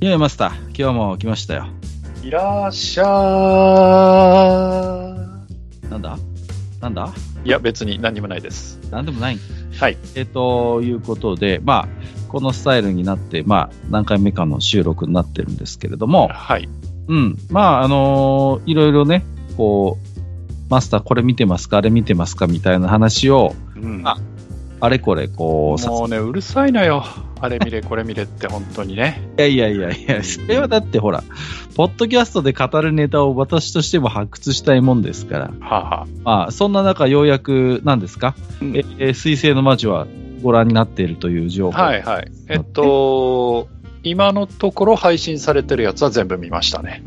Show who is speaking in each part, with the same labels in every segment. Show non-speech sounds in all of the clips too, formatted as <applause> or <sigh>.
Speaker 1: いやいやマスター、今日も来ましたよ。
Speaker 2: いらっしゃ
Speaker 1: なんだなんだ
Speaker 2: ーいや、別に何にもないです。
Speaker 1: なんでもない。
Speaker 2: はい。
Speaker 1: えーということで、まあ、このスタイルになって、まあ、何回目かの収録になってるんですけれども、
Speaker 2: はい。
Speaker 1: うん、まあ、あのーいろいろね、こう、マスターこれ見てますかあれ見てますかみたいな話を、
Speaker 2: うん
Speaker 1: ああれこれ、こう、さ
Speaker 2: もうね、うるさいのよ。あれ見れ、これ見れって、 <laughs> 本当にね。
Speaker 1: いやいやいやいや、それはだってほら、ポッドキャストで語るネタを私としても発掘したいもんですから、
Speaker 2: はあ、はあ、
Speaker 1: まあ、そんな中、ようやく、何ですか、
Speaker 2: うん
Speaker 1: ええ水星の魔女はご覧になっているという情報。
Speaker 2: はいはい。えっと、今のところ配信されてるやつは全部見ましたね。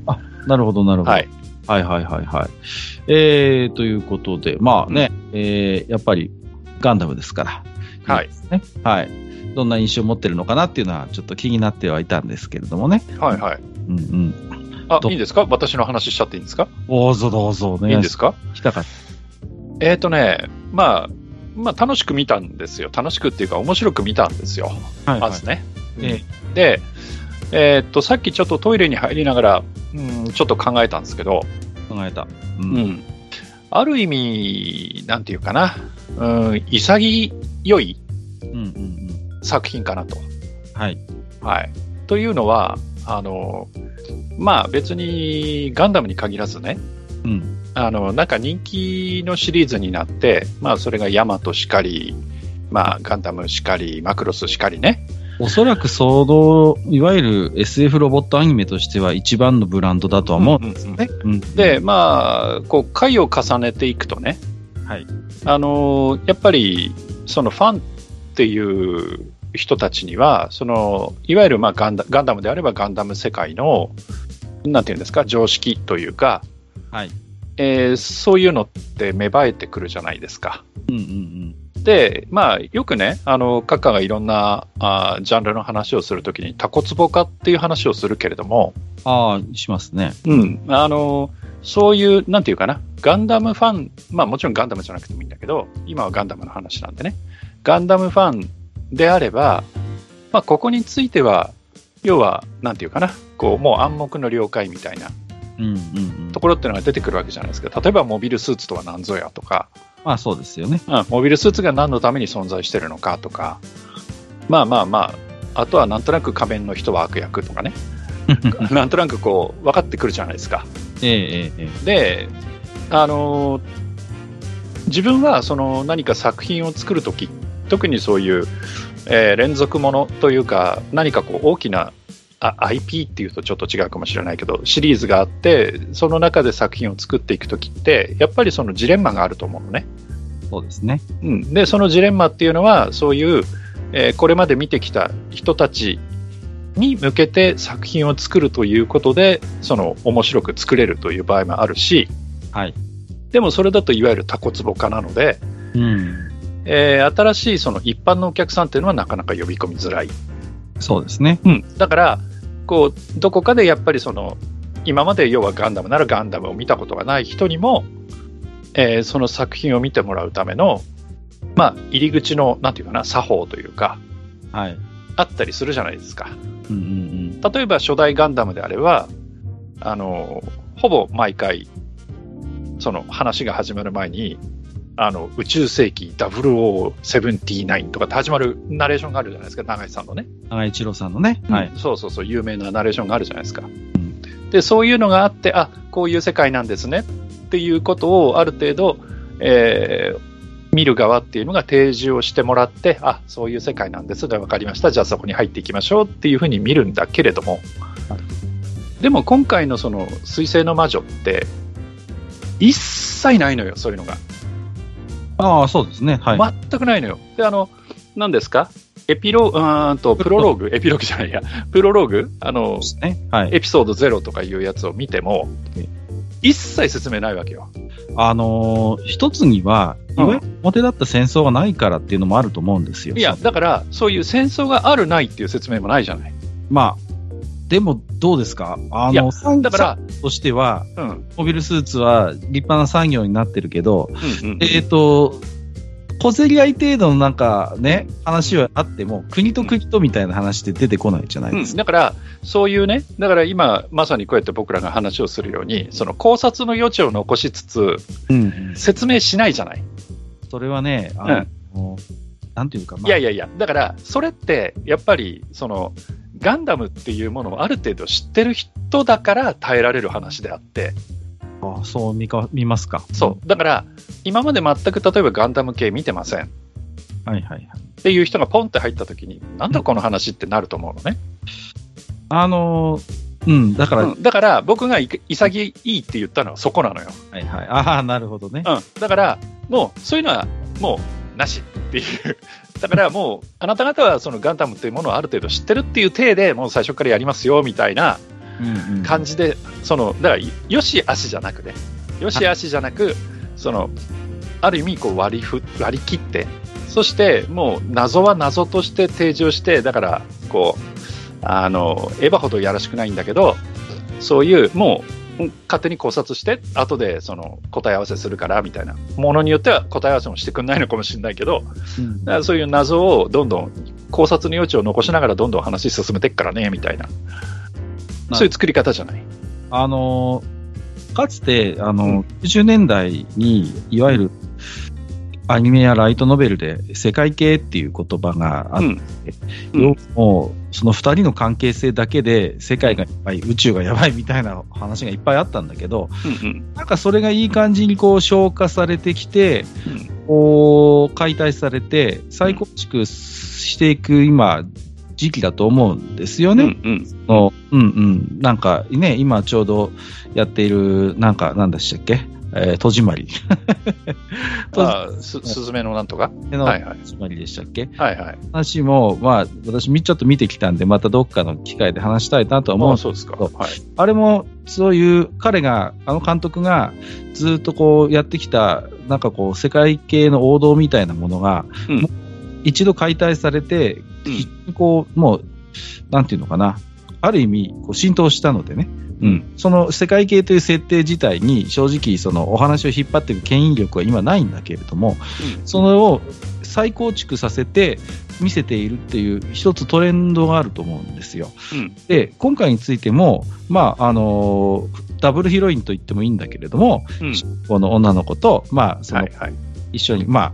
Speaker 1: なるほど、なるほど。
Speaker 2: はい。
Speaker 1: はいはいはいはい。えー、ということで、まあね、えーやっぱりガンダムですから。
Speaker 2: はい。
Speaker 1: ね。はい。どんな印象を持ってるのかなっていうのは、ちょっと気になってはいたんですけれどもね。
Speaker 2: はいはい。
Speaker 1: うんうん。
Speaker 2: あ、
Speaker 1: ど
Speaker 2: いいんですか私の話しちゃっていいんですか
Speaker 1: どうぞどうぞお願
Speaker 2: い
Speaker 1: い
Speaker 2: いん
Speaker 1: し
Speaker 2: ですか
Speaker 1: たかっ
Speaker 2: えっ、とね、まあ、まあ楽しく見たんですよ。楽しくっていうか面白く見たんですよ。
Speaker 1: た。 <laughs> はい、
Speaker 2: ま
Speaker 1: はい
Speaker 2: ず。ね。
Speaker 1: え
Speaker 2: で、えーっと、さっきちょっとトイレに入りながら、うん、ちょっと考えたんですけど、
Speaker 1: 考えた。う
Speaker 2: う。ん、ある意味、なんていうかな、うん、潔い
Speaker 1: うんうんうん。
Speaker 2: 作品かなと。
Speaker 1: はい。
Speaker 2: はい、というのは、あのまあ、別にガンダムに限らずね、
Speaker 1: うん。
Speaker 2: あのなんか人気のシリーズになって、まあ、それがヤマトしかり、まあ、ガンダムしかり、マクロスしかりね、
Speaker 1: おそらくその、いわゆる SF ロボットアニメとしては一番のブランドだとは思うんですよね。うん
Speaker 2: で、まあ、こう回を重ねていくとね、
Speaker 1: はい。
Speaker 2: あのやっぱりそのファンっていう人たちにはそのいわゆるまあガンダガンダムであればガンダム世界のなんていうんですか常識というか、
Speaker 1: はい
Speaker 2: えーそういうのって芽生えてくるじゃないですか。
Speaker 1: うんうん
Speaker 2: で、まあ、よくね、あの、カッカがいろんなあージャンルの話をするときに、タコツボ化っていう話をするけれども、
Speaker 1: うん。ああ、しますね。
Speaker 2: うん、あのそういう、なんていうかな、ガンダムファン、まあ、もちろんガンダムじゃなくてもいいんだけど、今はガンダムの話なんでね、ガンダムファンであれば、まあ、ここについては、要は、なんていうかな、こうもう暗黙の了解みたいな
Speaker 1: うんうんうん
Speaker 2: と。ころっていうのが出てくるわけじゃないですか、例えばモビルスーツとは何ぞやとか、
Speaker 1: まあそうですよね。
Speaker 2: うん、モビルスーツが何のために存在してるのかとか、まあまあまあ、あとはなんとなく仮面の人は悪役とか <laughs> ね、なんとなくこう分かってくるじゃないですか。
Speaker 1: えええええ
Speaker 2: で、あの自分はその何か作品を作るとき、特にそういう、えー連続ものというか、何かこう大きなあ IP っていうとちょっと違うかもしれないけど、シリーズがあって、その中で作品を作っていくときって、やっぱりそのジレンマがあると思うのね。
Speaker 1: えそうですね。
Speaker 2: うん、で、そのジレンマっていうのは、そういう、えーこれまで見てきた人たちに向けて作品を作るということで、その面白く作れるという場合もあるし、
Speaker 1: はい。
Speaker 2: でもそれだといわゆるタコツボ化なので、
Speaker 1: うん。
Speaker 2: えー新しいその一般のお客さんっていうのはなかなか呼び込みづらい。
Speaker 1: そうですね。
Speaker 2: だから、こう、どこかでやっぱりその、今まで要はガンダムならガンダムを見たことがない人にも、えーその作品を見てもらうための、まあ、入り口の、なんていうかな、作法というか、
Speaker 1: はい。
Speaker 2: あったりするじゃないですか。
Speaker 1: うんうん
Speaker 2: 例えば初代ガンダムであれば、あの、ほぼ毎回、その話が始まる前に、あの、宇宙世紀0079とかって始まるナレーションがあるじゃないですか、長井さんのね。
Speaker 1: うん。長井一郎さんのね。はい。
Speaker 2: そうそうそう、有名なナレーションがあるじゃないですか。で、そういうのがあって、あ、こういう世界なんですねっていうことをある程度、えー見る側っていうのが提示をしてもらって、あ、そういう世界なんです。で、わかりました。じゃあそこに入っていきましょうっていうふうに見るんだけれども、でも今回のその「水星の魔女」って一切ないのよそういうのが
Speaker 1: ああ、そうですね。はい。
Speaker 2: 全くないのよであの何ですかエピローうーんとプロローグエピローグじゃないやプロローグあの
Speaker 1: そうですね。はい。
Speaker 2: エピソード0とかいうやつを見ても
Speaker 1: え
Speaker 2: 一切説明ないわけよ
Speaker 1: あのー一つには、い
Speaker 2: うん
Speaker 1: わゆる表だった戦争がないからっていうのもあると思うんですよ。
Speaker 2: いやだからそういう戦争があるないっていう説明もないじゃない
Speaker 1: まあ、でもどうですかあ
Speaker 2: いや
Speaker 1: の、産
Speaker 2: だから
Speaker 1: 業としては、
Speaker 2: うんうん
Speaker 1: モビルスーツは立派な産業になってるけど、
Speaker 2: うん
Speaker 1: えっ、と、小競り合い程度のなんかね、話はあっても、国と国とみたいな話って出てこないじゃないです
Speaker 2: うん、だから、そういうね、だから今、まさにこうやって僕らが話をするように、その考察の余地を残しつつ、
Speaker 1: か。うん
Speaker 2: 説明しないじゃない。
Speaker 1: それはね、あの、なんていうか、まあ
Speaker 2: いやいやいや、だから、それって、やっぱり、その、ガンダムっていうものをある程度知ってる人だから耐えられる話であって、
Speaker 1: ああそう見か見ますか。
Speaker 2: そう、だから、今まで全く例えばガンダム系見てませんっ
Speaker 1: うん。はいはいはい。
Speaker 2: ていう人がポンって入った時に、なんだこの話ってなると思うのね。
Speaker 1: あのーうん、だから、
Speaker 2: うんだから、僕がい潔いって言ったのはそこなのよ。
Speaker 1: はいはい。ああ、なるほどね。
Speaker 2: うん、だから、もうそういうのはもうなしっていう、 <laughs> だからもう、あなた方はそのガンダムというものをある程度知ってるっていう体でもう最初からやりますよみたいな
Speaker 1: うんうん
Speaker 2: 感じで、そのだから、よし悪しじゃなくね、よし悪しじゃなく、そのある意味こう割りふ割り切って、そしてもう謎は謎として提示をして、だからこうあの、エヴァほどやらしくないんだけど、そういう、もううん勝手に考察して、後でその答え合わせするからみたいな、ものによっては答え合わせもしてくれないのかもしれないけど、
Speaker 1: うん
Speaker 2: だからそういう謎をどんどん考察の余地を残しながら、どんどん話進めていくからねみたいな、
Speaker 1: まあ
Speaker 2: そういう作り方じゃない。
Speaker 1: あのーかつて、あ
Speaker 2: うん
Speaker 1: のー90年代に、いわゆる、アニメやライトノベルで世界系っていう言葉があっ
Speaker 2: うん
Speaker 1: て、
Speaker 2: うん
Speaker 1: もうその二人の関係性だけで世界がやばい、宇宙がやばいみたいな話がいっぱいあったんだけど、
Speaker 2: うん
Speaker 1: なんかそれがいい感じにこう消化されてきて、
Speaker 2: うん
Speaker 1: こう解体されて再構築していく今時期だと思うんですよ
Speaker 2: うん
Speaker 1: ね。
Speaker 2: うん
Speaker 1: のうんうん、なんかね、今ちょうどやっている、なんか、なんでしたっけ、えー戸締
Speaker 2: <laughs>
Speaker 1: まり。戸
Speaker 2: あーすすずめのなんとか、
Speaker 1: 締めの戸
Speaker 2: はいはい
Speaker 1: 締まりでしたっけ
Speaker 2: はいはい、
Speaker 1: 話も、まあ、私、みちょっと見てきたんで、またどっかの機会で話したいなとは思うん
Speaker 2: もう
Speaker 1: です
Speaker 2: そうですか、
Speaker 1: そ
Speaker 2: はい、
Speaker 1: あれも、そういう、彼が、あの監督が、ずっとこうやってきた、なんかこう、世界系の王道みたいなものが、
Speaker 2: うん
Speaker 1: もう一度解体されて、非常にこう、もう、なんていうのかな、ある意味、こう浸透したのでね、うん、その世界系という設定自体に、正直、そのお話を引っ張っていく牽引力は今ないんだけれども、
Speaker 2: うん
Speaker 1: それを再構築させて、見せているっていう、一つトレンドがあると思うんですよ。
Speaker 2: うん
Speaker 1: で今回についても、まああのーダブルヒロインと言ってもいいんだけれども、
Speaker 2: うん
Speaker 1: この女の子と、まあ、そ
Speaker 2: は
Speaker 1: の
Speaker 2: いはい、
Speaker 1: 一緒に、まあ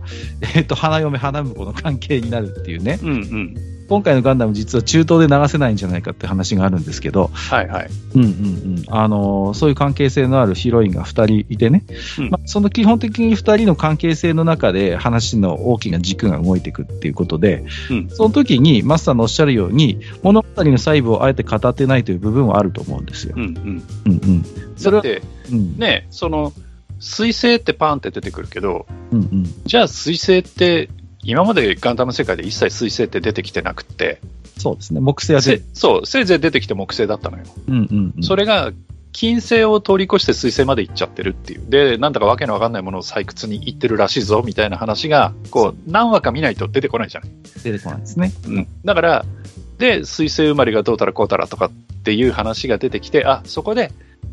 Speaker 1: えっと花嫁、花婿の関係になるっていうね、
Speaker 2: うんうん、
Speaker 1: 今回のガンダム、実は中東で流せないんじゃないかって話があるんですけど、
Speaker 2: はいはい、
Speaker 1: うんうんうんあのーそういう関係性のあるヒロインが2人いてね、
Speaker 2: うん
Speaker 1: まあ、その基本的に2人の関係性の中で話の大きな軸が動いていくっていうことで、
Speaker 2: うん
Speaker 1: その時にマスターのおっしゃるように物語の細部をあえて語ってないという部分はあると思うんですよ。
Speaker 2: うんうん、
Speaker 1: うんうん、それ
Speaker 2: だっ
Speaker 1: は、
Speaker 2: て
Speaker 1: うん
Speaker 2: ね、その彗星ってパンって出てくるけど、
Speaker 1: うんうん、
Speaker 2: じゃあ彗星って今までガンダム世界で一切彗星って出てきてなくって、
Speaker 1: そうですね木星は
Speaker 2: せそうせいぜい出てきて木星だったのよ、
Speaker 1: うんうんうん
Speaker 2: それが金星を通り越して彗星まで行っちゃってるっていう、でなんだかわけのわかんないものを採掘に行ってるらしいぞみたいな話がこう何話か見ないと出てこないじゃない。
Speaker 1: 出てこないですね。
Speaker 2: うん、だから、で、水星生まれがどうたらこうたらとかっていう話が出てきて、あそこで、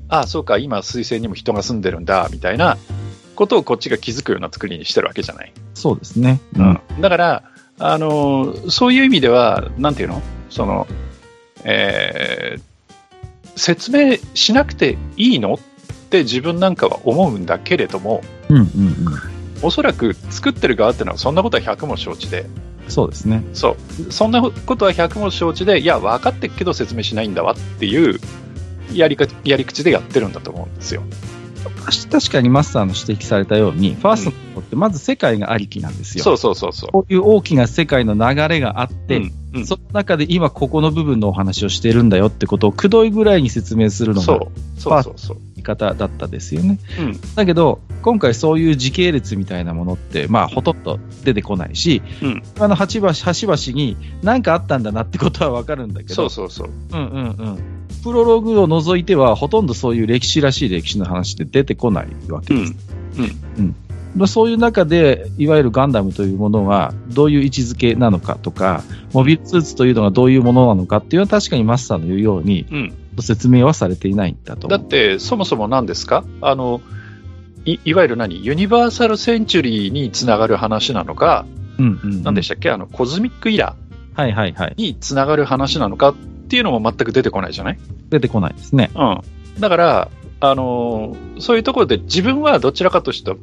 Speaker 2: あそうか、今、水星にも人が住んでるんだみたいなことをこっちが気づくような作りにしてるわけじゃない。
Speaker 1: そうですね、う
Speaker 2: うん、だから、あのーそういう意味では、なんていうのその、えー説明しなくていいのって自分なんかは思うんだけれども、
Speaker 1: うんうんうん
Speaker 2: おそらく作ってる側ってのはそんなことは100も承知で、
Speaker 1: そうですね。
Speaker 2: そうそんなことは100も承知でいや分かってっけど説明しないんだわっていうやりかやり口でやってるんだと思うんですよ。
Speaker 1: 確かにマスターの指摘されたように、ファーストの方ってまず世界がありきなんですよ。
Speaker 2: そうそうそうそう。
Speaker 1: こういう大きな世界の流れがあって、
Speaker 2: うんうん
Speaker 1: その中で今ここの部分のお話をしてるんだよってことをくどいぐらいに説明するのが
Speaker 2: そうそうそうそう。
Speaker 1: 言い方だったですよね。
Speaker 2: うん
Speaker 1: だけど、今回そういう時系列みたいなものって、まあ、ほとんど出てこないし、
Speaker 2: うん
Speaker 1: あの、端々、端々に何かあったんだなってことはわかるんだけど、
Speaker 2: そうそうそう。
Speaker 1: うんうんうん。プロローグを除いては、ほとんどそういう歴史らしい歴史の話って出てこないわけ
Speaker 2: う
Speaker 1: です
Speaker 2: ん。。
Speaker 1: まあそういう中で、いわゆるガンダムというものがどういう位置づけなのかとか、モビルスーツというのがどういうものなのかっていうのは確かにマスターの言うように、
Speaker 2: うん。
Speaker 1: 説明はされていないんだと思
Speaker 2: だ
Speaker 1: う。
Speaker 2: って、そもそも何ですかあの、いいわゆる何ユニバーサルセンチュリーにつながる話なのか、
Speaker 1: うんうんうん
Speaker 2: 何でしたっけあの、コズミックイラ
Speaker 1: はいはいはい。
Speaker 2: ーにつながる話なのかっていうのも全く出てこないじゃない
Speaker 1: 出てこないですね。
Speaker 2: うん。だから、あのーそういうところで自分はどちらかとして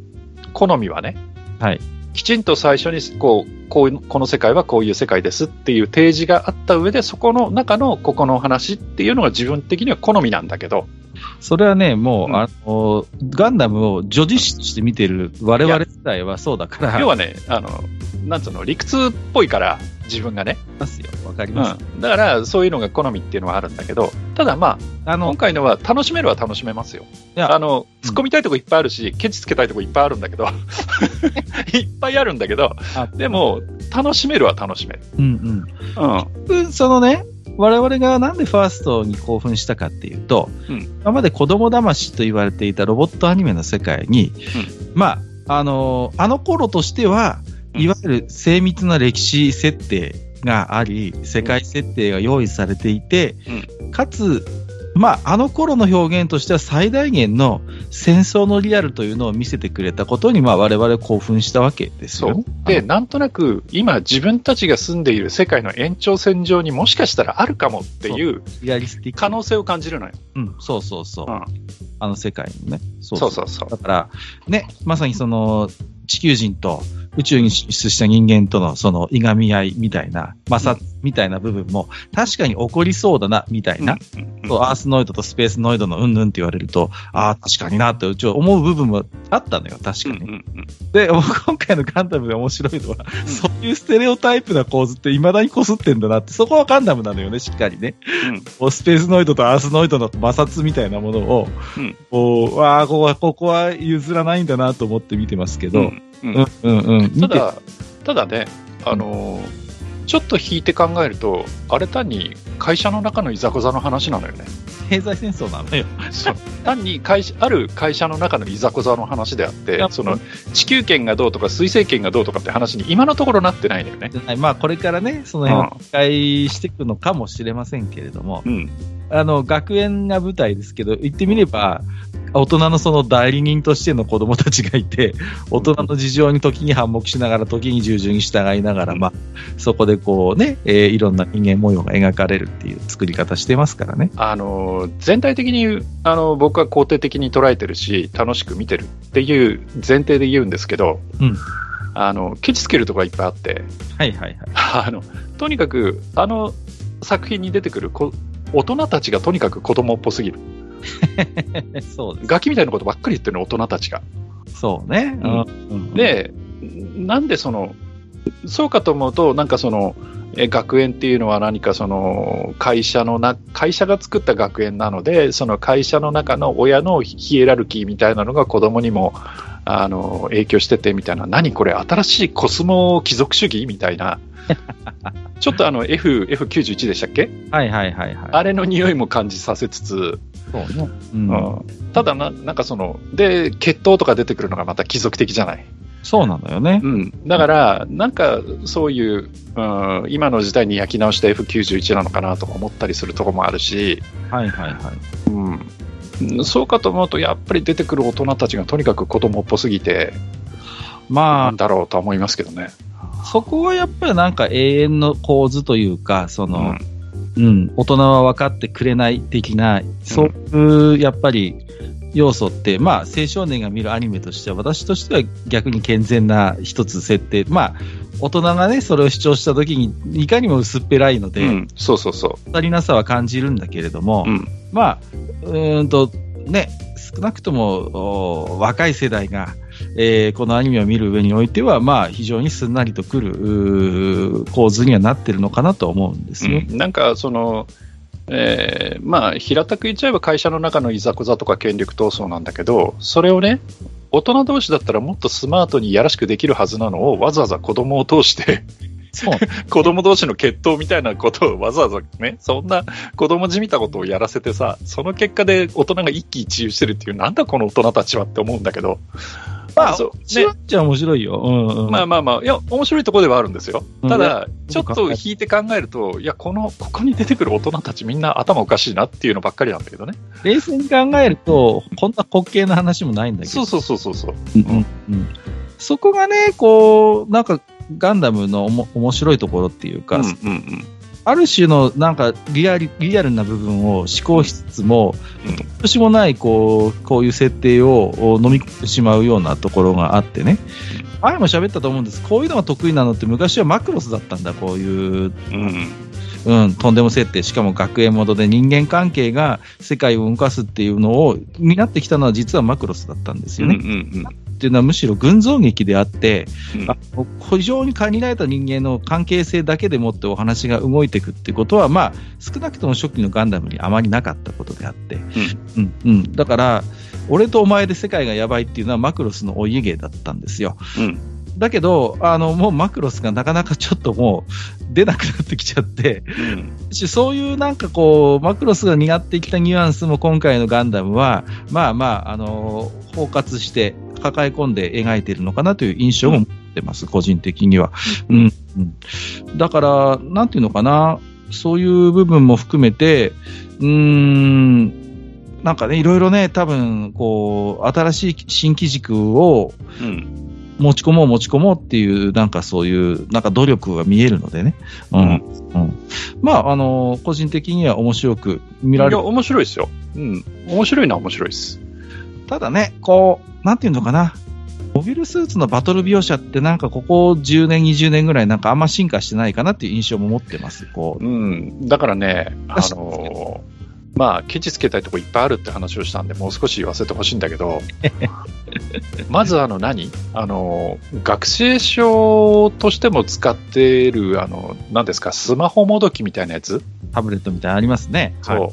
Speaker 2: 好みはね、
Speaker 1: はい。
Speaker 2: きちんと最初にこうこういうこの世界はこういう世界ですっていう提示があった上でそこの中のここのお話っていうのが自分的には好みなんだけど
Speaker 1: それはね、もう、
Speaker 2: うん
Speaker 1: あの、ガンダムを女子誌として見てる我々自体はそうだから、
Speaker 2: 要はねあのなんつうの理屈っぽいから自分がね、
Speaker 1: ますよ。わかり
Speaker 2: う
Speaker 1: ます。
Speaker 2: ん、だからそういうのが好みっていうのはあるんだけどただまあ
Speaker 1: あの
Speaker 2: 今、回のは楽しめるは楽しめますよ
Speaker 1: いや
Speaker 2: あの突っ込みたいとこいっぱいあるし、ケチつけたいとこいっぱいあるんだけど <laughs> いっぱいあるんだけど
Speaker 1: あ
Speaker 2: でも楽しめるは楽しめる、
Speaker 1: うんうん。
Speaker 2: うん、
Speaker 1: うんそのね、我々がなんでファーストに興奮したかっていうと、
Speaker 2: うん
Speaker 1: 今まで子供騙しと言われていたロボットアニメの世界に、まあ、あのーあの頃としては、
Speaker 2: うん
Speaker 1: いわゆる精密な歴史設定があり、世界設定が用意されていて、かつ、まあ、あの頃の表現としては最大限の戦争のリアルというのを見せてくれたことに、まあ、我々興奮したわけです
Speaker 2: そ
Speaker 1: よ。
Speaker 2: う。で、なんとなく、今自分たちが住んでいる世界の延長線上にもしかしたらあるかもっていう
Speaker 1: リアリスティック
Speaker 2: 可能性を感じるのよ。
Speaker 1: うん、そうそうそう。
Speaker 2: うん
Speaker 1: あの世界にね。そ
Speaker 2: そうそうそう。
Speaker 1: だから、ね、まさにその、地球人と宇宙に出した人間とのその、いがみ合いみたいな、摩擦みたいな部分も、確かに起こりそうだな、みたいな。
Speaker 2: うん
Speaker 1: そうアースノイドとスペースノイドのうんぬんって言われると、ああ、確かになって、ちょ思う部分もあったのよ、確か
Speaker 2: うん
Speaker 1: に。
Speaker 2: うんうん
Speaker 1: で、 <laughs> 今回のガンダムが面白いのは、そういうステレオタイプな構図って未だにこすってんだなって、そこはガンダムなのよね、しっかりね。こうスペースノイドとアースノイドの摩擦みたいなものを、
Speaker 2: うん
Speaker 1: こうわあここは、ここは譲らないんだなと思って見てますけ
Speaker 2: う
Speaker 1: ど、
Speaker 2: んうん
Speaker 1: うんうんうん、
Speaker 2: た
Speaker 1: 見て
Speaker 2: だ、ただね、あのー、ちょっと引いて考えると、あれ単に会社の中のいざこざの話なのよね。
Speaker 1: 経済戦争なのよ。
Speaker 2: そう <laughs> 単に会社ある会社の中のいざこざの話であって
Speaker 1: いや、
Speaker 2: その地球圏がどうとか水星圏がどうとかって話に今のところなってないのよね。
Speaker 1: じゃないまあ、これからね、その辺を展開していくのかもしれませんけれども、
Speaker 2: うん。
Speaker 1: あの学園が舞台ですけど、言ってみれば、大人のその代理人としての子供たちがいて、大人の事情に時に反目しながら、時に従順に従いながら、まあ、そこでこうね、えーいろんな人間模様が描かれるっていう作り方してますからね。
Speaker 2: あの全体的にあの僕は肯定的に捉えてるし楽しく見てるっていう前提で言うんですけど、
Speaker 1: うん
Speaker 2: あのケチつけるとこがいっぱいあって <laughs>
Speaker 1: はいはいはい。
Speaker 2: あのとにかくあの作品に出てくる子大人たちがとにかく子供っぽすぎる
Speaker 1: <laughs> そうで
Speaker 2: ガキみたいなことばっかり言ってるの大人たちが。
Speaker 1: す。そうね。
Speaker 2: うん
Speaker 1: うん、
Speaker 2: でなんでそのそうかと思うとなんかそのえ学園っていうのは何かその会社のな会社が作った学園なのでその会社の中の親のヒエラルキーみたいなのが子供にもあの影響しててみたいな何これ新しいコスモ貴族主義みたいな <laughs> ちょっとあの F F91 でしたっけ
Speaker 1: はいはいはいはい。
Speaker 2: あれの匂いも感じさせつつ、
Speaker 1: そうね。うん
Speaker 2: うんただななんかそので血統とか出てくるのがまた貴族的じゃない
Speaker 1: そうなのよね。
Speaker 2: うん、だから、なんかそういう、うん、今の時代に焼き直した F91 なのかなとか思ったりするところもあるし、
Speaker 1: はいはいはい。
Speaker 2: うん、そうかと思うと、やっぱり出てくる大人たちがとにかく子供っぽすぎて、な
Speaker 1: ま
Speaker 2: んだろうとは思いますけどね。
Speaker 1: あ、そこはやっぱりなんか永遠の構図というか、そ
Speaker 2: うん
Speaker 1: の、うん、大人は分かってくれない的な、そういう、やっぱり、要素って、まあ、青少年が見るアニメとしては、私としては逆に健全な一つ設定。まあ、大人がね、それを主張した時に、いかにも薄っぺらいので、
Speaker 2: うんそうそうそ
Speaker 1: 足りなさは感じるんだけれども、
Speaker 2: う。うん
Speaker 1: まあ、うーんと、ね、少なくともお若い世代が、えーこのアニメを見る上においては、まあ、非常にすんなりとくるうー構図にはなってるのかなとは思うんですよ。
Speaker 2: なんかその、えーまあ、平たく言っちゃえば会社の中のいざこざとか権力闘争なんだけど、それをね、大人同士だったらもっとスマートにやらしくできるはずなのをわざわざ子供を通して、
Speaker 1: そう
Speaker 2: <laughs> 子供同士の決闘みたいなことをわざわざね、そんな子供じみたことをやらせてさ、その結果で大人が一喜一憂してるっていう、なんだこの大人たちはって思うんだけど、
Speaker 1: まあ、
Speaker 2: そう
Speaker 1: 面白いっちゃ面白いよ。うんうん
Speaker 2: まあまあまあ、いや、面白いところではあるんですよ。
Speaker 1: うん
Speaker 2: た
Speaker 1: い
Speaker 2: だ、ちょっと引いて考えると、いや、この、ここに出てくる大人たちみんな頭おかしいなっていうのばっかりなんだけどね。
Speaker 1: 冷静に考えると、こんな滑稽な話もないんだけど。
Speaker 2: そうそうそうそうそう。
Speaker 1: うんうんそこがね、こう、なんか、ガンダムのおも面白いところっていうか、
Speaker 2: うんうんうん。
Speaker 1: ある種のなんかリアリリアルな部分を思考しつつも、
Speaker 2: うん
Speaker 1: どうしもないこうこういう設定をお飲み込んでしまうようなところがあってね、前も喋ったと思うんです、こういうのが得意なのって昔はマクロスだったんだ、こういう、
Speaker 2: うん
Speaker 1: うん、とんでも設定、しかも学園もので人間関係が世界を動かすっていうのを担ってきたのは実はマクロスだったんです
Speaker 2: う
Speaker 1: よ
Speaker 2: んう
Speaker 1: ね。
Speaker 2: ん
Speaker 1: っていうのはむしろ群像劇であって、
Speaker 2: うん
Speaker 1: あの非常に限られた人間の関係性だけでもってお話が動いていくっていうことは、まあ、少なくとも初期のガンダムにあまりなかったことであって、うんうん、だから俺とお前で世界がやばいっていうのはマクロスのお家芸だったんですよ。
Speaker 2: うん
Speaker 1: だけどあのもうマクロスがなかなかちょっともう出なくなってきちゃって、
Speaker 2: うん
Speaker 1: しそういうなんかこうマクロスが担ってきたニュアンスも今回のガンダムはまあまあ、あのー包括して抱え込んで描いているのかなという印象も持ってます、個人的には、うんうんだから、なんていうのかなそういう部分も含めてうーんなんかねいろいろね多分こう新しい新機軸を
Speaker 2: うん
Speaker 1: 持ち込もう持ち込もうっていう、なんかそういう、なんか努力が見えるのでね。うん。
Speaker 2: う
Speaker 1: う
Speaker 2: ん
Speaker 1: ん、まあ、あのー個人的には面白く見
Speaker 2: い
Speaker 1: られ
Speaker 2: や、
Speaker 1: る。
Speaker 2: 面白いですよ。うん。面白いのは面白いです。
Speaker 1: ただね、こう、なんていうのかな。モビルスーツのバトル描写ってなんかここ10年、20年ぐらいなんかあんま進化してないかなっていう印象も持ってます。こう。
Speaker 2: うん。だからね、あ
Speaker 1: 確かに
Speaker 2: のーまあ、ケチつけたいとこいっぱいあるって話をしたんで、もう少し言わせてほしいんだけ
Speaker 1: <laughs>
Speaker 2: ど、まずあの何、あのー学生証としても使ってる、あの、何ですか、スマホもどきみたいなやつ
Speaker 1: タブレットみたいなのありますね。
Speaker 2: そう、
Speaker 1: はい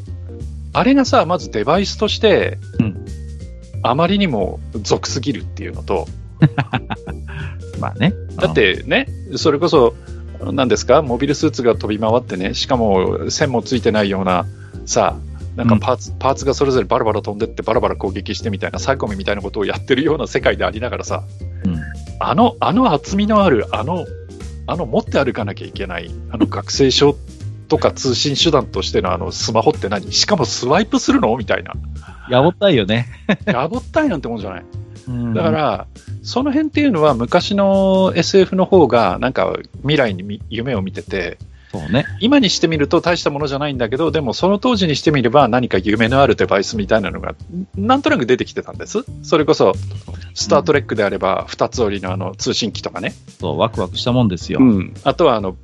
Speaker 2: あれがさ、まずデバイスとして、
Speaker 1: うん
Speaker 2: あまりにも俗すぎるっていうのと、
Speaker 1: まあね。
Speaker 2: だってね、それこそ、なんですか、モビルスーツが飛び回ってね、しかも線もついてないような、さ、なんかパーツ、パーツがそれぞれバラバラ飛んでって、バラバラ攻撃してみたいな、サイコミみたいなことをやってるような世界でありながらさ、
Speaker 1: うん
Speaker 2: あの、あの厚みのある、あの、あの持って歩かなきゃいけない、あの学生証とか通信手段としてのあのスマホって何しかもスワイプするのみ
Speaker 1: <laughs>
Speaker 2: たいな。
Speaker 1: うん。やぼったいよね。
Speaker 2: やぼったいなんてもんじゃない。
Speaker 1: うん
Speaker 2: だか、ら、その辺っていうのは昔の SF の方がなんか未来にみ夢を見てて、
Speaker 1: そうね。
Speaker 2: 今にしてみると大したものじゃないんだけど、でもその当時にしてみれば何か夢のあるデバイスみたいなのがなんとなく出てきてたんです。それこそ、スタートレックであれば二つ折りのあの通信機とかね。
Speaker 1: そう、ワクワクしたもんですよ。
Speaker 2: あとはあの、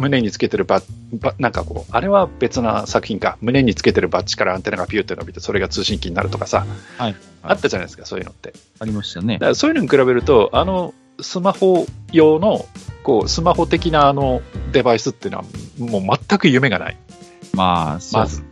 Speaker 2: 胸につけてるバッ、バなんかこう、あれは別な作品か。胸につけてるバッジからアンテナがピューって伸びて、それが通信機になるとかさ。
Speaker 1: はい
Speaker 2: あったじゃないですか、そういうのって。
Speaker 1: ありましたね
Speaker 2: だか。らそういうのに比べると、あのスマホ用のこうスマホ的なあのデバイスっていうのは、もう全く夢がない、
Speaker 1: まあ、そう
Speaker 2: まず。。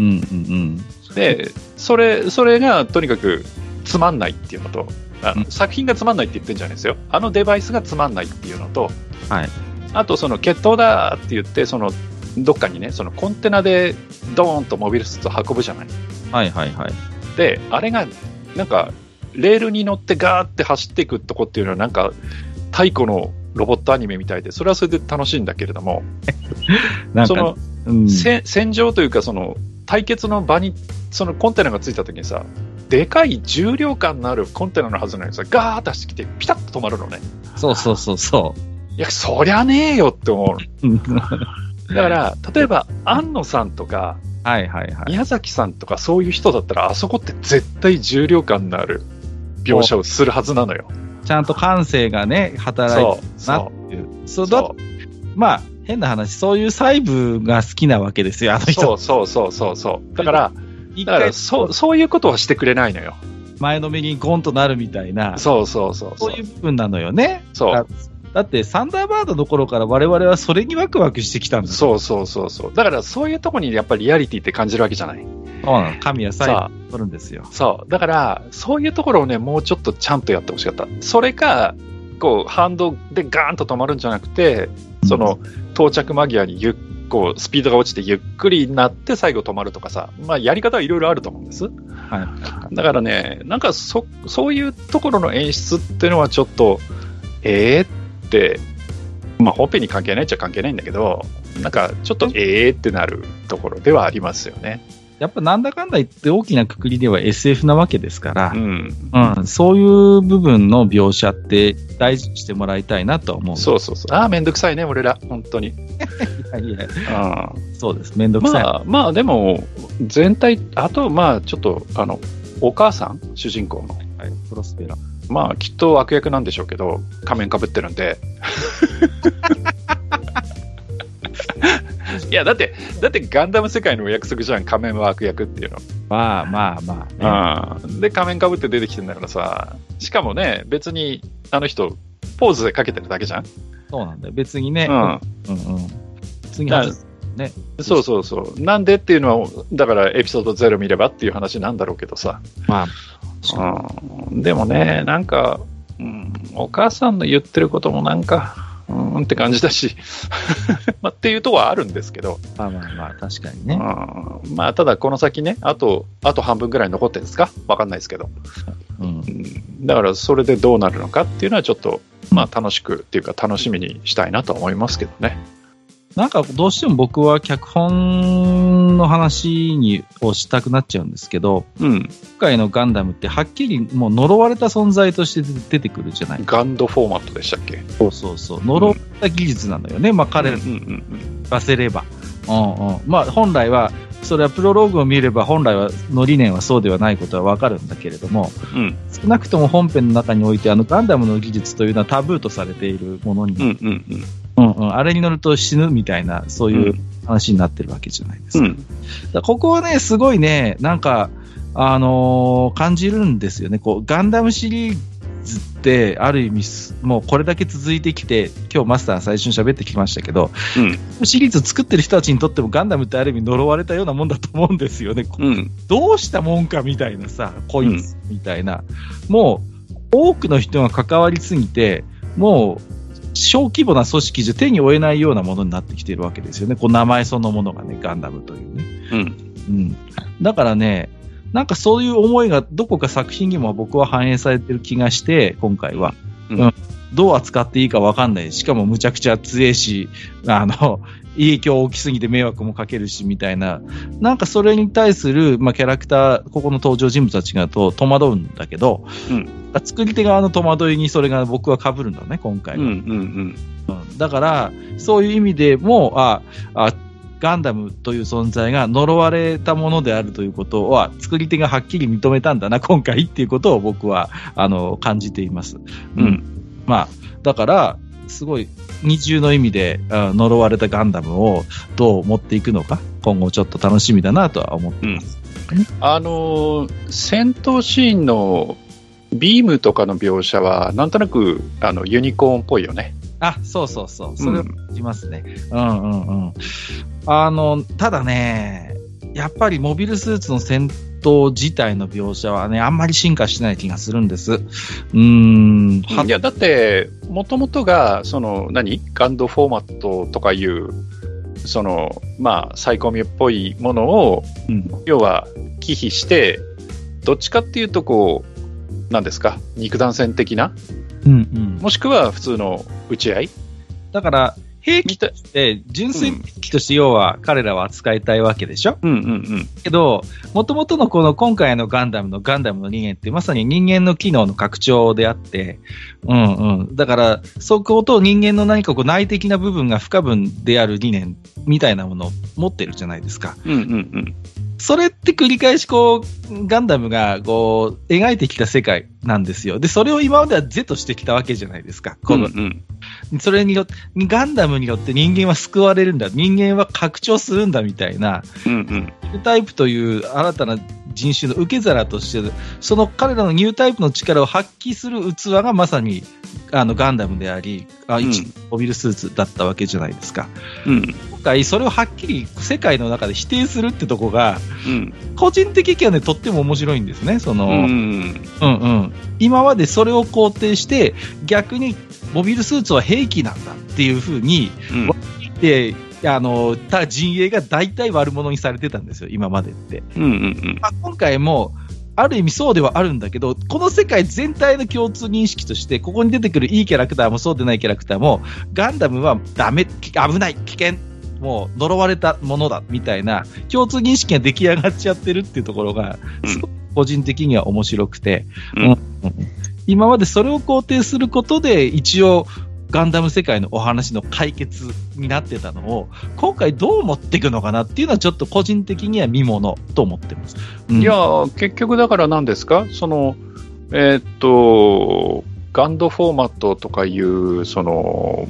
Speaker 1: うんうんうん。
Speaker 2: ん、でそれ、それがとにかくつまんないっていうのと、あ
Speaker 1: うん
Speaker 2: 作品がつまんないって言ってるんじゃないですよ、あのデバイスがつまんないっていうのと、
Speaker 1: はい
Speaker 2: あと、その決闘だって言って、そのどっかにね、そのコンテナでドーンとモビルスーツを運ぶじゃない。
Speaker 1: はいはいはい。
Speaker 2: であれがなんかレールに乗ってガーって走っていくとこっていうのはなんか太古のロボットアニメみたいでそれはそれで楽しいんだけれども、
Speaker 1: なん
Speaker 2: そ
Speaker 1: か、
Speaker 2: の、
Speaker 1: うん
Speaker 2: せ戦場というかその対決の場にそのコンテナがついた時にさでかい重量感のあるコンテナのはずなのにさガーッと走ってきてピタッと止まるのね
Speaker 1: そうそうそうそ
Speaker 2: いやそりゃねえよって思うの
Speaker 1: う。
Speaker 2: だから例えば安野さんとか
Speaker 1: はいはいはい。
Speaker 2: 宮崎さんとかそういう人だったらあそこって絶対重量感のある描写をするはずなのよ
Speaker 1: ちゃんと感性がね、働い
Speaker 2: そう
Speaker 1: てるなってい
Speaker 2: そ
Speaker 1: う。そううだまあ、変な話、そういう細部が好きなわけですよ、あの
Speaker 2: そ
Speaker 1: 人。
Speaker 2: うそうそうそうそうだから
Speaker 1: い一
Speaker 2: だか
Speaker 1: 回
Speaker 2: らそうそういうことはしてくれないのよ。
Speaker 1: 前のめりにゴンとなるみたいな、
Speaker 2: そうそうそう
Speaker 1: そ
Speaker 2: そうう
Speaker 1: いう部分なのよね。
Speaker 2: そう
Speaker 1: だだって、サンダーバードの頃から我々はそれにワクワクしてきたんです
Speaker 2: そうそうそうそうだからそういうとこにやっぱりリアリティって感じるわけじゃない。
Speaker 1: うなの。神は最後
Speaker 2: さ
Speaker 1: に取るんですよ。
Speaker 2: そうだからそういうところをねもうちょっとちゃんとやってほしかった。それかこう反動でガーンと止まるんじゃなくてその到着間際にゆっこうスピードが落ちてゆっくりになって最後止まるとかさ、まあ、やり方はいろいろあると思うんです。
Speaker 1: はい、
Speaker 2: だからね、なんかそそういうところの演出っていうのはちょっと、えーって、まあ、ほっぺに関係ないっちゃ関係ないんだけど、なんかちょっとえーってなるところではありますよね。
Speaker 1: やっぱなんだかんだ言って大きなくくりでは SF なわけですから
Speaker 2: う、ん、
Speaker 1: うん、そういう部分の描写って大事にしてもらいたいなとは思う。
Speaker 2: そうそうそう、ああ、めんどくさいね、俺ら、本当に。
Speaker 1: いやいや
Speaker 2: うん
Speaker 1: そうです。めんどくさい。
Speaker 2: まあ、まあ、でも、全体、あと、まあ、ちょっと、あの、お母さん、主人公の、
Speaker 1: はい、プロスペラ。
Speaker 2: まあ、きっと悪役なんでしょうけど、仮面かぶってるんで。いや、だって、だってガンダム世界のお約束じゃん、仮面は悪役っていうの。
Speaker 1: まあまあまあ、ね。
Speaker 2: うんで、仮面かぶって出てきてんだからさ、しかもね、別に、あの人、ポーズでかけてるだけじゃん。
Speaker 1: そうなんだよ。別にね。
Speaker 2: うん。
Speaker 1: うんうん。次
Speaker 2: だ
Speaker 1: 外す
Speaker 2: そうそうそう。なんでっていうのは、だからエピソード0見ればっていう話なんだろうけどさ。
Speaker 1: まあ、
Speaker 2: うんでもね、なんか、うん、お母さんの言ってることもなんか、うんって感じだし、 <laughs> まあ、っていうとこはあるんですけど、
Speaker 1: まあまあまあ、確かに
Speaker 2: う
Speaker 1: ね。
Speaker 2: んまあ、ただこの先ね、あと、あと半分ぐらい残ってるんですかわかんないですけど、
Speaker 1: うん
Speaker 2: う。んだからそれでどうなるのかっていうのはちょっと、まあ、楽しくっていうか楽しみにしたいなとは思いますけどね。
Speaker 1: なんかどうしても僕は脚本の話にをしたくなっちゃうんですけど、
Speaker 2: うん。
Speaker 1: 今回のガンダムってはっきりもう呪われた存在として出てくるじゃない
Speaker 2: ガンドフォーマットでしたっけ
Speaker 1: そうそうそう。呪われた技術なのよね。まあ彼ら
Speaker 2: うんうん
Speaker 1: 出せれば。うんうん。まあ本来は、それはプロローグを見れば本来はの理念はそうではないことはわかるんだけれども、
Speaker 2: うん。
Speaker 1: 少なくとも本編の中においてあのガンダムの技術というのはタブーとされているものに、
Speaker 2: うんうんうんうん。
Speaker 1: うんうん、あれに乗ると死ぬみたいな、そういう
Speaker 2: う
Speaker 1: 話になってるわけじゃないです
Speaker 2: う
Speaker 1: か。
Speaker 2: ん。
Speaker 1: だからここはね、すごいね、なんか、あのー感じるんですよね。こう、ガンダムシリーズって、ある意味す、もうこれだけ続いてきて、今日マスター最初に喋ってきましたけど、
Speaker 2: うん
Speaker 1: シリーズ作ってる人たちにとってもガンダムってある意味呪われたようなもんだと思うんですよね。こ
Speaker 2: うん。
Speaker 1: どうしたもんかみたいなさ、こいつみたいな。もう、多くの人が関わりすぎて、もう、小規模な組織じゃ手に負えないようなものになってきているわけですよね。こう名前そのものがね、ガンダムというね。
Speaker 2: うん。
Speaker 1: うん。だからね、なんかそういう思いがどこか作品にも僕は反映されてる気がして、今回は。
Speaker 2: うん
Speaker 1: どう扱っていいかわかんない。しかもむちゃくちゃ強いし、あの、影響大きすぎて迷惑もかけるし、みたいな。なんかそれに対する、まあ、キャラクター、ここの登場人物たちがと戸惑うんだけど、
Speaker 2: うん
Speaker 1: 作り手側の戸惑いにそれが僕は被るのね、今回
Speaker 2: う
Speaker 1: は。
Speaker 2: んうん
Speaker 1: だから、そういう意味でもう、あ、あ、ガンダムという存在が呪われたものであるということは、作り手がはっきり認めたんだな、今回っていうことを僕は、あの、感じています。
Speaker 2: うん。うん。
Speaker 1: まあ、だから、すごい、二重の意味で、あ呪われたガンダムをどう持っていくのか、今後ちょっと楽しみだなとは思ってます。
Speaker 2: あのー戦闘シーンのビームとかの描写はなんとなくあのユニコーンっぽいよね。
Speaker 1: あ、そうそうそう。それ
Speaker 2: うん
Speaker 1: いますね。うんうんうん。あの、ただね、やっぱりモビルスーツの戦闘自体の描写はね、あんまり進化してない気がするんです。うーん。はい
Speaker 2: やだってもともとがその何ガンドフォーマットとかいうそのまあサイコミュっぽいものを
Speaker 1: うん
Speaker 2: 要は忌避してどっちかっていうとこうなんですか肉弾戦的な
Speaker 1: うんうん。
Speaker 2: もしくは普通の打ち合い
Speaker 1: だから、兵器
Speaker 2: みたい
Speaker 1: って純粋な兵器として要は彼らは扱いたいわけでしょ
Speaker 2: うんうんうん
Speaker 1: けど、もともとのこの今回のガンダムのガンダムの人間ってまさに人間の機能の拡張であって、うんうん。だから、そこと人間の何かこう内的な部分が不可分である理念みたいなものを持ってるじゃないですか。
Speaker 2: うんうん
Speaker 1: それって繰り返しこう、ガンダムがこう、描いてきた世界なんですよ。で、それを今までは是としてきたわけじゃないですか。
Speaker 2: う
Speaker 1: こ
Speaker 2: ん
Speaker 1: の
Speaker 2: うん
Speaker 1: それによって、ガンダムによって人間は救われるんだ、人間は拡張するんだみたいな、
Speaker 2: うんうん
Speaker 1: ニュータイプという新たな人種の受け皿として、その彼らのニュータイプの力を発揮する器がまさにあのガンダムであり、あ
Speaker 2: うん
Speaker 1: 一モビルスーツだったわけじゃないですか。
Speaker 2: うん
Speaker 1: 今回、それをはっきり世界の中で否定するってとこが、
Speaker 2: うん
Speaker 1: 個人的にはね、とっても面白いんですね。その、
Speaker 2: うん
Speaker 1: うんうん、今までそれを肯定して逆にモビルスーツは兵器なんだっていうふうに
Speaker 2: うん
Speaker 1: であの他陣営が大体悪者にされてたんですよ、今までって。
Speaker 2: うんうん
Speaker 1: まあ、今回もある意味そうではあるんだけどこの世界全体の共通認識としてここに出てくるいいキャラクターもそうでないキャラクターもガンダムはダメき危ない危険もう呪われたものだみたいな共通認識が出来上がっちゃってるっていうところが
Speaker 2: うん
Speaker 1: すごく個人的には面白くて、
Speaker 2: うん
Speaker 1: うん今までそれを肯定することで一応ガンダム世界のお話の解決になってたのを今回どう持っていくのかなっていうのはちょっと個人的には見ものと思ってます。うん
Speaker 2: いやー結局だから何ですかそのえーっとガンドフォーマットとかいうその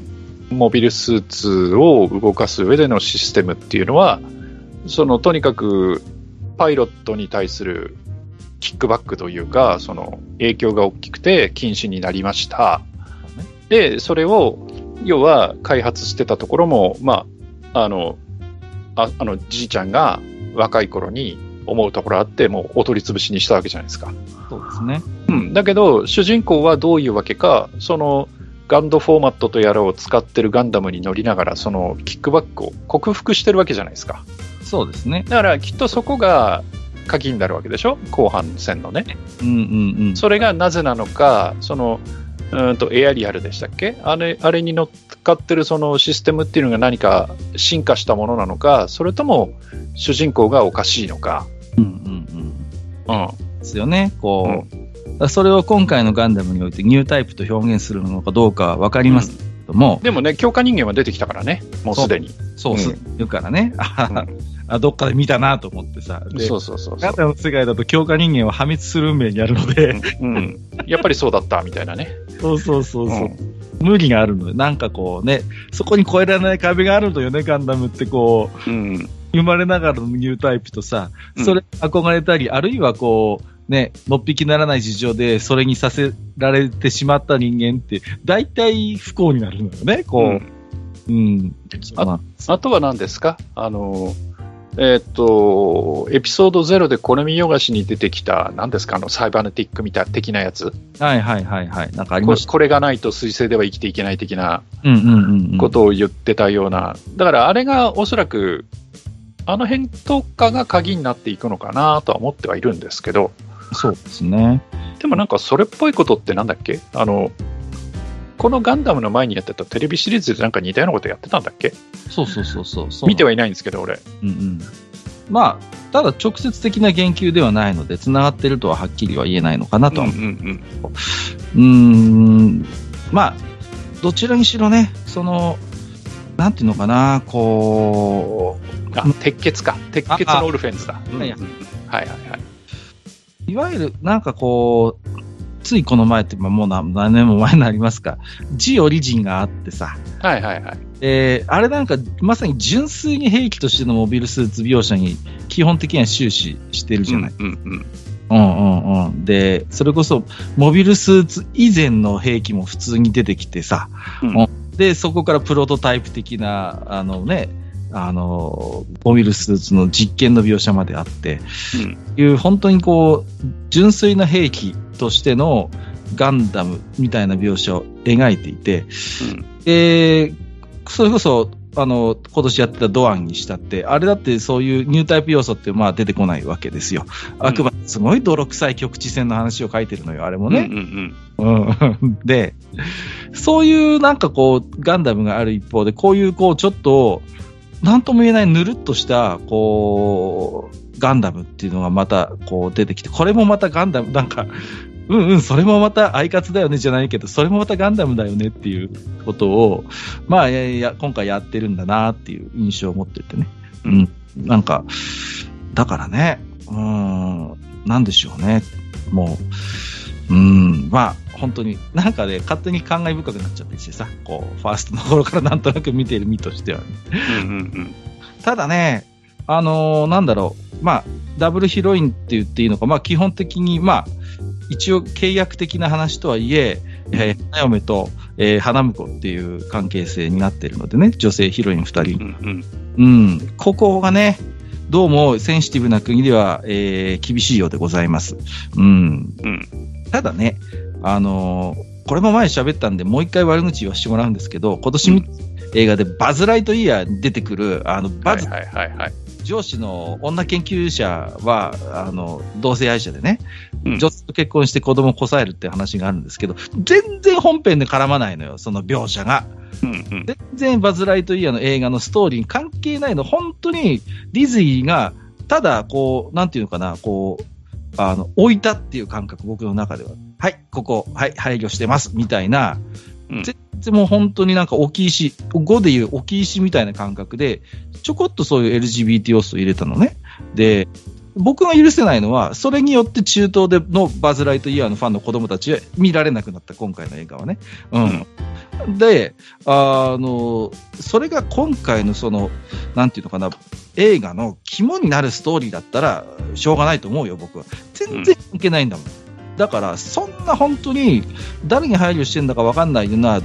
Speaker 2: モビルスーツを動かす上でのシステムっていうのはそのとにかくパイロットに対するキックバックというかその影響が大きくて禁止になりましたでそれを要は開発してたところもまああのああのじいちゃんが若い頃に思うところあってもうお取り潰しにしたわけじゃないですか、
Speaker 1: そうですね。
Speaker 2: うん、だけど主人公はどういうわけかそのガンドフォーマットとやらを使ってるガンダムに乗りながらそのキックバックを克服してるわけじゃないですか
Speaker 1: そうですね。
Speaker 2: だからきっとそこが鍵になるわけでしょ後半戦のね
Speaker 1: うんうんうん。
Speaker 2: それがなぜなのか、そのうーんとエアリアルでしたっけあれあれに乗っかってるそのシステムっていうのが何か進化したものなのか、それとも主人公がおかしいのか。
Speaker 1: うんうんうん。
Speaker 2: うん
Speaker 1: ですよね。こう。だからそれを今回のガンダムにおいてニュータイプと表現するのかどうかはわかりますけども、
Speaker 2: でもね、強化人間は出てきたからね、もうすでに。
Speaker 1: そうするからね、あ
Speaker 2: う
Speaker 1: あどっかで見たなと思ってさ。
Speaker 2: ん
Speaker 1: <laughs> で
Speaker 2: そうそうそうそ
Speaker 1: ガ
Speaker 2: う
Speaker 1: ン、ダムの世界だと強化人間は破滅する運命にあるので、
Speaker 2: うん。やっぱりそうだったみたいなね。
Speaker 1: そうそうそうそう、
Speaker 2: うん
Speaker 1: 無理があるので、なんかこうね、そこに越えられない壁があるのよね、ガンダムってこう、
Speaker 2: うん
Speaker 1: 生まれながらのニュータイプとさ
Speaker 2: う、ん
Speaker 1: それ憧れたり、あるいはこう、ね、のっぴきならない事情で、それにさせられてしまった人間って、大体不幸になるのよね、
Speaker 2: う
Speaker 1: こ
Speaker 2: ん
Speaker 1: う。うん。
Speaker 2: あ
Speaker 1: まあ
Speaker 2: あとは何ですかあの、えーっと、エピソード0でこれ見よがしに出てきた、何ですかあの、サイバネティックみたい的なやつ。
Speaker 1: はいはいはいはい。なんかあり
Speaker 2: こ
Speaker 1: ま
Speaker 2: れ
Speaker 1: した。
Speaker 2: これがないと彗星では生きていけない的な
Speaker 1: うんうんうんうん。
Speaker 2: ことを言ってたような、だからあれがおそらく、あの辺とかが鍵になっていくのかなとは思ってはいるんですけど、
Speaker 1: そうですね。
Speaker 2: でもなんかそれっぽいことってなんだっけあの、このガンダムの前にやってたテレビシリーズでなんか似たようなことやってたんだっけ
Speaker 1: そうそうそうそうそう。
Speaker 2: 見てはいないんですけど、俺。
Speaker 1: うんうん。まあ、ただ直接的な言及ではないので、繋がってるとははっきりは言えないのかなとは思う
Speaker 2: うんうん
Speaker 1: うーんまあ、どちらにしろね、その、なんていうのかな、こ
Speaker 2: うんあ、鉄血か。鉄血のオルフェンズだ。うんうん
Speaker 1: はい
Speaker 2: は
Speaker 1: は
Speaker 2: い
Speaker 1: い
Speaker 2: はいはい。
Speaker 1: う、いわゆる、なんかこう、ついこの前って、まあ、もう何何年も前になりますか、ジオリジンがあってさ、
Speaker 2: はいはいはい。
Speaker 1: えーあれなんか、まさに純粋に兵器としてのモビルスーツ描写に、基本的には終始してるじゃない。
Speaker 2: うんう
Speaker 1: う
Speaker 2: ん
Speaker 1: んうんうん。で、それこそ、モビルスーツ以前の兵器も普通に出てきてさ、
Speaker 2: うん
Speaker 1: で、そこからプロトタイプ的な、あのね、あの、モビルスーツの実験の描写まであって、いう、本当にこう、純粋な兵器としてのガンダムみたいな描写を描いていて、で、それこそ、あの、今年やってたドアンにしたって、あれだってそういうニュータイプ要素ってまあ出てこないわけですよ。あくまですごい泥臭い局地戦の話を書いてるのよ、あれも
Speaker 2: うん。
Speaker 1: ね。
Speaker 2: うんうん
Speaker 1: うん、で、そういうなんかこう、ガンダムがある一方で、こういうこう、ちょっと、なんとも言えないぬるっとした、こう、ガンダムっていうのがまた、こう出てきて、これもまたガンダム、なんか、うんうん、それもまたアイカツだよねじゃないけど、それもまたガンダムだよねっていうことを、まあ、いやいや、今回やってるんだなっていう印象を持っててね。うん。なんか、だからね、うーん、なんでしょうね。もう、うん、まあ、本当に、なんかね、勝手に感慨深くなっちゃってしてさ、こう、ファーストの頃からなんとなく見ている身としてはね、
Speaker 2: うんうん
Speaker 1: ただね、あのーなんだろう、まあ、ダブルヒロインって言っていいのか、まあ、基本的に、まあ、一応契約的な話とはいえ、えー花嫁と、えー花婿っていう関係性になってるのでね、女性ヒロイン2
Speaker 2: う
Speaker 1: 人。
Speaker 2: んうん
Speaker 1: うん、ここがね、どうもセンシティブな国では、えー厳しいようでございます。うん。
Speaker 2: うん
Speaker 1: ただね、あのーこれも前喋ったんで、もう一回悪口言わせてもらうんですけど、今年見た映画でバズ・ライトイヤーに出てくる、あの、バ
Speaker 2: はい
Speaker 1: ズ
Speaker 2: はいはいはい
Speaker 1: 上司の女研究者はあの同性愛者でね、
Speaker 2: うん
Speaker 1: 女性と結婚して子供をこさえるって話があるんですけど全然本編で絡まないのよその描写が
Speaker 2: うんうん
Speaker 1: 全然バズ・ライトイヤーの映画のストーリーに関係ないの本当にディズニーがただこうなんていうのかなこうあの置いたっていう感覚僕の中でははいここはい配慮してますみたいな
Speaker 2: うん
Speaker 1: いつも本当になんか置き石、5でいう置き石みたいな感覚で、ちょこっとそういう LGBT 要素を入れたのね。で、僕が許せないのは、それによって中東でのバズ・ライトイヤーのファンの子供たちは見られなくなった、今回の映画はね。うん。で、あの、それが今回のその、なんていうのかな、映画の肝になるストーリーだったら、しょうがないと思うよ、僕は。全然関係ないんだもん。だから、そんな本当に、誰に配慮してるんだか分かんないような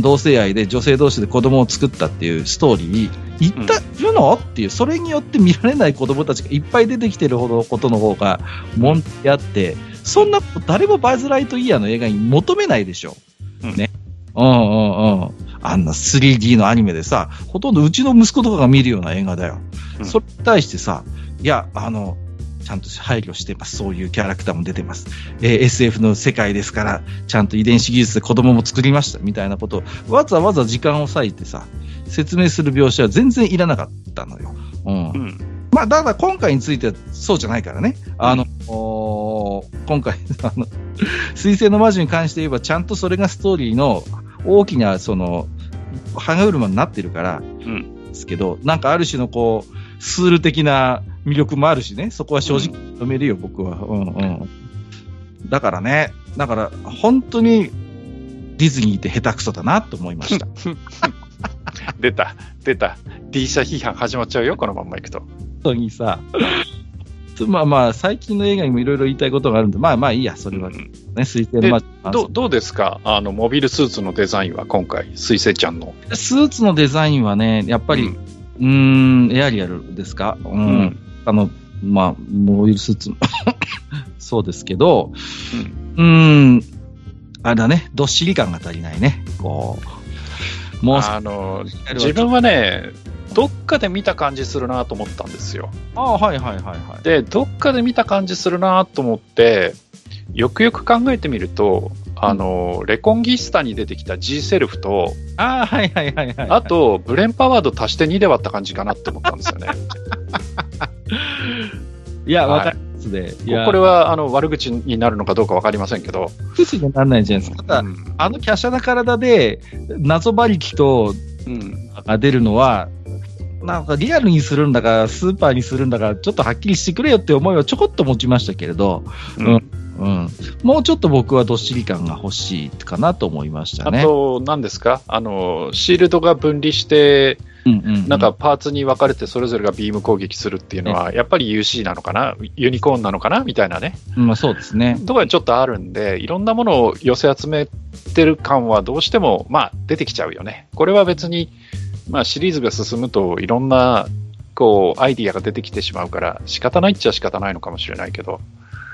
Speaker 1: 同性愛で女性同士で子供を作ったっていうストーリーに一体いるのっていうそれによって見られない子供たちがいっぱい出てきてるほどのことの方が問題あってそんなこと誰もバズ・ライトイヤーの映画に求めないでしょ。
Speaker 2: うん
Speaker 1: ねうんうんうん、あんな 3D のアニメでさほとんどうちの息子とかが見るような映画だよ、
Speaker 2: うん
Speaker 1: それに対してさいやあのちゃんと配慮してますそういうキャラクターも出てます、えー SF の世界ですからちゃんと遺伝子技術で子供も作りましたみたいなことをわざわざ時間を割いてさ説明する描写は全然いらなかったのよ。うん
Speaker 2: うん
Speaker 1: まあ、ただ今回についてはそうじゃないからね。あの、おー今回、 <laughs> あの、水星の魔女に関して言えば、ちゃんとそれがストーリーの大きな、その、歯車になってるから、
Speaker 2: ん
Speaker 1: ですけど、なんかある種のこう、スール的な魅力もあるしね、そこは正直認めるよ、僕は。うんうん。だからね、だから、本当に、ディズニーって下手くそだなと思いました。
Speaker 2: 出た出た D 社批判始まっちゃうよこのまんまいくと
Speaker 1: 本当にさ、まあまあ、最近の映画にもいろいろ言いたいことがあるんで、まあまあいいや、それはね、
Speaker 2: ど
Speaker 1: 水星の魔女の感想
Speaker 2: うどうですかあのモビルスーツのデザインは今回水星ちゃんの
Speaker 1: スーツのデザインはね、やっぱり、
Speaker 2: う
Speaker 1: うーん、エアリアルですか、うん
Speaker 2: うん
Speaker 1: あの、まあ、モビルスーツも <laughs> そうですけど、
Speaker 2: うん
Speaker 1: うーん、あれだね、どっしり感が足りないね。こう、もう
Speaker 2: あの自
Speaker 1: 自分
Speaker 2: 分はねどっかで見た感じするなと思ったんですよ
Speaker 1: ああ、はいはいはいはい。
Speaker 2: でどっかで見た感じするなと思ってよくよく考えてみるとあのレコンギスタに出てきた G セルフと
Speaker 1: ああ、はいはいはいはい。
Speaker 2: あ、とブレンパワード足して2で割った感じかなって思ったんですよね
Speaker 1: いや、
Speaker 2: はい
Speaker 1: わかりますで、 <laughs> いや、
Speaker 2: これはあの悪口になるのかどうか分かりませんけど、
Speaker 1: 不思議にならないじゃないですか。ただ、
Speaker 2: うん
Speaker 1: あの華奢な体で、謎馬力と
Speaker 2: うん
Speaker 1: が出るのは、なんかリアルにするんだか、スーパーにするんだか、ちょっとはっきりしてくれよって思いはちょこっと持ちましたけれど、
Speaker 2: うん
Speaker 1: うん、もうちょっと僕はどっしり感が欲しいかなと思いました
Speaker 2: あ
Speaker 1: ね。
Speaker 2: と、何ですかあの、シールドが分離して、
Speaker 1: うんうんうん
Speaker 2: なんかパーツに分かれてそれぞれがビーム攻撃するっていうのは、やっぱり UC なのかな、ユニコーンなのかなみたいなね、
Speaker 1: うんまあ、そうですね。
Speaker 2: とかちょっとあるんで、いろんなものを寄せ集めてる感はどうしても、まあ、出てきちゃうよね。これは別に、まあ、シリーズが進むと、いろんな、こう、アイディアが出てきてしまうから、仕方ないっちゃ仕方ないのかもしれないけど、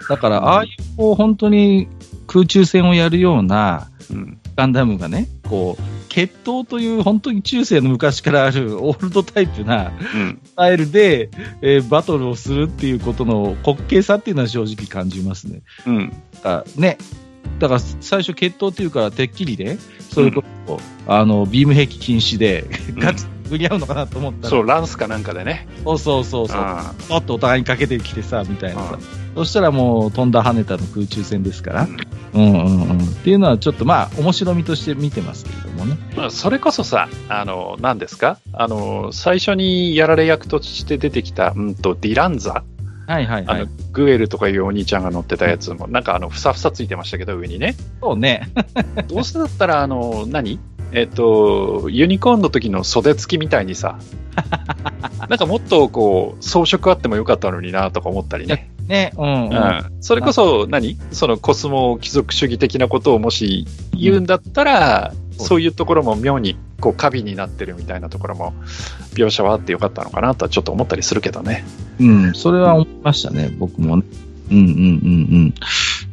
Speaker 1: だから、ああいうこう本当に空中戦をやるような
Speaker 2: うん、
Speaker 1: ガンダムがね、こう、決闘という本当に中世の昔からあるオールドタイプな
Speaker 2: うん、
Speaker 1: スタイルで、えーバトルをするっていうことの滑稽さっていうのは正直感じますね。
Speaker 2: うん、
Speaker 1: だからね、だから最初、決闘っていうから、てっきりで、それこそ、あのビーム兵器禁止で、ガチ振り合うのかなと思ったら、
Speaker 2: そう、ランスかなんかでね。
Speaker 1: そうそうそうそう、
Speaker 2: あ
Speaker 1: ちょっとお互いにかけてきてさ、みたいな
Speaker 2: あ
Speaker 1: さ、そしたらもう、飛んだ跳ねたの空中戦ですから、
Speaker 2: うん
Speaker 1: うんうんうん、っていうのは、ちょっとまあ、面白みとして見てますけれどもね。
Speaker 2: まあ、それこそさ、あの、何ですかあの、最初にやられ役として出てきた、うんと、ディランザ
Speaker 1: はいはいは
Speaker 2: あ
Speaker 1: い
Speaker 2: の。グエルとかいうお兄ちゃんが乗ってたやつも、なんかあの、ふさふさついてましたけど、上にね。
Speaker 1: そうね。 <laughs>
Speaker 2: どうせだったら、あの、何えっと、ユニコーンの時の袖付きみたいにさ、なんかもっとこう、装飾あってもよかったのになとか思ったりね。
Speaker 1: ね、うん、うん。
Speaker 2: うん、それこそ何、そのコスモ貴族主義的なことをもし言うんだったら、そういうところも妙にこう、過敏になってるみたいなところも、描写はあってよかったのかなとはちょっと思ったりするけどね。
Speaker 1: うん、それは思いましたね、僕もね。うんうんうんうん。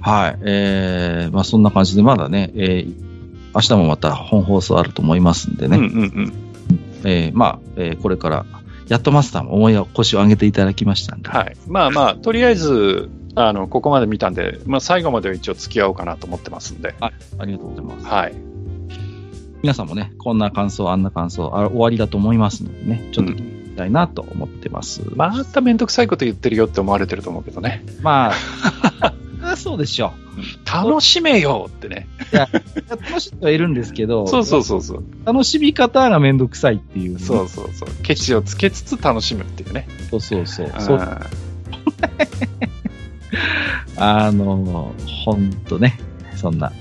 Speaker 1: はい。えー、まあそんな感じで、まだね、えー明日もまた本放送あると思いますんでね、
Speaker 2: うんうんうん。
Speaker 1: えーまあ、えーこれから、やっとマスターも思いを腰を上げていただきましたんで、
Speaker 2: はい。まあまあ、とりあえず、あの、ここまで見たんで、まあ最後までは一応付き合おうかなと思ってますんで。
Speaker 1: ありがとうございます。
Speaker 2: はい。
Speaker 1: 皆さんもね、こんな感想、あんな感想、あ終わりだと思いますのでね、ちょっと聞きたいなと思ってます。ま
Speaker 2: まためんどくさいこと言ってるよって思われてると思うけどね。
Speaker 1: まあ、あ <laughs> そうでしょ
Speaker 2: 楽しめよってね。
Speaker 1: う。いや楽しんではいるんですけど、
Speaker 2: そうそうそうそう。
Speaker 1: 楽しみ方がめんどくさいっていうね、
Speaker 2: そうそうそう。ケチをつけつつ楽しむっていうね。
Speaker 1: そうそうそう
Speaker 2: うん
Speaker 1: そう。あの、ほんとね、そんな。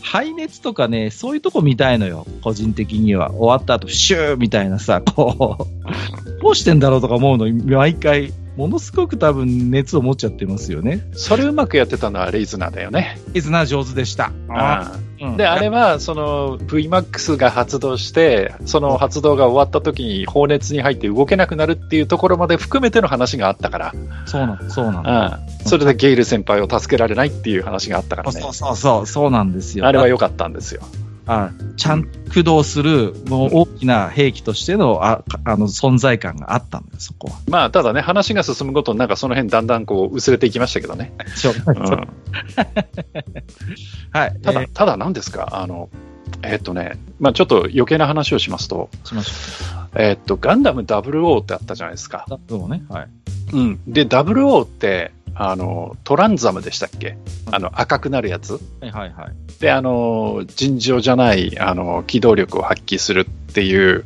Speaker 1: 排熱とかね、そういうとこ見たいのよ、個人的には。終わった後、シューみたいなさ、こう、どうしてんだろうとか思うの、毎回、ものすごく多分熱を持っちゃってますよね。
Speaker 2: それうまくやってたのはレイズナーだよね。
Speaker 1: いつな上手でした。うん
Speaker 2: で、あれは、その VMAX が発動して、その発動が終わった時に放熱に入って動けなくなるっていうところまで含めての話があったか
Speaker 1: そうなの、そうなの。
Speaker 2: ら、うん。それでゲイル先輩を助けられないっていう話があったからね
Speaker 1: そ。うそうそう、そうなんですよ。
Speaker 2: あれは良かったんですよ。
Speaker 1: あちゃんと駆動する、もう大きな兵器としてのあかあの存在感があったんだよ、そ <laughs> こは。
Speaker 2: まあ、ただね、話が進むごとになんかその辺だんだんこう薄れていきましたけ
Speaker 1: <laughs>
Speaker 2: どね。うん
Speaker 1: はい、
Speaker 2: ただ、
Speaker 1: え
Speaker 2: ただ何ですか、あの、えーっとね、まあちょっと余計な話をしますと、
Speaker 1: ーしましょ
Speaker 2: えーっと、ガンダム00ってあったじゃないですか
Speaker 1: う。。だどうもね、はい。
Speaker 2: うん。で、00って、あの、トランザムでしたっけあの、赤くなるやつ。
Speaker 1: はいはいはい。
Speaker 2: で、あの、尋常じゃない、あの、機動力を発揮するっていう、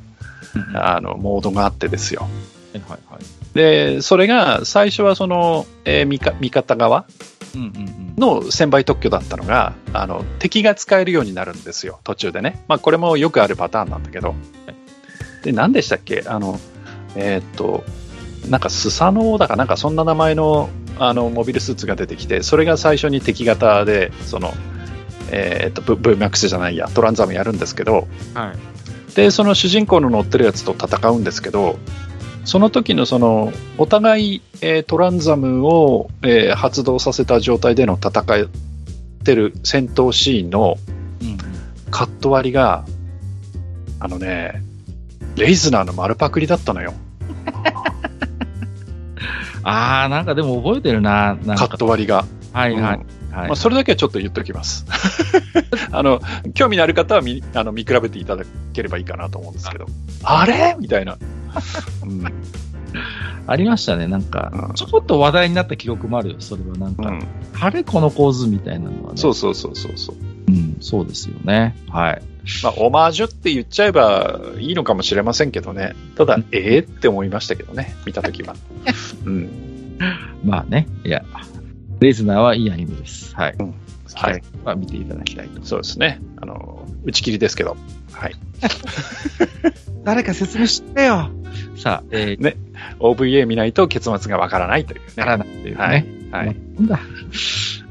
Speaker 1: は
Speaker 2: あの、モードがあってですよ。
Speaker 1: いはいはい。
Speaker 2: で、それが、最初はその、えー味か味方側
Speaker 1: うんうんうん。
Speaker 2: の1000倍特許だったのが、あの、敵が使えるようになるんですよ、途中でね。まあ、これもよくあるパターンなんだけど。で、何でしたっけあの、えーっと、なんかスサノオだかなんかそんな名前の、あの、モビルスーツが出てきて、それが最初に敵型で、その、えーっと、ブ VMAX じゃないや、トランザムやるんですけど、
Speaker 1: はい。
Speaker 2: で、その主人公の乗ってるやつと戦うんですけど、その時のその、お互い、えートランザムを、えー発動させた状態での戦ってる戦闘シーンの
Speaker 1: うんうん、
Speaker 2: カット割りが、あのね、レイズナーの丸パクリだったのよ。
Speaker 1: あー、なんかでも覚えてるな、なん
Speaker 2: カ
Speaker 1: か
Speaker 2: ッ。ト割りが。
Speaker 1: はいは
Speaker 2: うん
Speaker 1: いはい。
Speaker 2: まあ、それだけはちょっと言っときます。 <laughs> あの、興味のある方は見あの見比べていただければいいかなと思うんですけど、あれみたいな。うん
Speaker 1: ありましたね、なんか
Speaker 2: う。ん
Speaker 1: ちょこっと話題になった記憶もあるよ、それはなん
Speaker 2: う
Speaker 1: か。
Speaker 2: ん、
Speaker 1: あれこの構図みたいなのはね。
Speaker 2: そうそうそうそうそう。
Speaker 1: うん、そうですよね。はい。
Speaker 2: まあ、オマージュって言っちゃえばいいのかもしれませんけどね。ただ
Speaker 1: うん、
Speaker 2: ええって思いましたけどね、見た
Speaker 1: <laughs>
Speaker 2: ときは。うん。
Speaker 1: まあね、いや、レイズナーはいいアニメです。はい。
Speaker 2: はい。
Speaker 1: まあ見ていただきたいと。
Speaker 2: そうですね。あの、打ち切りですけど。はい。
Speaker 1: 誰か説明してよさあ、え <laughs> ー、
Speaker 2: ね OVA 見ないと結末がわからないというね。
Speaker 1: ならないというね。
Speaker 2: はい。はい。
Speaker 1: なんだ。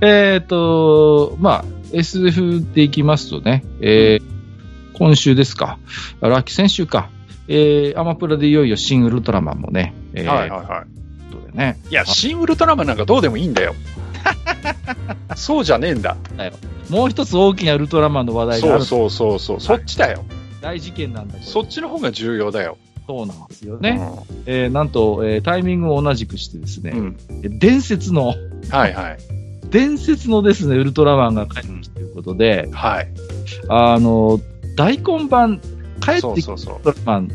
Speaker 1: えっ、と、まあ、SF でいきますとね、えー今週ですか、ラッキー先週か、えーアマプラでいよいよ新ウルトラマンもね、えー
Speaker 2: はいはいは
Speaker 1: ということでね、
Speaker 2: い。いや、新ウルトラマンなんかどうでもいいん
Speaker 1: <laughs>
Speaker 2: だよ。そうじゃねえんだ。
Speaker 1: もう一つ大きなウルトラマンの話題が
Speaker 2: そ
Speaker 1: あ
Speaker 2: う
Speaker 1: る
Speaker 2: そうそうそう。そっちだよ。
Speaker 1: 大事件なんだけど、
Speaker 2: そっちの方が重要だよ。
Speaker 1: そうなんですよね。えーなんと、えータイミングを同じくしてです
Speaker 2: うん。う
Speaker 1: ね、
Speaker 2: ん。
Speaker 1: 伝説の、
Speaker 2: はいはい。
Speaker 1: 伝説のですね、ウルトラマンが帰ってきたということで、
Speaker 2: はい。
Speaker 1: あの、大根版、帰
Speaker 2: そ
Speaker 1: っ
Speaker 2: う
Speaker 1: てきた
Speaker 2: そ
Speaker 1: ウ
Speaker 2: うそう。
Speaker 1: ルトラマン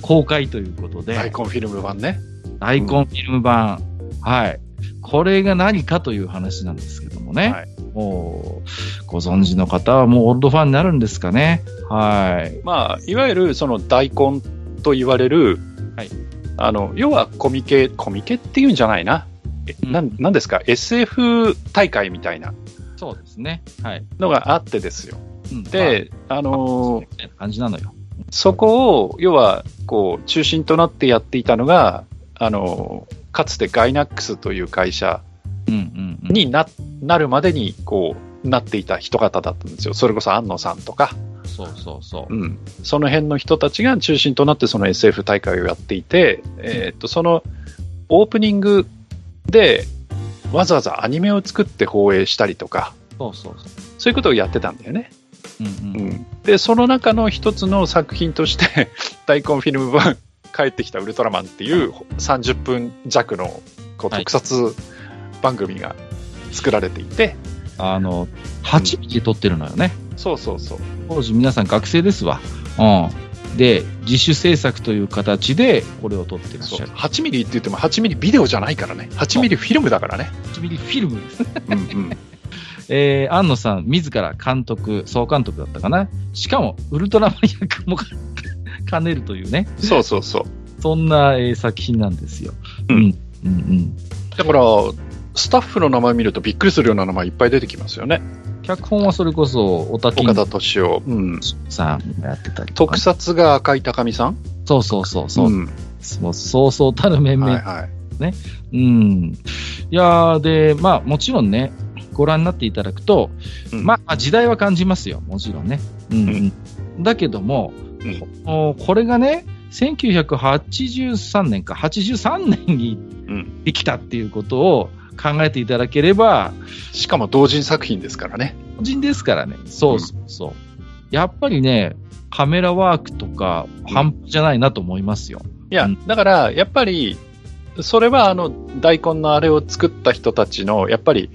Speaker 1: 公開ということで、
Speaker 2: 大根フィルム版ね。
Speaker 1: 大根フィルム版、はい。これが何かという話なんですけどもね。
Speaker 2: はい
Speaker 1: もう、ご存知の方はもうオールドファンになるんですかね。はい。
Speaker 2: まあ、いわゆるその大根と言われる、
Speaker 1: はい
Speaker 2: あの要はコミケ、コミケっていうんじゃないな、え
Speaker 1: うん
Speaker 2: なんなんですか、SF 大会みたいな
Speaker 1: そうですね。はい。
Speaker 2: のがあってですよ。
Speaker 1: うん、
Speaker 2: で、
Speaker 1: ま
Speaker 2: あ
Speaker 1: あ、そう
Speaker 2: の
Speaker 1: みたいな感じなのよ。
Speaker 2: そこを、要は、こう、中心となってやっていたのが、あのかつてガイナックスという会社
Speaker 1: うんうん、うん。
Speaker 2: にななるまでに、こう、なっていた人方だったんですよ。それこそ安野さんとか、
Speaker 1: そうそうそうう。
Speaker 2: ん、その辺の人たちが中心となってその SF 大会をやっていて、えーっとそのオープニングでわざわざアニメを作って放映したりとか
Speaker 1: そうそう
Speaker 2: そういうことをやってたんだよね、
Speaker 1: そう。うんうん。
Speaker 2: ん、でその中の一つの作品として <laughs> 大根フィルム版帰ってきたウルトラマンっていう30分弱のこう
Speaker 1: はい
Speaker 2: 特撮番組が作られていて、
Speaker 1: あの、8ミリで撮ってるのよね。
Speaker 2: そうそうそう
Speaker 1: 当時皆さん学生ですわ。うん。で、自主制作という形でこれを撮ってらっし
Speaker 2: そ
Speaker 1: ゃ
Speaker 2: う
Speaker 1: る。
Speaker 2: 8ミリって言っても8ミリビデオじゃないからね8ミリフィルムだからね、
Speaker 1: 8ミリフィルムです。
Speaker 2: うんうん、
Speaker 1: えー、安野さん、自ら監督、総監督だったかな。しかも、ウルトラマン役も兼ねるというね、
Speaker 2: そうそうそう
Speaker 1: そんな、えー作品なんですよ。
Speaker 2: うん
Speaker 1: うん、うん、
Speaker 2: だから、スタッフの名前見るとびっくりするような名前いっぱい出てきますよね。
Speaker 1: うん。脚本はそれこそ、オタキン
Speaker 2: 岡田敏夫。うん。
Speaker 1: さんがやってたりとか
Speaker 2: 特
Speaker 1: ね、
Speaker 2: 撮が赤井高美さん
Speaker 1: そうそうそうそう、
Speaker 2: ん
Speaker 1: もうそうそうたる面々、
Speaker 2: はいはい。
Speaker 1: うん。いやーで、まあ、もちろんね、ご覧になっていただくと、
Speaker 2: うん
Speaker 1: まあまあ、時代は感じますよ、もちろんね。うんうんだけども、
Speaker 2: うん
Speaker 1: このこれがね、1983年か、83年に
Speaker 2: ん
Speaker 1: できたっていうことを考えていただければ、
Speaker 2: しかも同人作品ですからね。
Speaker 1: 個人ですからね、そうそうそう。やっぱりね、カメラワークとか、半端じゃないなと思いますよ。
Speaker 2: いや、
Speaker 1: うん
Speaker 2: だから、やっぱり、それはあの、大根のあれを作った人たちの、やっぱり、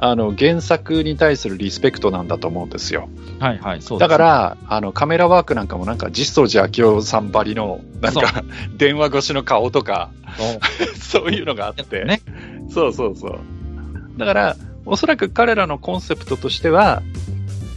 Speaker 2: あの、原作に対するリスペクトなんだと思うんですよ。
Speaker 1: はいはい、そうです
Speaker 2: だから、あの、カメラワークなんかもなんか、実相寺明夫さんばりの、なんか、 <laughs> 電話越しの顔とか、 <laughs>
Speaker 1: そう
Speaker 2: そういうのがあって。
Speaker 1: ね
Speaker 2: そうそうそう。だから、おそらく彼らのコンセプトとしては、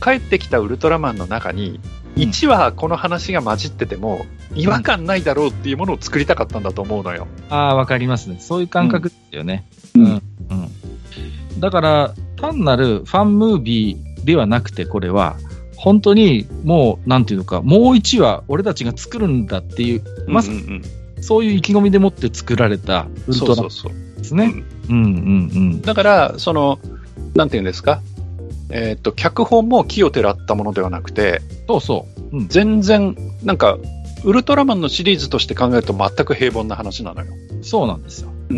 Speaker 2: 帰ってきたウルトラマンの中に、
Speaker 1: うん
Speaker 2: 1話この話が混じってても、違和感ないだろうっていうものを作りたかったんだと思うのよ。
Speaker 1: ああ、わかりますね。そういう感覚ですよね。
Speaker 2: うん
Speaker 1: うん。うんだから、単なるファンムービーではなくて、これは、本当にもう、なんていうのか、もう一話俺たちが作るんだっていう、まさ
Speaker 2: うんうん
Speaker 1: そういう意気込みでもって作られた
Speaker 2: うん
Speaker 1: ウル
Speaker 2: そ
Speaker 1: ト
Speaker 2: うそ
Speaker 1: ラ
Speaker 2: うそう。
Speaker 1: ですね。うんうん
Speaker 2: だから、その、なんていうんですか、えーっと、脚本も木をてらったものではなくて、
Speaker 1: うん。そうそう。うん。
Speaker 2: 全然、なんか、ウルトラマンのシリーズとして考えると全く平凡な話なのよ。
Speaker 1: そうなんですよ。う
Speaker 2: う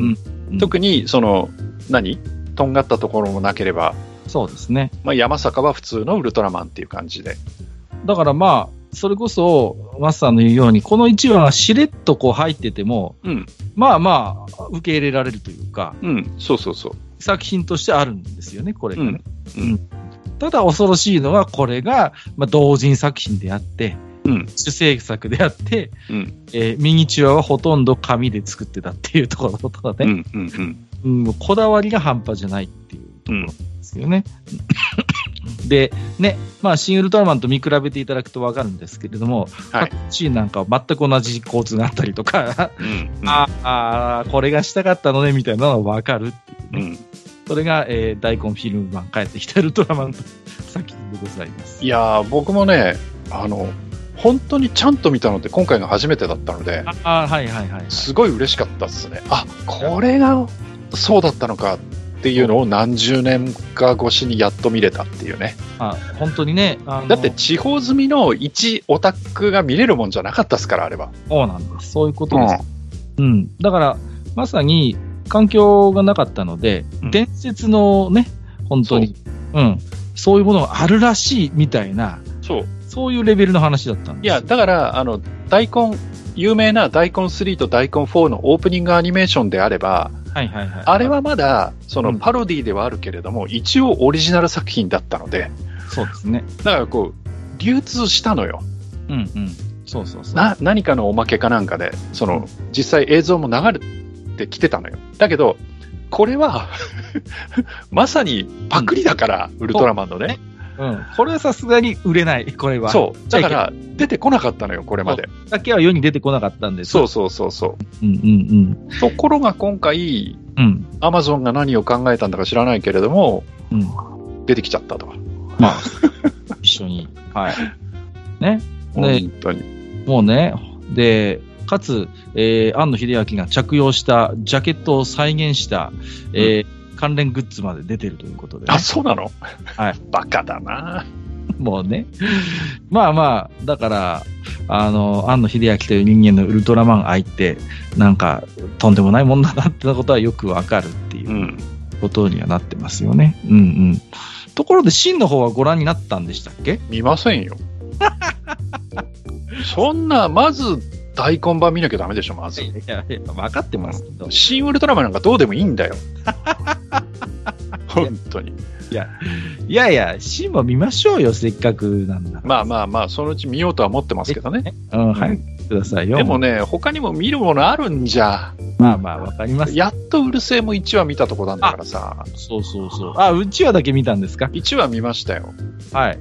Speaker 2: んん。特に、その、何とんがったところもなければ、
Speaker 1: そうですね。
Speaker 2: まあ、山坂は普通のウルトラマンっていう感じで。
Speaker 1: だからまあ、それこそ、マスターの言うように、この一話がしれっとこう入ってても、
Speaker 2: うん。
Speaker 1: まあまあ、受け入れられるというか、
Speaker 2: うん。そうそうそう。
Speaker 1: 作品としてあるんですよね、これがね。
Speaker 2: うんうん
Speaker 1: ただ恐ろしいのは、これが、まあ、同人作品であって、
Speaker 2: うん
Speaker 1: 主制作であって、
Speaker 2: うん。
Speaker 1: えーミニチュアはほとんど紙で作ってたっていうところとか
Speaker 2: う
Speaker 1: ね、
Speaker 2: ん。うん。うん。
Speaker 1: うんこだわりが半端じゃないっていうところですよ
Speaker 2: <laughs>
Speaker 1: ね。で、ね、まあ、シン・ウルトラマンと見比べていただくとわかるんですけれども、
Speaker 2: はい
Speaker 1: 各シーンなんかは全く同じ構図があったりとか、
Speaker 2: うん。
Speaker 1: ああー、これがしたかったのね、みたいなのがわかるっていうね。
Speaker 2: うん。
Speaker 1: それが、えー大根フィルム版帰ってきたウルトラマン作品でございます。
Speaker 2: いやー、僕もね、あの、本当にちゃんと見たのって今回が初めてだったので、
Speaker 1: ああ、はいはいはい、はい。
Speaker 2: すごい嬉しかったですね。あ、これがそうだったのかっていうのを何十年か越しにやっと見れたっていうね。
Speaker 1: あ本当にね、あの
Speaker 2: だって地方済みの一オタクが見れるもんじゃなかったですから、あれは。
Speaker 1: そうなんです。そういうことです。うん。だから、まさに、環境がなかったので、
Speaker 2: うん
Speaker 1: 伝説のね、本当に、うん。そういうものがあるらしいみたいな、
Speaker 2: そう。
Speaker 1: そういうレベルの話だったん
Speaker 2: い
Speaker 1: です
Speaker 2: や、だから、あの、大根、有名な大根3と大根4のオープニングアニメーションであれば、
Speaker 1: はいはいはい。
Speaker 2: あれはまだ、その
Speaker 1: うん
Speaker 2: パロディではあるけれども、一応オリジナル作品だったので、
Speaker 1: そうですね。
Speaker 2: だからこう、流通したのよ。
Speaker 1: うんうん。そうそうそう。
Speaker 2: な、何かのおまけかなんかで、その、実際映像も流れてきてたのよ。だけ <laughs> ど、これは、まさにパクリだから、ウルトラマンのね。
Speaker 1: うん、これはさすがに売れない、これは。
Speaker 2: そう。だから、出てこなかったのよ、これまで。
Speaker 1: う。だけは世に出てこなかったんです。
Speaker 2: そうそうそうそ
Speaker 1: うんうん
Speaker 2: う。ところが今回、
Speaker 1: うん。うん。
Speaker 2: アマゾンが何を考えたんだか知らないけれども、
Speaker 1: うん。
Speaker 2: 出てきちゃったと。
Speaker 1: まあ、一緒に。
Speaker 2: <laughs>
Speaker 1: はい。ね。ね
Speaker 2: 本当に。
Speaker 1: もうね。で、かつ、えー、庵野秀明が着用したジャケットを再現した、えー関連グッズまで出てるということで、ね
Speaker 2: あ、。そうなの
Speaker 1: はい。
Speaker 2: <laughs> バカだな。。
Speaker 1: もうね。 <laughs> まあまあ、だから、あの、庵野秀明という人間のウルトラマン愛って、なんか、とんでもないもんだなってことはよくわかるっていううんことにはなってますよね。うんうん。ところで、シンの方はご覧になったんでしたっけ
Speaker 2: 見ませんよ。 <laughs> そんな、まず、大根版見なきゃダメでしょ、まず。
Speaker 1: いやいや、分かってますけど。
Speaker 2: 新ウルトラマンなんかどうでもいいん
Speaker 1: <laughs>
Speaker 2: だよ。本当に。
Speaker 1: いやいや、シンも見ましょうよ、せっかくなんだ。
Speaker 2: まあまあまあ、そのうち見ようとは思ってますけどね。
Speaker 1: あ、うん、早くくださいよ。
Speaker 2: でもね、他にも見るものあるんじゃ。
Speaker 1: まあまあ、わかります。
Speaker 2: やっとうるせえも1話見たとこなんだからさ。
Speaker 1: そうそうそう。あ、うちわだけ見たんですか
Speaker 2: 1話見ましたよ。
Speaker 1: はい。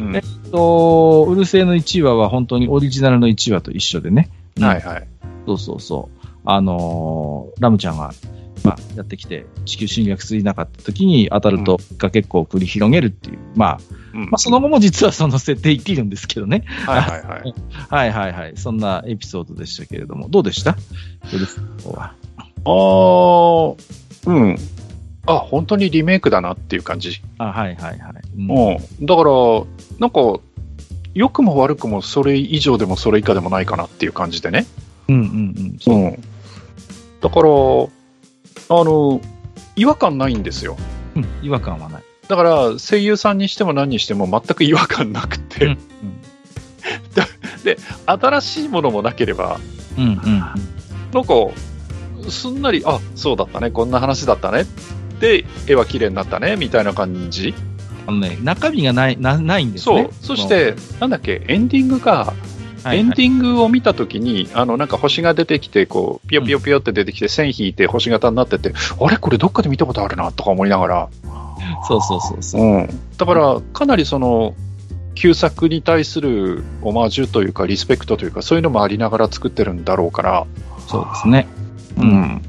Speaker 2: うん
Speaker 1: ええっと、うるせえの1話は本当にオリジナルの1話と一緒でね。うん
Speaker 2: はいはい。
Speaker 1: そうそうそう。あのーラムちゃんが、まあ、やってきて、地球侵略すぎなかった時に当たると、が結構繰り広げるっていう。まあ、
Speaker 2: うん
Speaker 1: まあ、その後も実はその設定言っているんですけどね。
Speaker 2: はいはいはい。
Speaker 1: はいはいはい。そんなエピソードでしたけれども、どうでしたうるせえの方は。
Speaker 2: あー、うん。あ、本当にリメイクだなっていう感じ。
Speaker 1: あ、はいはいはい。うん
Speaker 2: うん。だから、なんか、良くも悪くもそれ以上でもそれ以下でもないかなっていう感じでね。
Speaker 1: うんうんうん。そうう。
Speaker 2: ん。だから、あの、違和感ないんですよ。
Speaker 1: うん、違和感はない。
Speaker 2: だから、声優さんにしても何にしても全く違和感なくて、
Speaker 1: うん
Speaker 2: 新しいものもなければ、
Speaker 1: うんうんうん。
Speaker 2: なんか、すんなり、あ、そうだったね、こんな話だったね。で、絵は綺麗になったね、みたいな感じ。
Speaker 1: あのね、中身がない、なないんです
Speaker 2: そう
Speaker 1: ね。。
Speaker 2: そして、なんだっけ、エンディングが、
Speaker 1: の、はいはい
Speaker 2: エンディングを見たときに、あの、なんか星が出てきて、こう、ピヨピヨピヨって出てきて、線引いて星型になってて、あれこれどっかで見たことあるな、とか思いながら。
Speaker 1: そうそうそうそう。
Speaker 2: うん。だから、かなりその、旧作に対するオマージュというか、リスペクトというか、そういうのもありながら作ってるんだろうから。
Speaker 1: そうですね。うん。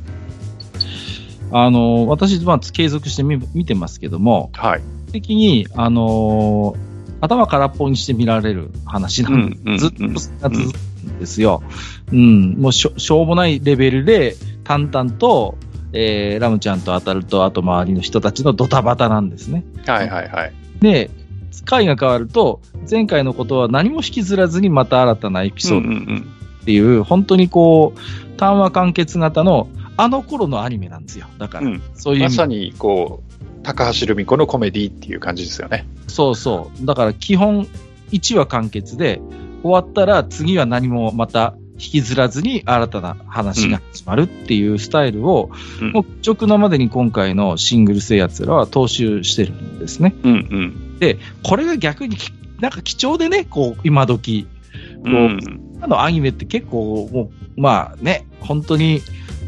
Speaker 1: あの、私、まあ、継続して見見てますけども、
Speaker 2: はい。
Speaker 1: 基本的に、あのー頭空っぽにして見られる話なんで、
Speaker 2: うんうん
Speaker 1: ずっとそれが続くんですよ。うん、もうしょしょうもないレベルで、淡々と、えーラムちゃんと当たると、あと周りの人たちのドタバタなんですね。
Speaker 2: はいはいはい。
Speaker 1: で、回が変わると、前回のことは何も引きずらずにまた新たなエピソード
Speaker 2: うんうん
Speaker 1: っていう、本当にこう、単話完結型の、あの頃のアニメなんですよ。だから、
Speaker 2: うん
Speaker 1: そう
Speaker 2: うん
Speaker 1: いう意
Speaker 2: ま
Speaker 1: 味、
Speaker 2: さに、こう、高橋留美子のコメディっていう感じですよね。
Speaker 1: そうそう。だから基本、1話完結で、終わったら次は何もまた引きずらずに新たな話が始まるっていうスタイルを、
Speaker 2: うん
Speaker 1: もう直なまでに今回のシングル制やつらは踏襲してるんですね。
Speaker 2: うんうん。
Speaker 1: これが逆にき、なんか貴重でね、こう、今時。こう今のアニメって結構もう、まあね、本当に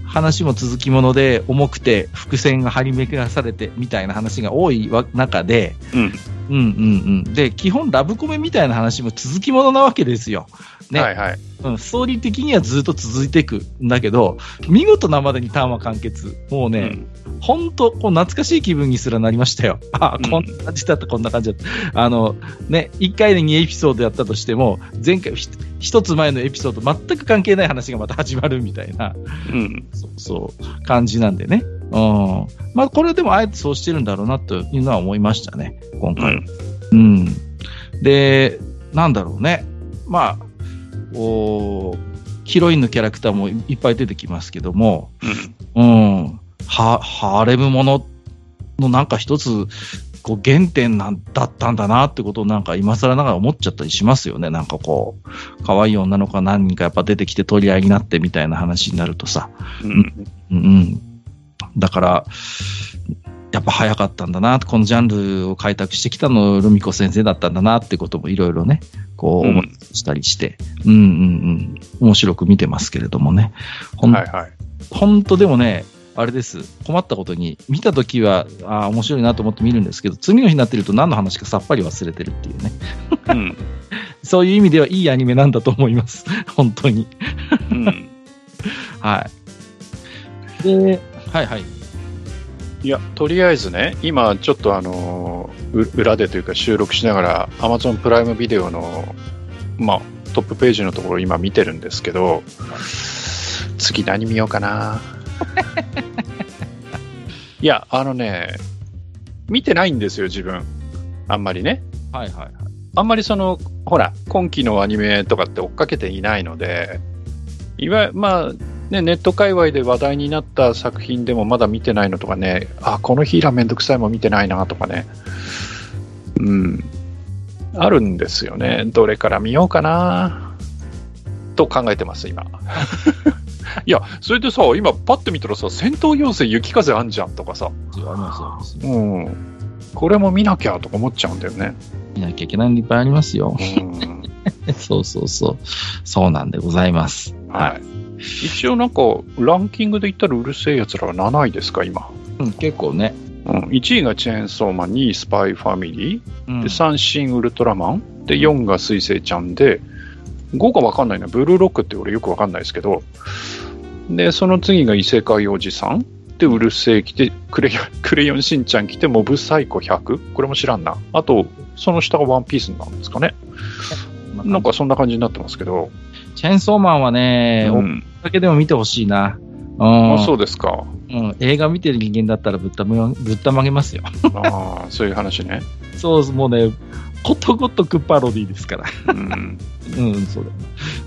Speaker 1: 話も続きもので重くて伏線が張り巡らされてみたいな話が多いわ中で、
Speaker 2: うん
Speaker 1: うんうんうん。で、基本ラブコメみたいな話も続きものなわけですよ。ね
Speaker 2: はいはい。
Speaker 1: うん、ストーリー的にはずっと続いていくんだけど、見事なまでにターンは完結。もう
Speaker 2: う
Speaker 1: ね、
Speaker 2: ん
Speaker 1: ほんと、こう懐かしい気分にすらなりましたよ。 <laughs> あ
Speaker 2: う
Speaker 1: あ、
Speaker 2: ん
Speaker 1: こんな感じだった、こんな感じだった。あの、ね、1回で2エピソードやったとしても、前回、ひ一つ前のエピソード全く関係ない話がまた始まるみたいな、
Speaker 2: うん
Speaker 1: そうそう、感じなんでね。うん。まあ、これでもあえてそうしてるんだろうな、というのは思いましたね、今
Speaker 2: う
Speaker 1: 回。
Speaker 2: ん
Speaker 1: うん。で、なんだろうね。まあ、おーヒロインのキャラクターもいいっぱい出てきますけども、
Speaker 2: うん
Speaker 1: うん、はハーレムもののなんか一つこう原点なんだったんだなってことをなんか今更ながら思っちゃったりしますよね。なんかこう、可愛い女の子が何人かやっぱ出てきて取り合いになってみたいな話になるとさ。
Speaker 2: うん
Speaker 1: うんうん、だから、やっぱ早かったんだな、このジャンルを開拓してきたのルミ子先生だったんだなってこともいろいろね、こう思い出したりして、うん、うんうん面白く見てますけれどもね。
Speaker 2: うん
Speaker 1: 本
Speaker 2: はいはい。
Speaker 1: 本当でもね、あれです、困ったことに、見たときは、ああ、面白いなと思って見るんですけど、次の日になってると何の話かさっぱり忘れてるっていうね。
Speaker 2: うん。
Speaker 1: そういう意味ではいいアニメなんだと思います。 <laughs> 本当に。
Speaker 2: うん。
Speaker 1: はい。で、はいはい。
Speaker 2: いや、とりあえずね、今ちょっとあのーう裏でというか収録しながら Amazon プライムビデオの、まあ、トップページのところ今見てるんですけど、次何見ようかな。いや、あのね、見てないんですよ、自分。あんまりね。
Speaker 1: はいはいはい。
Speaker 2: あんまりその、ほら、今期のアニメとかって追っかけていないので、いわゆる、まあ、ね、ネット界隈で話題になった作品でもまだ見てないのとかね、あ、このヒーラーめんどくさいも見てないなとかね、うん、あるんですよね。どれから見ようかな、と考えてます、今。いや、それでさ、今パッと見たらさ、戦闘要請雪風あんじゃんとかさ、
Speaker 1: ありますよ。
Speaker 2: うん、これも見なきゃとか思っちゃうんだよね。
Speaker 1: 見なきゃいけないのいっぱいありますよ。 <laughs>
Speaker 2: うん
Speaker 1: そうそうそう。そうなんでございます。
Speaker 2: はい。一応なんか、ランキングで言ったらうるせえ奴らは7位ですか、今。
Speaker 1: い。うん、結構ね。
Speaker 2: うん、1位がチェーンソーマン、2位スパイファミリー、
Speaker 1: うん
Speaker 2: で3新ウルトラマン、で4が水星ちゃんで、5がわかんないな、ブルーロックって俺よくわかんないですけど、で、その次が異世界おじさん、で、うるせえ来て、クレヨン <laughs> クレヨンしんちゃん来て、モブサイコ100、これも知らんな。あと、その下がワンピースなんですかね。なんかそんな感じになってますけど、
Speaker 1: チェーンソーマンはね、
Speaker 2: う
Speaker 1: おっ
Speaker 2: ん、
Speaker 1: かけでも見てほしいな。うん、
Speaker 2: あそうですか。
Speaker 1: うん映画見てる人間だったらぶったまぶったまげますよ。 <laughs>
Speaker 2: ああ、そういう話ね。
Speaker 1: そう、もうね、ことごとくパロディですから。 <laughs>
Speaker 2: うん
Speaker 1: うん、そう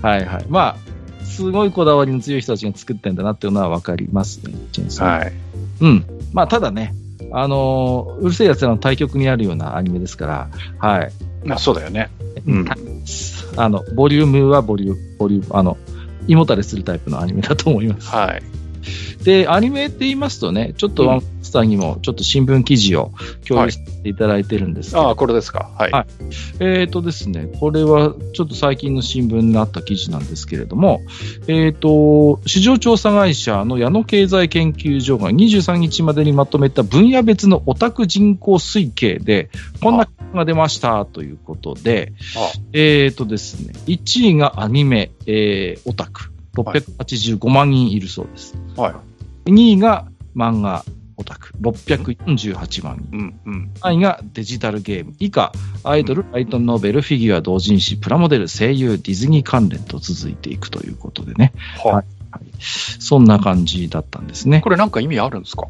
Speaker 1: だ。はいはい。まあ、すごいこだわりの強い人たちが作ってんだなっていうのはわかりますね、チェーンソーマン。
Speaker 2: はい。
Speaker 1: うん。まあ、ただね、あのーうるせえやつらの対局にあるようなアニメですから、はい。
Speaker 2: あそうだよね。
Speaker 1: うん <laughs> あの、ボリュームはボリューム、ボリューム、あの、胃もたれするタイプのアニメだと思います。
Speaker 2: はい。
Speaker 1: で、アニメって言いますとね、ちょっと
Speaker 2: うん
Speaker 1: ワンスターにも、ちょっと新聞記事を共有していただいてるんですけど、
Speaker 2: ああ、これですか。はい。
Speaker 1: はいえっ、とですね、これはちょっと最近の新聞になった記事なんですけれども、えっ、と、市場調査会社の矢野経済研究所が23日までにまとめた分野別のオタク人口推計で、こんな結果が出ましたということで
Speaker 2: あ、
Speaker 1: えっ、とですね、1位がアニメ、えーオタク、685万人いるそうです。
Speaker 2: はい。
Speaker 1: 2位が漫画オタク、648万人。
Speaker 2: うんうん。
Speaker 1: 3位がデジタルゲーム。以下、アイドル、ライトノベル、フィギュア、同人誌、プラモデル、声優、ディズニー関連と続いていくということでね。
Speaker 2: は、
Speaker 1: はいそんな感じだったんですね。
Speaker 2: これなんか意味あるんですか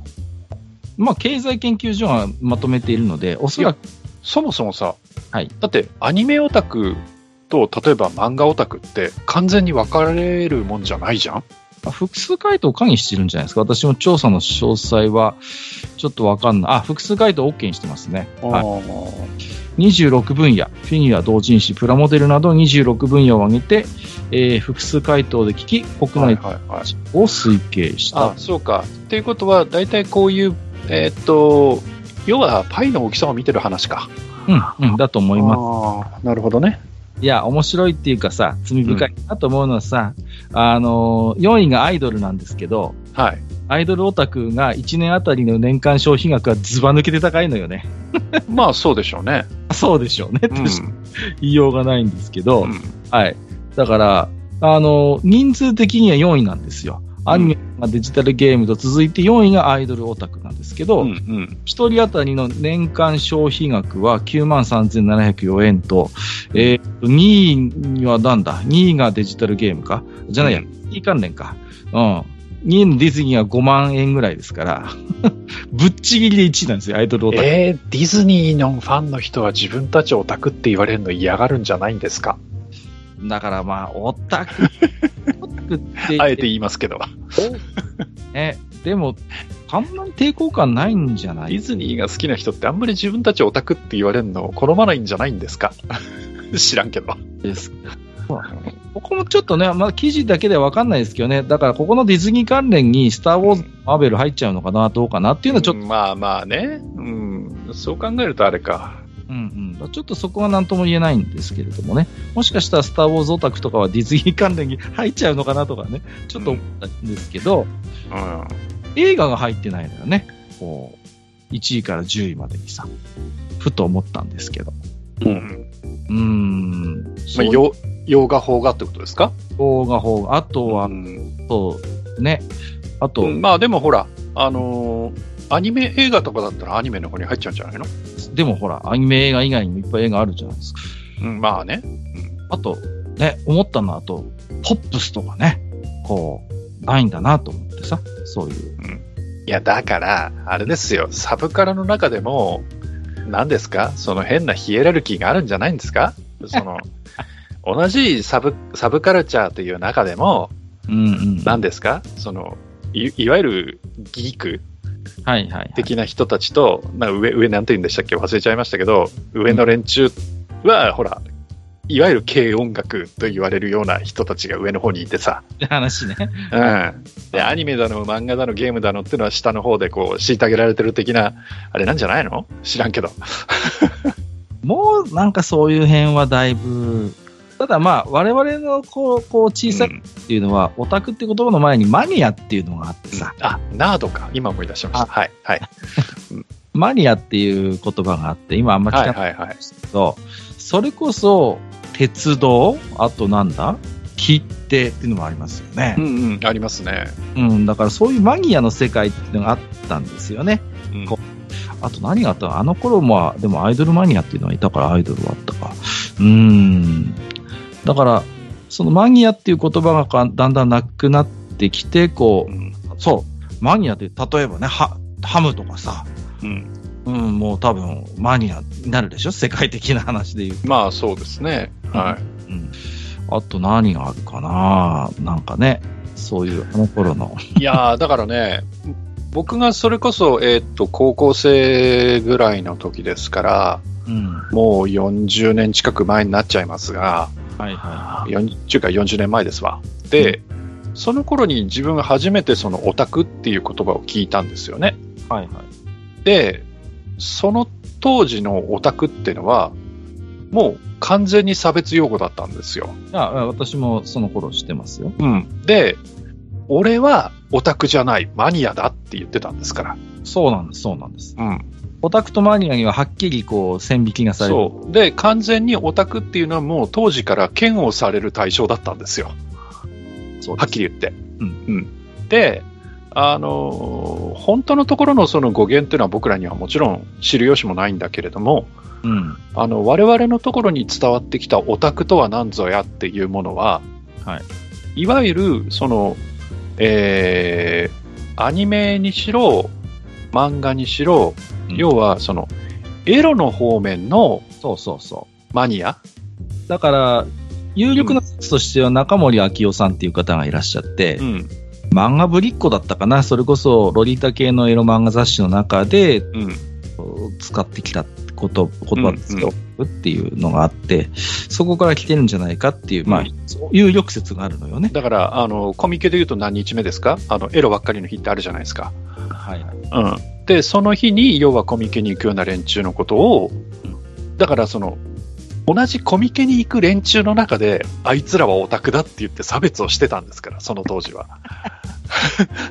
Speaker 1: まあ、経済研究所がまとめているので、おそらく、
Speaker 2: そもそもさ、
Speaker 1: はい
Speaker 2: だってアニメオタクと例えば漫画オタクって完全に分かれるもんじゃないじゃん
Speaker 1: まあ複数回答を加味してるんじゃないですか。私も調査の詳細は、ちょっとわかんない。あ、複数回答 OK にしてますね。はい
Speaker 2: い。
Speaker 1: 26分野、フィギュア、同人誌、プラモデルなど26分野を挙げて、えー複数回答で聞き、国
Speaker 2: はい
Speaker 1: 内
Speaker 2: はいはい。
Speaker 1: を推計した。
Speaker 2: あそうか。っていうことは大体こういう、えーっと、要はパイの大きさを見てる話か。
Speaker 1: うん、うん、だと思います。
Speaker 2: あーなるほどね。
Speaker 1: いや、面白いっていうかさ、罪深いなと思うのはさ、あのー、4位がアイドルなんですけど、
Speaker 2: はい。
Speaker 1: アイドルオタクが1年あたりの年間消費額はズバ抜けて高いのよね。
Speaker 2: <laughs>
Speaker 1: <laughs>
Speaker 2: まあそうでしょうね。
Speaker 1: そうでしょうね。
Speaker 2: う
Speaker 1: としか言いようがないんですけど、
Speaker 2: ん。
Speaker 1: はい。だから、あのー、人数的には4位なんですよ。アニメがデジタルゲームと続いて4位がアイドルオタクなんですけ
Speaker 2: う
Speaker 1: ど、
Speaker 2: んうん。
Speaker 1: 一人当たりの年間消費額は9万3704円と、えーと、2位にはなんだ ?2 位がデジタルゲームかじゃないや、
Speaker 2: う
Speaker 1: E 関連か。うん。2位のディズニーは5万円ぐらいですから、 <laughs> ぶっちぎりで1位なんですよ、アイドルオタク。
Speaker 2: えーディズニーのファンの人は自分たちオタクって言われるの嫌がるんじゃないんですか
Speaker 1: だからまあ、オタク。オタクって
Speaker 2: あえて言いますけど。
Speaker 1: ね、でも、あんまり抵抗感ないんじゃな
Speaker 2: ディ
Speaker 1: い
Speaker 2: ズニーが好きな人ってあんまり自分たちオタクって言われるの好まないんじゃないんですか <laughs> 知らんけど。
Speaker 1: ですか。ここもちょっとね、まあ、記事だけでは分かんないですけどね、だからここのディズニー関連に、スター・ウォーズ、マーベル入っちゃうのかな、どうかなっていうのは、ちょっと、
Speaker 2: まあまあね。うん。そう考えるとあれか。
Speaker 1: うんうん、ちょっとそこはなんとも言えないんですけれどもね、もしかしたらスター・ウォーズオタクとかはディズニー関連に入っちゃうのかなとかね、ちょっと思ったんですけど、
Speaker 2: うん。
Speaker 1: 映画が入ってないのよね。こう、1位から10位までにさ、ふと思ったんですけど。
Speaker 2: うん
Speaker 1: うーん。
Speaker 2: まあ、
Speaker 1: そう
Speaker 2: よ洋画、邦画ってことですか
Speaker 1: 邦画邦画あとは、
Speaker 2: うん
Speaker 1: そうね。あと、
Speaker 2: うんまあでもほら、あのーアニメ映画とかだったらアニメの方に入っちゃうんじゃないの、
Speaker 1: でもほら、アニメ映画以外にもいっぱい映画あるじゃないですか。
Speaker 2: うん、まあね。
Speaker 1: あと、ね、思ったのは、あと、ポップスとかね、こう、ないんだなと思ってさ、そういう。
Speaker 2: いや、だから、あれですよ、サブカラの中でも、何ですかその変なヒエラルキーがあるんじゃないんですかその、同じサブ、サブカルチャーという中でも、
Speaker 1: うんうん。
Speaker 2: 何ですかそのい、いわゆるギーク
Speaker 1: はいはい、はい。
Speaker 2: 的な人たちと、なんか上、上なんて言うんでしたっけ忘れちゃいましたけど、上の連中は、ほら、いわゆる軽音楽と言われるような人たちが上の方にいてさ、
Speaker 1: 話ね。
Speaker 2: うん、でアニメだの漫画だのゲームだのっていうのは下の方でこう虐げられてる的なあれなんじゃないの知らんけど
Speaker 1: <laughs> もう、なんかそういう辺はだいぶ、ただまあ、我々のこう、こう小さく
Speaker 2: うん
Speaker 1: っていうのは、オタクって言葉の前にマニアっていうのがあってさ、
Speaker 2: あナードか今思い出しましたはいはい
Speaker 1: マニアっていう言葉があって、今あんま聞か
Speaker 2: は
Speaker 1: ないい
Speaker 2: はいはい
Speaker 1: ですけど、それこそ、鉄道、あとなんだ切手っていうのもありますよね。
Speaker 2: うんうんありますね、
Speaker 1: うん、だからそういうマニアの世界っていうのがあったんですよね。
Speaker 2: うん
Speaker 1: こあと何があったのあの頃も、でもアイドルマニアっていうのはいたからアイドルはあったか。うーん。だから、そのマニアっていう言葉がかだんだんなくなってきて、こ
Speaker 2: うん
Speaker 1: う、そう、マニアって例えばね、ハハムとかさ、
Speaker 2: うん
Speaker 1: うん、もう多分マニアになるでしょ世界的な話で言う
Speaker 2: まあそうですねは
Speaker 1: うん、あと何があるかななんかね、そういうあの頃の。
Speaker 2: い、いやーだからね僕がそれこそ、えーっと高校生ぐらいの時ですから
Speaker 1: うん。
Speaker 2: もう40年近く前になっちゃいますが
Speaker 1: はいは
Speaker 2: 40か40年前ですわ。で、その頃に自分が初めてそのオタクっていう言葉を聞いたんですよね。
Speaker 1: い。はいはい。
Speaker 2: で、その当時のオタクってのは、もう完全に差別用語だったんですよ。
Speaker 1: いや、私もその頃知ってますよ。
Speaker 2: うん。で、俺はオタクじゃない、マニアだって言ってたんですから。
Speaker 1: そうなんです、そうなんです。
Speaker 2: うん。
Speaker 1: オタクとマニアにははっきりこう、線引きがされる。
Speaker 2: そう。で、完全にオタクっていうのはもう当時から嫌悪される対象だったんですよ。
Speaker 1: そう
Speaker 2: は
Speaker 1: で
Speaker 2: っ
Speaker 1: す
Speaker 2: きり言って。
Speaker 1: うん
Speaker 2: うんで、あのー本当のところのその語源っていうのは僕らにはもちろん知る由もないんだけれども、
Speaker 1: うん。
Speaker 2: あの我々のところに伝わってきたオタクとは何ぞやっていうものは、、
Speaker 1: はい
Speaker 2: わゆるその、えーアニメにしろ漫画にしろ、
Speaker 1: うん
Speaker 2: 要はそのエロの方面の
Speaker 1: そうそうそ
Speaker 2: マニア、
Speaker 1: う。だから、有力な説としては中森明夫さんっていう方がいらっしゃって、
Speaker 2: ん
Speaker 1: 漫画ぶりっ子だったかなそれこそロリータ系のエロ漫画雑誌の中で
Speaker 2: うん、
Speaker 1: 使ってきたこと、言葉ですよ、っていうのがあって、そこから来てるんじゃないかっていう、まあ
Speaker 2: うん、
Speaker 1: そう有力説があるのよね。
Speaker 2: だからあのコミケでいうと何日目ですかあのエロばっかりの日ってあるじゃないですか。
Speaker 1: はいはい。
Speaker 2: うん、でその日に要はコミケに行くような連中のことをだからその同じコミケに行く連中の中であいつらはオタクだって言って差別をしてたんですからその当時は、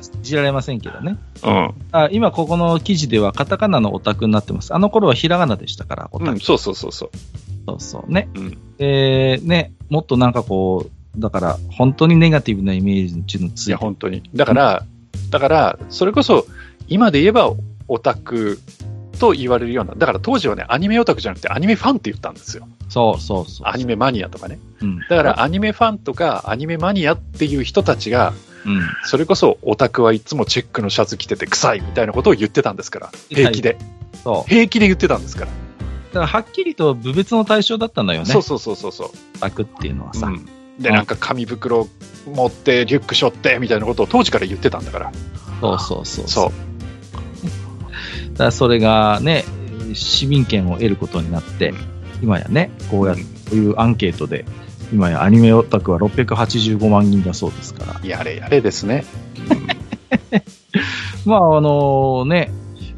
Speaker 1: 信じられませんけどね。
Speaker 2: うん
Speaker 1: あ今ここの記事ではカタカナのオタクになってます。あの頃はひらがなでしたから、オタク。
Speaker 2: そうそうそうそう
Speaker 1: そうそうね。
Speaker 2: うん
Speaker 1: えーね、もっとなんかこう、だから本当にネガティブなイメージのちのつ
Speaker 2: い
Speaker 1: い
Speaker 2: や本当にだからだからそれこそ今で言えばオタクと言われるようなだから当時はねアニメオタクじゃなくてアニメファンって言ったんですよ
Speaker 1: そうそうそう。
Speaker 2: アニメマニアとかね
Speaker 1: うん、
Speaker 2: だからアニメファンとかアニメマニアっていう人たちが
Speaker 1: うん、
Speaker 2: それこそオタクはいつもチェックのシャツ着てて臭いみたいなことを言ってたんですから。平気で。
Speaker 1: そう。
Speaker 2: 平気で言ってたんですから。
Speaker 1: だからはっきりと部別の対象だったのよね。
Speaker 2: そうそうそうそうそう。
Speaker 1: オタクっていうのはさ。
Speaker 2: うんで、なんか紙袋持って、リュック背負ってみたいなことを当時から言ってたんだから。
Speaker 1: そうそうそう
Speaker 2: そう。
Speaker 1: だからそれがね、市民権を得ることになって、
Speaker 2: うん
Speaker 1: 今やね、こうやっ
Speaker 2: う
Speaker 1: て
Speaker 2: ん
Speaker 1: こういうアンケートで、今やアニメオタクは685万人だそうですから。
Speaker 2: やれやれですね。
Speaker 1: まあ、あのね、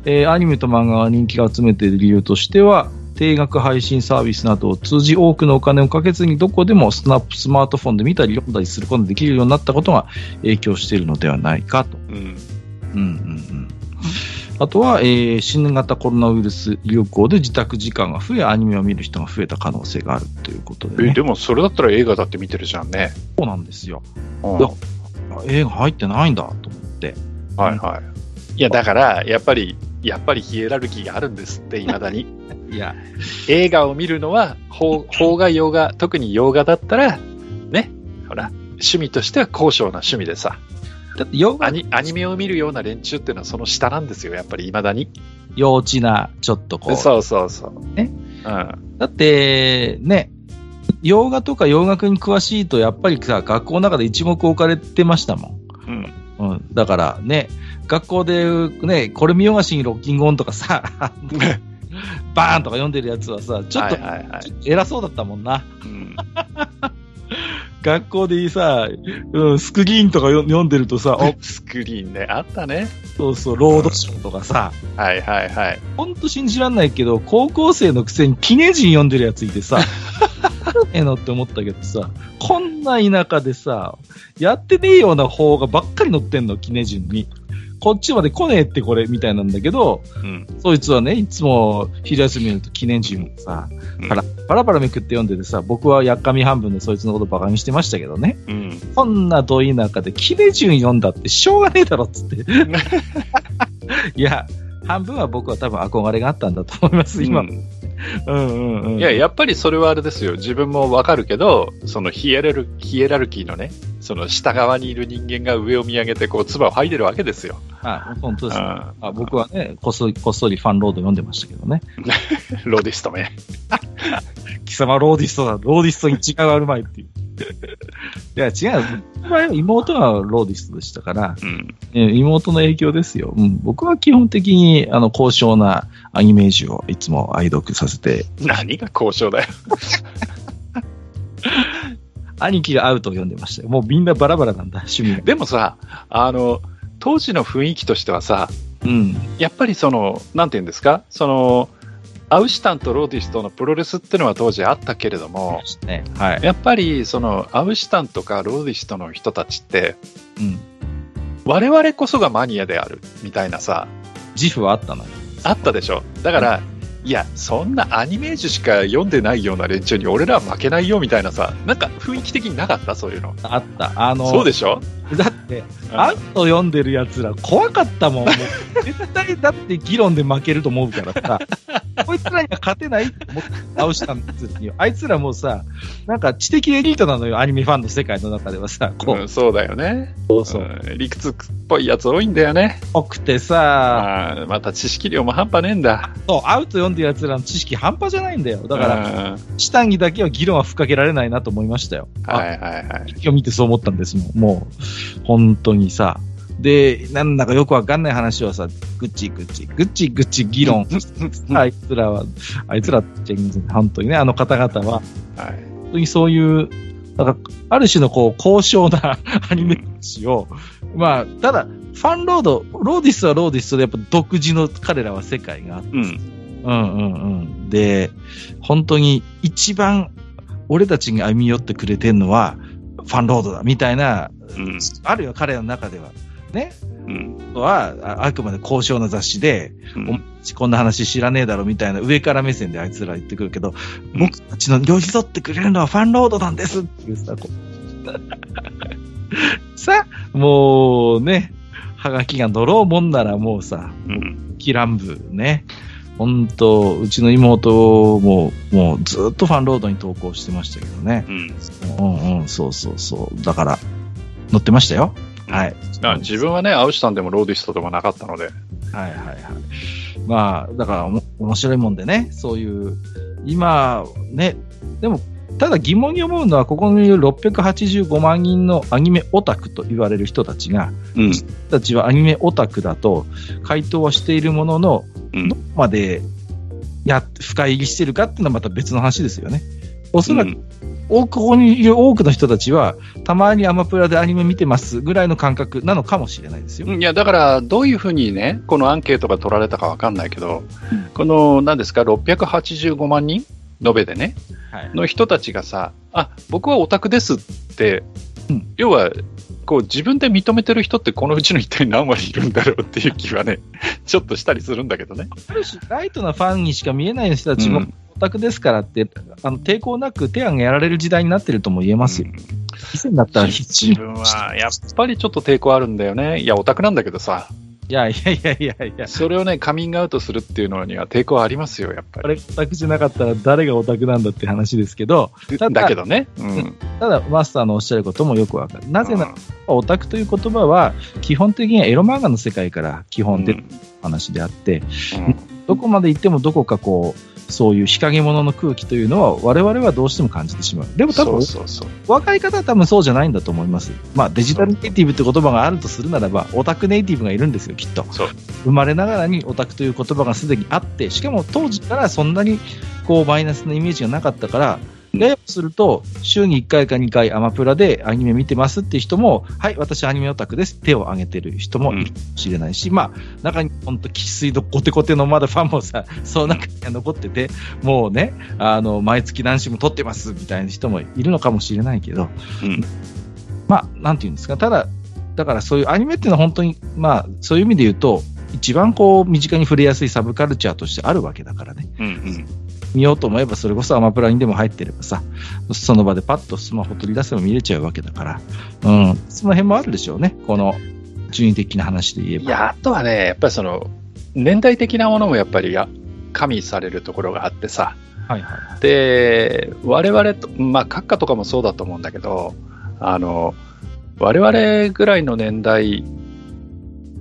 Speaker 1: えーアニメと漫画が人気が集めている理由としては、定額配信サービスなどを通じ多くのお金をかけずにどこでもスナップスマートフォンで見たり読んだりすることができるようになったことが影響しているのではないかと
Speaker 2: う
Speaker 1: うんう
Speaker 2: ん。
Speaker 1: んうん。あとは、えー新型コロナウイルス流行で自宅時間が増え、アニメを見る人が増えた可能性があるということで、
Speaker 2: え
Speaker 1: ね。
Speaker 2: でもそれだったら映画だって見てるじゃんね。
Speaker 1: そうなんですよ。
Speaker 2: うん
Speaker 1: だ映画入ってないんだと思って。
Speaker 2: はいはい。いや、だから、やっぱり、やっぱりヒエラルキーがあるんですって、いまだに。
Speaker 1: いや、
Speaker 2: 映画を見るのは、邦邦画、洋画、特に洋画だったら、ね、ほら、趣味としては高尚な趣味でさ、
Speaker 1: だってよ
Speaker 2: アニアニメを見るような連中っていうのはその下なんですよ、やっぱりいまだに。
Speaker 1: 幼稚な、ちょっとこう。
Speaker 2: そうそうそう。
Speaker 1: ね
Speaker 2: うん。
Speaker 1: だって、ね、洋画とか洋楽に詳しいと、やっぱりさ、学校の中で一目置かれてましたも
Speaker 2: うん、
Speaker 1: ん。うん、だからね、学校で、ね、これ見よがしにロッキングオンとかさ、 <laughs> バーンとか読んでるやつはさ、ちょっと、
Speaker 2: はいはいはい
Speaker 1: ちょっと偉そうだったもんな。
Speaker 2: うん
Speaker 1: 学校でさ、うん、スクリーンとか読読んでるとさ、お
Speaker 2: スクリーンね、あったね。
Speaker 1: そうそう、ロードショーとかさ、
Speaker 2: はいはいはい。
Speaker 1: ほんと信じらんないけど、高校生のくせに記念人読んでるやついてさ、ええのって思ったけどさ、こんな田舎でさ、やってねえような方がばっかり載ってんの、記念人に。こっちまで来ねえってこれ、みたいなんだけど、
Speaker 2: うん。
Speaker 1: そいつはね、いつも昼休みのと記念人をさ
Speaker 2: うん、
Speaker 1: パラパラパラめくって読んでてさ、僕はやっかみ半分でそいつのことバカにしてましたけどね。
Speaker 2: うん。
Speaker 1: こんなどい中でキネジュン読んだってしょうがねえだろっ <laughs> つって。いや、半分は僕は多分憧れがあったんだと思います、今。
Speaker 2: う
Speaker 1: うんん、うんうん
Speaker 2: いや、やっぱりそれはあれですよ。自分もわかるけど、そのヒエラルヒエラルキーのね、その下側にいる人間が上を見上げて、こう、唾を吐いてるわけですよ。
Speaker 1: あ本当
Speaker 2: う
Speaker 1: です、ね
Speaker 2: ん
Speaker 1: あ。僕はねこっそり、こっそりファンロード読んでましたけどね。
Speaker 2: ロディストめ。
Speaker 1: 貴様ローディストだ、ローディストに違いはあるまいって <laughs> いう。いや、違う。僕は妹はローディストでしたから、
Speaker 2: うん。
Speaker 1: え妹の影響ですよ。うん、僕は基本的に、あの、高尚なアニメージュをいつも愛読させて、
Speaker 2: 何が交渉だよ。
Speaker 1: 兄貴がアウトを読んでましたよ。もうみんなバラバラなんだ、趣味が。
Speaker 2: でもさ、あの、当時の雰囲気としてはさ、
Speaker 1: うん。
Speaker 2: やっぱりその、なんて言うんですか、その、アウシュタンとローディストのプロレスってのは当時あったけれども、
Speaker 1: ね。はい。
Speaker 2: やっぱりそのアウシュタンとかローディストの人たちって、
Speaker 1: うん。
Speaker 2: 我々こそがマニアであるみたいなさ、
Speaker 1: 自負はあったのよ。
Speaker 2: あったでしょ。だから、いや、そんなアニメージュしか読んでないような連中に俺らは負けないよみたいなさ、なんか雰囲気的になかった、そういうの。
Speaker 1: あった。あの、
Speaker 2: そうでしょ
Speaker 1: だって、
Speaker 2: うん
Speaker 1: アウト読んでる奴ら怖かったもん。もう絶対だって議論で負けると思うからさ、 <laughs> こいつらには勝てないって思って倒したんですよ。あいつらもうさ、なんか知的エリートなのよ、アニメファンの世界の中ではさ、こ
Speaker 2: うん、そうだよね。
Speaker 1: う、そうそう。
Speaker 2: うん理屈っぽいやつ多いんだよね。
Speaker 1: 濃くてさ、
Speaker 2: あーまた知識量も半端ねえんだ。
Speaker 1: そう、アウト読んでる奴らの知識半端じゃないんだよ。だから、
Speaker 2: ら、
Speaker 1: 下着だけは議論は吹っかけられないなと思いましたよ。あ
Speaker 2: はいはいはい。
Speaker 1: 今日見てそう思ったんですもん。もう、本当にさ。で、なんだかよくわかんない話はさ、ぐちぐち、ぐちぐち議論。あいつらは、あいつらって、本当にね、あの方々は、
Speaker 2: はい
Speaker 1: 本当にそういう、なんか、ある種のこう、高尚な <laughs> アニメ誌を、まあ、ただ、ファンロード、ローディスはローディスとで、やっぱ独自の彼らは世界があって
Speaker 2: うん。
Speaker 1: うんうんうん。で、本当に一番俺たちに歩み寄ってくれてるのはファンロードだみたいな、
Speaker 2: うん。
Speaker 1: あるよ、彼らの中では。ね。
Speaker 2: うん。
Speaker 1: は、ああくまで高尚な雑誌で、こんな話知らねえだろみたいな上から目線であいつら言ってくるけど、
Speaker 2: うん
Speaker 1: 僕たちの寄り添ってくれるのはファンロードなんですっていう <laughs> さ、こうさ、もうね、はがきが乗ろうもんならもうさ、
Speaker 2: うん。
Speaker 1: キランブね。本当うちの妹も、もうずっとファンロードに投稿してましたけどね。
Speaker 2: うん。
Speaker 1: うんうん、そうそうそう。だから、乗ってましたよ。はい。
Speaker 2: あ自分はね、アウシュタンでもローディストでもなかったので。
Speaker 1: はいはいはい。まあ、だからおも、面白いもんでね、そういう、今、ね、でも、ただ疑問に思うのは、ここにいる685万人のアニメオタクと言われる人たちが、
Speaker 2: うん。
Speaker 1: 僕たちはアニメオタクだと回答はしているものの、
Speaker 2: うん
Speaker 1: どこまでや深入りしてるかっていうのはまた別の話ですよね。おそらく、多くここにいる多くの人たちは、たまにアマプラでアニメ見てますぐらいの感覚なのかもしれないですよ。
Speaker 2: うんいや、だから、どういうふうにね、このアンケートが取られたかわかんないけど、
Speaker 1: うん
Speaker 2: この、何ですか、685万人延べでね、
Speaker 1: はい
Speaker 2: の人たちがさ、あ、僕はオタクですって
Speaker 1: うん
Speaker 2: 要はこう自分で認めてる人ってこのうちの一体何割いるんだろうっていう気はね <laughs> ちょっとしたりするんだけどね。
Speaker 1: ある種、ライトなファンにしか見えない人たちも、
Speaker 2: う
Speaker 1: オ
Speaker 2: ん
Speaker 1: タクですからって、あの抵抗なく手挙げられる時代になってるとも言えますよ。以前だった <laughs> ら必死に
Speaker 2: 自分はやっぱりちょっと抵抗あるんだよね。いやオタクなんだけどさ
Speaker 1: いやいやいやいやいや、
Speaker 2: それをねカミングアウトするっていうのには抵抗ありますよやっぱ
Speaker 1: あ
Speaker 2: り。
Speaker 1: れオタクじゃなかったら誰がオタクなんだって話ですけど、
Speaker 2: で
Speaker 1: ただ
Speaker 2: だけどね。うん
Speaker 1: ただマスターのおっしゃることもよくわかる。なぜならオタクという言葉は基本的にはエロ漫画の世界から基
Speaker 2: うん
Speaker 1: 本
Speaker 2: う
Speaker 1: で
Speaker 2: ん
Speaker 1: 話であって、どこまで行ってもどこかこう、そういう日陰者の空気というのは我々はどうしても感じてしまう。でも多
Speaker 2: そ
Speaker 1: 分
Speaker 2: うそうそう。
Speaker 1: 若い方は多分そうじゃないんだと思います。まあデジタルネイティブって言葉があるとするならば、オタクネイティブがいるんですよ、きっと。
Speaker 2: そう
Speaker 1: 生まれながらにオタクという言葉がすでにあって、しかも当時からそんなにこうマイナスのイメージがなかったから、ややすると、週に1回か2回アマプラでアニメ見てますっていう人も、はい、私アニメオタクです、手を挙げてる人もいるかもしれないし、まあ、中に本当、生粋のコテコテのまだファンもさ、 <laughs> その中には残ってて、もうね、あの、毎月何週も撮ってますみたいな人もいるのかもしれないけど、
Speaker 2: うん
Speaker 1: まあ、なんていうんですか、ただ、だからそういうアニメっていうのは本当に、まあ、そういう意味で言うと、一番こう、身近に触れやすいサブカルチャーとしてあるわけだからね。
Speaker 2: うんうん
Speaker 1: 見ようと思えば、それこそアマプラにでも入ってればさ、その場でパッとスマホ取り出せば見れちゃうわけだから、うん、その辺もあるでしょうね、この順位的な話で言えば。
Speaker 2: いや、あとはね、やっぱりその、年代的なものもやっぱりや加味されるところがあってさ、
Speaker 1: はいはいはい。
Speaker 2: で、我々と、まあ、閣下とかもそうだと思うんだけど、あの、我々ぐらいの年代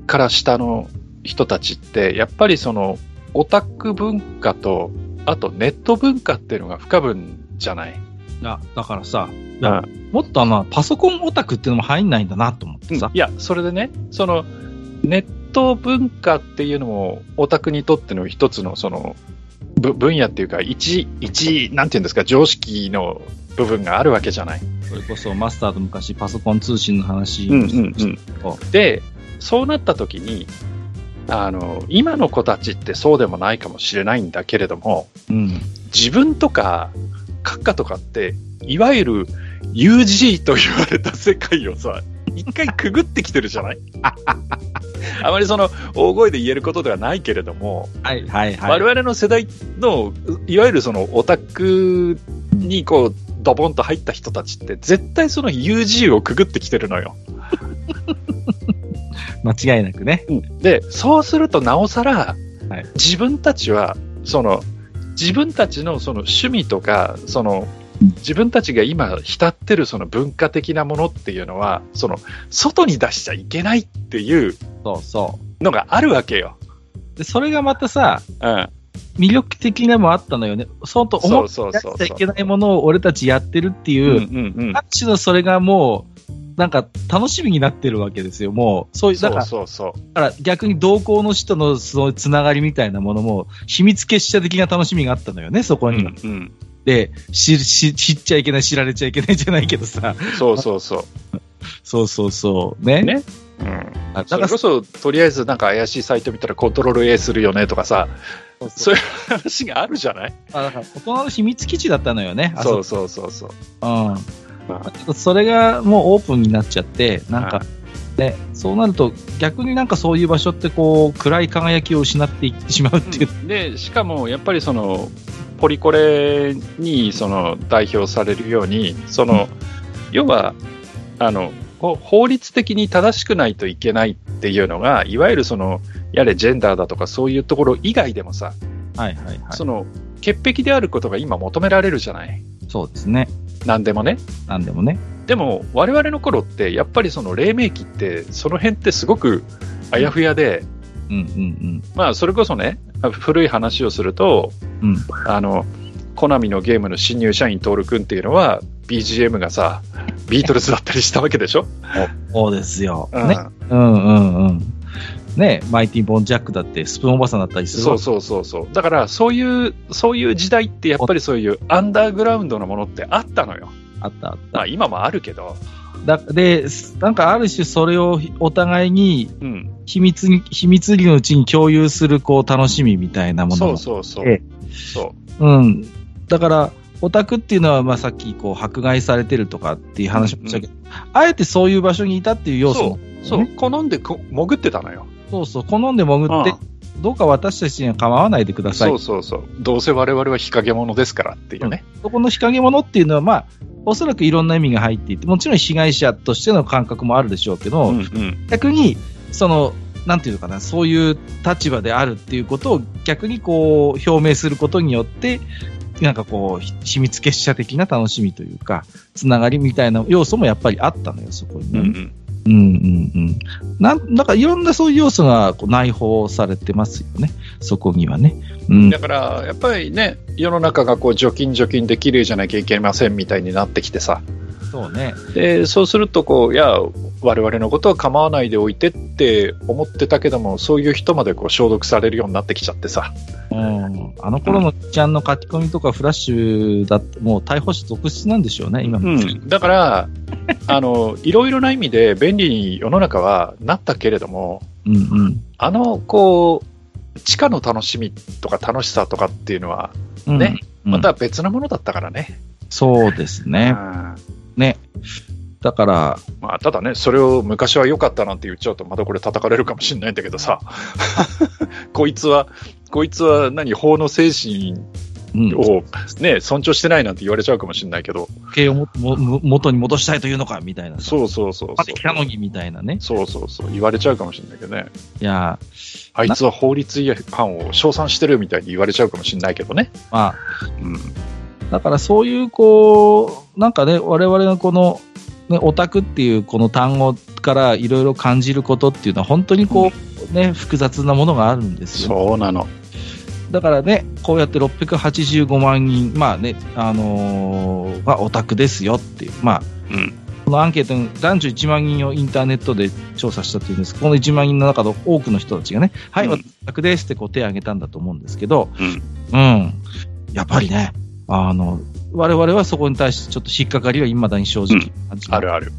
Speaker 2: から下の人たちって、やっぱりその、オタク文化と、あとネット文化っていうのが不可分じゃない。
Speaker 1: だだからさ、
Speaker 2: う
Speaker 1: もっとあの、パソコンオタクっていうのも入んないんだなと思ってさ
Speaker 2: い、や、それでね、その、ネット文化っていうのも、オタクにとっての一つの、その、ぶ分野っていうか、一、一、なんていうんですか、常識の部分があるわけじゃない。
Speaker 1: それこそマスターと昔パソコン通信の話、
Speaker 2: で、そうなった時に、あの、今の子たちってそうでもないかもしれないんだけれども、
Speaker 1: うん
Speaker 2: 自分とか、閣下とかって、いわゆる UG と言われた世界をさ、一回くぐってきてるじ
Speaker 1: <laughs>
Speaker 2: ゃないあまりその大声で言えることではないけれども、
Speaker 1: はいはいはい。
Speaker 2: 我々の世代の、いわゆるそのオタクにこう、ドボンと入った人たちって、絶対その UG をくぐってきてるのよ。
Speaker 1: 間違いなくね。
Speaker 2: で、そうするとなおさら、
Speaker 1: はい
Speaker 2: 自分たちは、その、自分たちのその趣味とか、その、自分たちが今浸ってるその文化的なものっていうのは、その、外に出しちゃいけないっていう
Speaker 1: そうそう。
Speaker 2: のがあるわけよ。
Speaker 1: で、それがまたさ、
Speaker 2: うん。
Speaker 1: 魅力的なもあったのよね。そうと
Speaker 2: そ
Speaker 1: 思っ
Speaker 2: うそう
Speaker 1: てや
Speaker 2: そう
Speaker 1: っちゃい
Speaker 2: そ。
Speaker 1: けないものを俺たちやってるっていうう、
Speaker 2: うんうん
Speaker 1: ある種のそれがもう、なんか楽しみになってるわけですよ。もう、そう
Speaker 2: う
Speaker 1: い
Speaker 2: ん。
Speaker 1: う、だ
Speaker 2: そ
Speaker 1: から
Speaker 2: う、そうそう。
Speaker 1: だから逆に同行の人のそのつながりみたいなものも、秘密結社的な楽しみがあったのよね、そこ
Speaker 2: う
Speaker 1: には。
Speaker 2: んうん。
Speaker 1: でしし、知っちゃいけない、知られちゃいけないじゃないけどさ。
Speaker 2: そうそうそ
Speaker 1: そうそうそう。ね。
Speaker 2: ねう。うん。
Speaker 1: あだ
Speaker 2: そ
Speaker 1: から
Speaker 2: れこそ、とりあえずなんか怪しいサイト見たらコントロール A するよねとかさ、
Speaker 1: そうそう
Speaker 2: そういう話があるじゃない
Speaker 1: あだから大人の秘密基地だったのよね。あ
Speaker 2: そ
Speaker 1: そう
Speaker 2: そうそうそう。
Speaker 1: うん。
Speaker 2: まあ
Speaker 1: ちょっとそれがもうオープンになっちゃって、なん
Speaker 2: は
Speaker 1: か、ね、そうなると逆になんかそういう場所ってこう、暗い輝きを失っていってしまうっていう。
Speaker 2: でしかもやっぱりそのポリコレにその代表されるようにその要はあのこう法律的に正しくないといけないっていうのがいわゆるそのやれジェンダーだとかそういうところ以外でもさ
Speaker 1: はいはいはい。
Speaker 2: その潔癖であることが今求められるじゃない
Speaker 1: そうですね。
Speaker 2: 何でもね
Speaker 1: なんでもね。
Speaker 2: でも我々の頃ってやっぱりその黎明期ってその辺ってすごくあやふやで
Speaker 1: うんうん
Speaker 2: まあそれこそね古い話をすると
Speaker 1: うん。うん。
Speaker 2: あの、コナミのゲームの新入社員トール君っていうのは、BGM がさ、ビートルズだったりしたわけでしょ、
Speaker 1: そうですよ。
Speaker 2: うん
Speaker 1: ね。うんうんうん。ねマイティ・ボン・ジャックだって、スプーンおばさんだったりする
Speaker 2: そうそうそうそう。だから、そういう、そういう時代って、やっぱりそういうアンダーグラウンドのものってあったのよ。
Speaker 1: あったあっ
Speaker 2: ま
Speaker 1: た
Speaker 2: あ、。今もあるけど。
Speaker 1: だで、なんかある種それをお互いに
Speaker 2: うん。
Speaker 1: 秘密に、秘密裏のうちに共有するこう楽しみみたいなもの
Speaker 2: そ
Speaker 1: も
Speaker 2: うそうそう。
Speaker 1: え
Speaker 2: そう。
Speaker 1: うん。だから、オタクっていうのは、まあ、さっきこう迫害されてるとかっていう話もしたけど、あえてそういう場所にいたっていう要素も
Speaker 2: そう、好んでこ潜ってたのよ。
Speaker 1: そうそう好んで潜って、どうか私たちには構わないでください
Speaker 2: そうそうそう。どうせ我々は日陰者ですからっていうね。
Speaker 1: そこの日陰者っていうのは、まあ、おそらくいろんな意味が入っていて、もちろん被害者としての感覚もあるでしょうけど、
Speaker 2: うんうん。
Speaker 1: 逆に、その、なんていうのかな、そういう立場であるっていうことを逆にこう、表明することによって、なんかこう、ひ秘密結社的な楽しみというか、つながりみたいな要素もやっぱりあったのよ、そこに
Speaker 2: う
Speaker 1: ね。
Speaker 2: んう
Speaker 1: う
Speaker 2: ん
Speaker 1: んうんうん。なん、なんかいろんなそういう要素がこう内包されてますよね、そこにはね。うん。
Speaker 2: だから、やっぱりね、世の中がこう除菌除菌で綺麗じゃなきゃいけませんみたいになってきてさ、
Speaker 1: そうね。
Speaker 2: でそうするとこう、いや、我々のことは構わないでおいてって思ってたけども、そういう人までこう消毒されるようになってきちゃってさ、
Speaker 1: うんあの頃のちゃんの書き込みとかフラッシュだって、もう逮捕者続出なんでしょうね、今も。
Speaker 2: うん、だから、あのいろいろな意味で便利に世の中はなったけれども、
Speaker 1: うんうん
Speaker 2: あのこう地下の楽しみとか楽しさとかっていうのは、
Speaker 1: うん
Speaker 2: ね、
Speaker 1: うん
Speaker 2: また別なものだったからね。
Speaker 1: そうです
Speaker 2: う
Speaker 1: ね。
Speaker 2: ん
Speaker 1: ね。だから、
Speaker 2: まあ、ただね、それを昔は良かったなんて言っちゃうと、またこれ叩かれるかもしれないんだけど
Speaker 1: <laughs>
Speaker 2: さ、こいつは、こいつは何、法の精神
Speaker 1: うん、
Speaker 2: を、ね、尊重してないなんて言われちゃうかもしれないけど、
Speaker 1: 経営をももも元に戻したいというのか、みたいな。
Speaker 2: そうそうそう
Speaker 1: ま
Speaker 2: そ
Speaker 1: で
Speaker 2: う
Speaker 1: 来。たのに、みたいなね。
Speaker 2: そうそうそう、言われちゃうかもしれないけどね。
Speaker 1: いや
Speaker 2: あいつは法律違反を称賛してるみたいに言われちゃうかもしれないけどね。
Speaker 1: ー、まあ、
Speaker 2: うん。
Speaker 1: だからそういうこう、なんかね、我々のこの、ね、オタクっていうこの単語からいろいろ感じることっていうのは本当にこう、ね、複雑なものがあるんですよ。
Speaker 2: そうなの。
Speaker 1: だからね、こうやって685万人、まあね、あのーまあ、オタクですよっていう、まあ、
Speaker 2: うん
Speaker 1: このアンケートに男女1万人をインターネットで調査したというんですこの1万人の中の多くの人たちがね、はい、
Speaker 2: うん
Speaker 1: オタクですってこう手を挙げたんだと思うんですけど、
Speaker 2: うん
Speaker 1: うんやっぱりね、あの、我々はそこに対してちょっと引っかかりは未だに正直感じて
Speaker 2: あるある。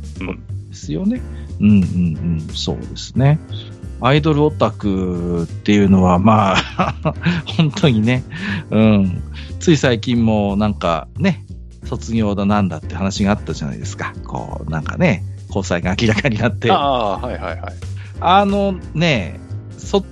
Speaker 1: ですよね。うんうんうん、そうですね。アイドルオタクっていうのは、まあ、 <laughs> 本当にね、うん、つい最近もなんかね、卒業だなんだって話があったじゃないですか。こう、なんかね、交際が明らかになって、あ
Speaker 2: ああー、はいはいはい。
Speaker 1: のね、そ、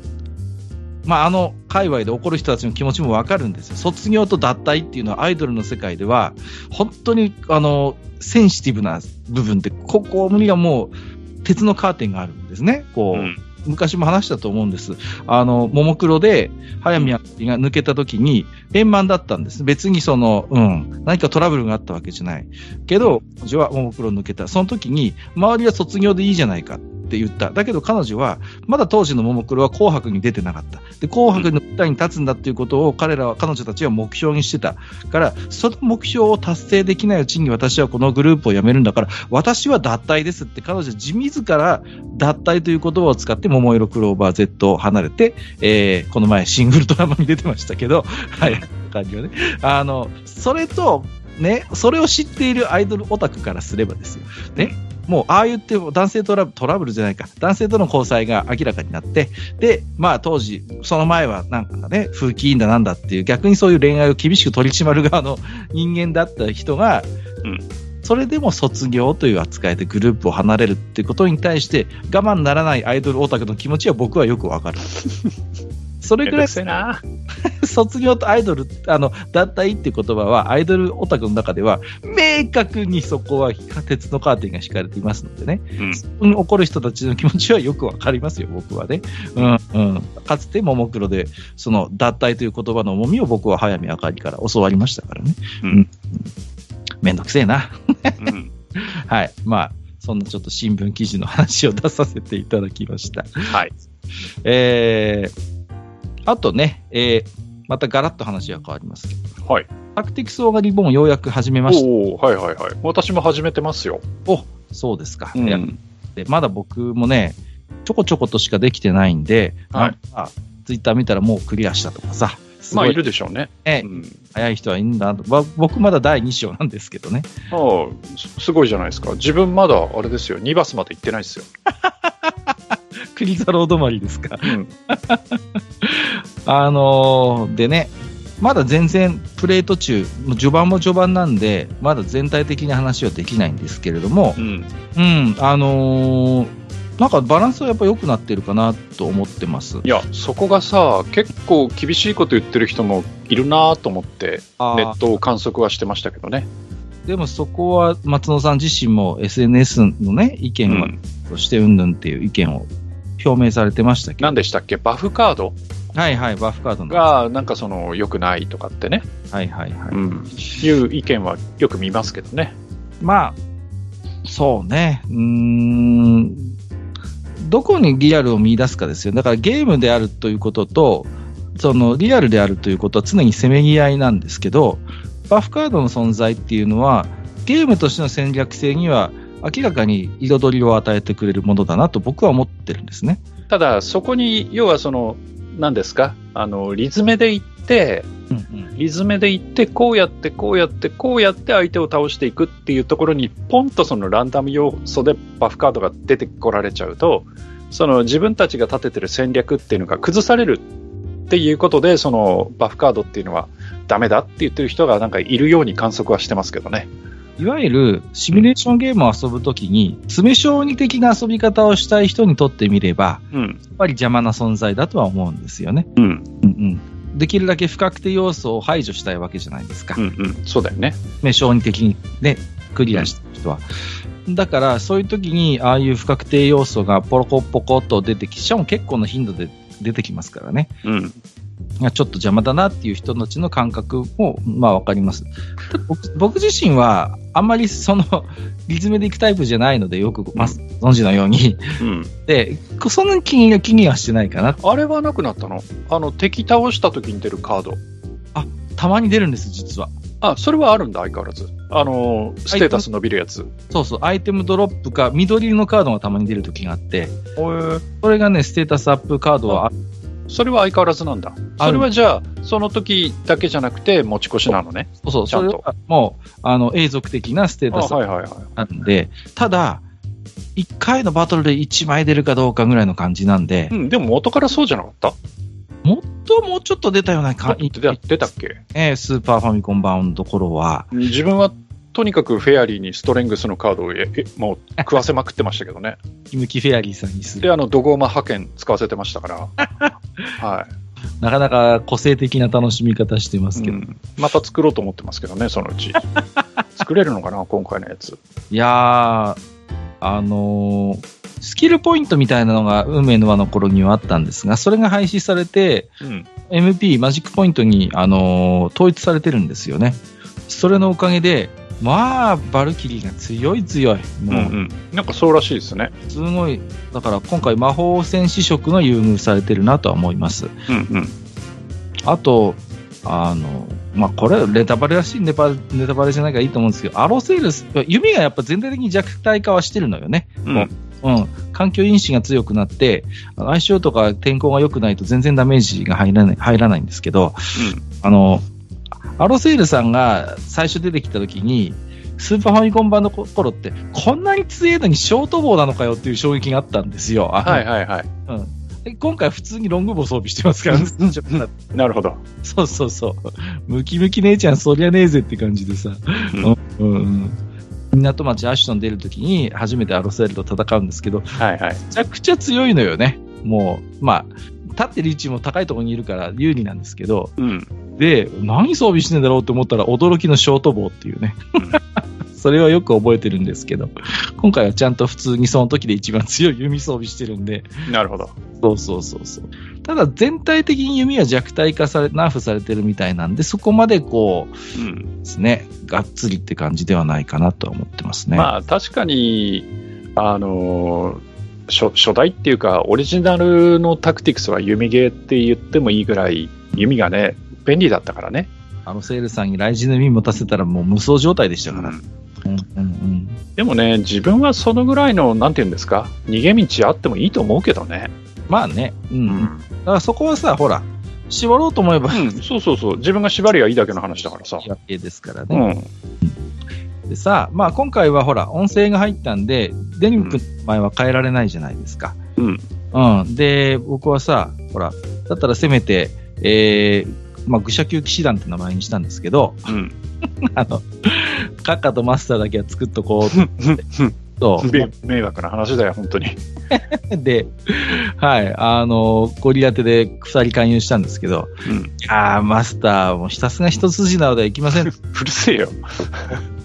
Speaker 1: まあ、あの、界隈で怒る人たちの気持ちもわかるんですよ。卒業と脱退っていうのはアイドルの世界では、本当に、あの、センシティブな部分で、ここにはもう、鉄のカーテンがあるんですね。こう、
Speaker 2: うん
Speaker 1: 昔も話したと思うんです。あの、ももクロで、早見明が抜けた時に、円満だったんです。別にその、うん、何かトラブルがあったわけじゃない。けど、彼女はももクロ抜けた。その時に、周りは卒業でいいじゃないかって言った。だけど彼女は、まだ当時のももクロは紅白に出てなかった。で、紅白の舞台に立つんだっていうことを彼らは、彼女たちは目標にしてた。から、その目標を達成できないうちに私はこのグループを辞めるんだから、私は脱退ですって彼女自自ら脱退という言葉を使って、桃色クローバー Z を離れて、えーこの前シングルドラマに出てましたけど、はい、感じはね。あの、それと、ね、それを知っているアイドルオタクからすればですよ。ね。もう、ああ言っても男性トラブトラブルじゃないか。男性との交際が明らかになって、で、まあ当時、その前はなんかね、風紀委員だなんだっていう、逆にそういう恋愛を厳しく取り締まる側の <laughs> 人間だった人が、
Speaker 2: うん
Speaker 1: それでも卒業という扱いでグループを離れるってことに対して、我慢ならないアイドルオタクの気持ちは僕はよくわ
Speaker 2: <laughs>
Speaker 1: かる。それぐ
Speaker 2: めんど
Speaker 1: らい
Speaker 2: くせえな。
Speaker 1: <laughs> 卒業とアイドル、あの、脱退っていう言葉は、アイドルオタクの中では、明確にそこは鉄のカーテンが敷かれていますのでね、
Speaker 2: うん
Speaker 1: そこに怒る人たちの気持ちはよくわかりますよ、僕はね。うん、うん。かつて、ももクロで、その、脱退という言葉の重みを僕は早見あかりから教わりましたからね。
Speaker 2: うん
Speaker 1: めんどくせえな。
Speaker 2: うん
Speaker 1: はい。まあ、そんなちょっと新聞記事の話を出させていただきました。
Speaker 2: はい。
Speaker 1: えー、あとね、えー、またガラッと話が変わりますけど
Speaker 2: はい。
Speaker 1: タクティクスオーガリボンをようやく始めました。
Speaker 2: おおはいはいはい。私も始めてますよ。
Speaker 1: おそうですか、いやでまだ僕もね、ちょこちょことしかできてないんで、
Speaker 2: はい
Speaker 1: なんかツイッター見たらもうクリアしたとかさ、す
Speaker 2: ま
Speaker 1: ご
Speaker 2: あ、い
Speaker 1: い
Speaker 2: るでしょうね。
Speaker 1: ね
Speaker 2: うん
Speaker 1: 早い人はいるんだなと、わ僕まだ第2章なんですけど
Speaker 2: <laughs>
Speaker 1: ね。
Speaker 2: ああすすごいじゃないですか。自分まだ、あれですよ、2バスまで行ってないですよ。
Speaker 1: クリザロー止まりですか。
Speaker 2: うん。
Speaker 1: あのーでね、まだ全然プレート中、もう序盤も序盤なんで、まだ全体的に話はできないんですけれども、
Speaker 2: うん
Speaker 1: うん、あのーなんかバランスはやっぱ良くなってるかなと思ってます。
Speaker 2: いやそこがさ結構厳しいこと言ってる人もいるなと思って
Speaker 1: あー
Speaker 2: ネットを観測はしてましたけどね、
Speaker 1: でもそこは松野さん自身も SNS のね、意
Speaker 2: う
Speaker 1: 見は
Speaker 2: ん、
Speaker 1: としてうんぬんっていう意見を表明されてましたけ
Speaker 2: 何
Speaker 1: ど、
Speaker 2: でしたっけバフカード
Speaker 1: はいはい、バフカードの。は
Speaker 2: がなんかその良くないとかってね、
Speaker 1: いはいはい。
Speaker 2: うん、いう意見はよく見ますけどね
Speaker 1: まあ、そうね。うーん。どこにリアルを見出すかですよ。だからゲームであるということと、そのリアルであるということは常にせめぎ合いなんですけど、バフカードの存在っていうのは、ゲームとしての戦略性には明らかに彩りを与えてくれるものだなと僕は思ってるんですね。
Speaker 2: ただそこに要はその何ですかあのリズメで行って
Speaker 1: うんうん、
Speaker 2: リズメで行ってこうやってこうやってこうやって相手を倒していくっていうところにポンとそのランダム要素でバフカードが出てこられちゃうとその自分たちが立ててる戦略っていうのが崩されるっていうことでそのバフカードっていうのはダメだって言ってる人がなんかいるように観測はしてますけどね。
Speaker 1: いわゆるシミュレーションゲームを遊ぶときに、詰め将棋的な遊び方をしたい人にとってみれば、
Speaker 2: うん、
Speaker 1: やっぱり邪魔な存在だとは思うんですよね。
Speaker 2: うん、
Speaker 1: うんうん、できるだけ不確定要素を排除したいわけじゃないですか、
Speaker 2: うん、うん、そうだよね。
Speaker 1: ね、小児的に、ね、クリアした人は。だから、そういう時に、ああいう不確定要素がポロコポコっと出てき、しかも結構な頻度で出てきますからね、
Speaker 2: うん、
Speaker 1: いやちょっと邪魔だなっていう人のちの感覚も、まあ、わかります。ただ僕僕自身は、あんまりその、 <laughs> リズムでいくタイプじゃないので、よく、まあ、ご存知のように。
Speaker 2: うん。
Speaker 1: で、そんなに気に気にはしてないかな。
Speaker 2: あれはなくなったのあの敵倒した時に出るカード。
Speaker 1: たまに出るんです、実は。
Speaker 2: あ、それはあるんだ、相変わらず。あの、ステータス伸びるやつ。
Speaker 1: そうそう、アイテムドロップか、緑のカードがたまに出るときがあって、それがね、ステータスアップカードはあ
Speaker 2: それは相変わらずなんだ。
Speaker 1: ある
Speaker 2: それはじゃあ、その時だけじゃなくて持ち越しなのね。
Speaker 1: そうそう、
Speaker 2: ちゃ
Speaker 1: そ
Speaker 2: ん
Speaker 1: れ
Speaker 2: と
Speaker 1: はもう、あの、永続的なステー
Speaker 2: あ
Speaker 1: タス
Speaker 2: はいはいはい。
Speaker 1: なんで、ただ、1回のバトルで1枚出るかどうかぐらいの感じなんで
Speaker 2: う、ん、でも元からそうじゃなかった
Speaker 1: もっともうちょっと出たような
Speaker 2: だ
Speaker 1: 感じ、
Speaker 2: 出出たっけ
Speaker 1: ね、スーパーファミコン版のところは、
Speaker 2: 自分はとにかくフェアリーにストレングスのカードをええもう食わせまくってましたけど <laughs> ね。
Speaker 1: キムキフェアリーさんにする。
Speaker 2: で、あの、ドゴーマ派遣使わせてましたから。 <laughs> は
Speaker 1: なかなか個性的な楽しみ方してます
Speaker 2: い、
Speaker 1: けど。
Speaker 2: うんまた作ろうと思ってますけどね、そのう <laughs> ち。作れるのかな、今回のやつ。
Speaker 1: いやー、あのースキルポイントみたいなのが運命の輪の頃にはあったんですが、それが廃止されて、
Speaker 2: うん。
Speaker 1: MP、マジックポイントに、あのー統一されてるんですよね。それのおかげで、まあ、バルキリーが強い強い。
Speaker 2: うんう
Speaker 1: も
Speaker 2: ん。なんかそうらしいですね。
Speaker 1: う、すごい、だから今回魔法戦士色の優遇されてるなとは思います。
Speaker 2: うんうん。
Speaker 1: あと、あの、まあ、これ、ネタバレらしいネパネタバレじゃないからいいと思うんですけど、アロセールス、弓がやっぱ全体的に弱体化はしてるのよね。
Speaker 2: うん
Speaker 1: うん、環境因子が強くなって、あの相性とか天候が良くないと全然ダメージが入らない入らないんですけど、あの、アロセールさんが最初出てきた時に、スーパーファミコン版の頃って、こんなに強いのにショート棒なのかよっていう衝撃があったんですよ。あの
Speaker 2: はいはい <laughs> はい。
Speaker 1: で今回普通にロング棒装備してますから、ね、
Speaker 2: なるほど。
Speaker 1: そうそうそう。ムキムキ姉ちゃんそりゃねえぜって感じでさ。うんうん港町アシュトン出るときに初めてアロセールと戦うんですけど、
Speaker 2: はいはい。
Speaker 1: めちゃくちゃ強いのよね。もう、まあ、立ってる位置も高いところにいるから有利なんですけど、
Speaker 2: うん。
Speaker 1: で、何装備してんだろうと思ったら驚きのショート棒っていうね。 <laughs> それはよく覚えてるんですけど、今回はちゃんと普通にその時で一番強い弓装備してるんで、
Speaker 2: <laughs> なるほど。
Speaker 1: そうそうそうそう。ただ全体的に弓は弱体化され、ナーフされてるみたいなんで、そこまでこう
Speaker 2: うん。
Speaker 1: ですね、がっつりって感じではないかなとは思ってますね。
Speaker 2: まあ確かに、あのー初、初代っていうか、オリジナルのタクティクスは弓ゲーって言ってもいいぐらい、弓がね、便利だったからね。
Speaker 1: あのセールさんに来人の弓持たせたらもう無双状態でしたから。うんうんうん
Speaker 2: でもね、自分はそのぐらいの、なんて言うんですか、逃げ道あってもいいと思うけどね。
Speaker 1: まあね、うん、
Speaker 2: う
Speaker 1: だからそこはさ、ほら、絞ろうと思えば、いい
Speaker 2: んそうそうそう。自分が縛りがいいだけの話だからさ。
Speaker 1: わけですから
Speaker 2: う
Speaker 1: ね。
Speaker 2: ん。
Speaker 1: でさ、まあ今回はほら、音声が入ったんで、デニム君の名前は変えられないじゃないですか。
Speaker 2: うん。
Speaker 1: うん。で、僕はさ、ほら、だったらせめて、えーまあ、愚者級騎士団って名前にしたんですけど、 <laughs>
Speaker 2: うん。
Speaker 1: あの、カッカとマスターだけは作っとこう
Speaker 2: <laughs>
Speaker 1: と、
Speaker 2: め迷惑な話だよ、本当に。
Speaker 1: で、はい、あの、ゴリラ手で鎖勧誘したんですけど、
Speaker 2: うん。
Speaker 1: ああ、マスター、もうひたすら一筋縄ではいきません
Speaker 2: <laughs> うるせえよ。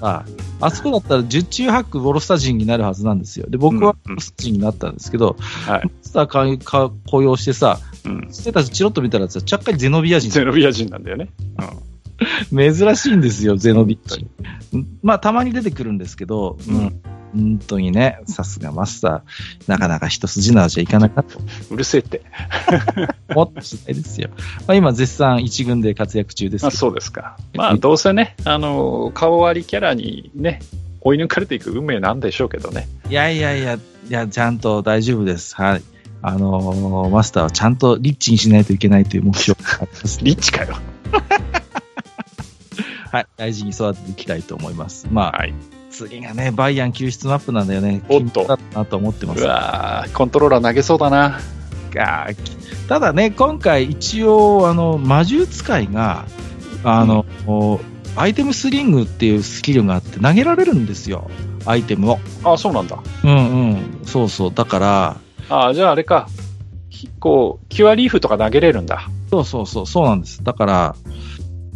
Speaker 1: ああそこだったら十中八九ボロスタ人になるはずなんですよ。で、僕は
Speaker 2: う
Speaker 1: ボ
Speaker 2: ん
Speaker 1: ロスタ人になったんですけど、
Speaker 2: はい。
Speaker 1: スターかか雇用してさ、
Speaker 2: うん。
Speaker 1: ステータスチロッと見たらさ、ちゃっかりゼノビア人。
Speaker 2: ゼノビア人なんだよね。
Speaker 1: 珍しいんですよ、ゼノビって。うんまあ、たまに出てくるんですけど、う
Speaker 2: うん
Speaker 1: ん、本当にね、さすがマスター、なかなか一筋縄じゃいかなかったと
Speaker 2: うるせえって。
Speaker 1: 思ってしないですよ。まあ、今、絶賛一軍で活躍中です
Speaker 2: まあ
Speaker 1: けど。
Speaker 2: そうですか。まあどうせね、あの、顔割りキャラにね、追い抜かれていく運命なんでしょうけどね。
Speaker 1: いやいやいや、いや、ちゃんと大丈夫です。はい。あのーマスターはちゃんとリッチにしないといけないという目標があります
Speaker 2: リッチかよ。
Speaker 1: はい。大事に育てていきたいと思います。まあ、
Speaker 2: はい。
Speaker 1: 次がね、バイアン救出マップなんだよね。
Speaker 2: おっと
Speaker 1: だったなと思ってま
Speaker 2: う
Speaker 1: す。
Speaker 2: わーコントローラー投げそうだな。
Speaker 1: あーただね、今回一応、あの、魔獣使いが、あの、アイテムスリングっていうスキルがあって投げられるんですよ。アイテムを。
Speaker 2: あ、そうなんだ。
Speaker 1: うんうん。そうそう。だから、
Speaker 2: あ、じゃああれか。ひこう、キュアリーフとか投げれるんだ。
Speaker 1: そうそうそう、そうなんです。だから、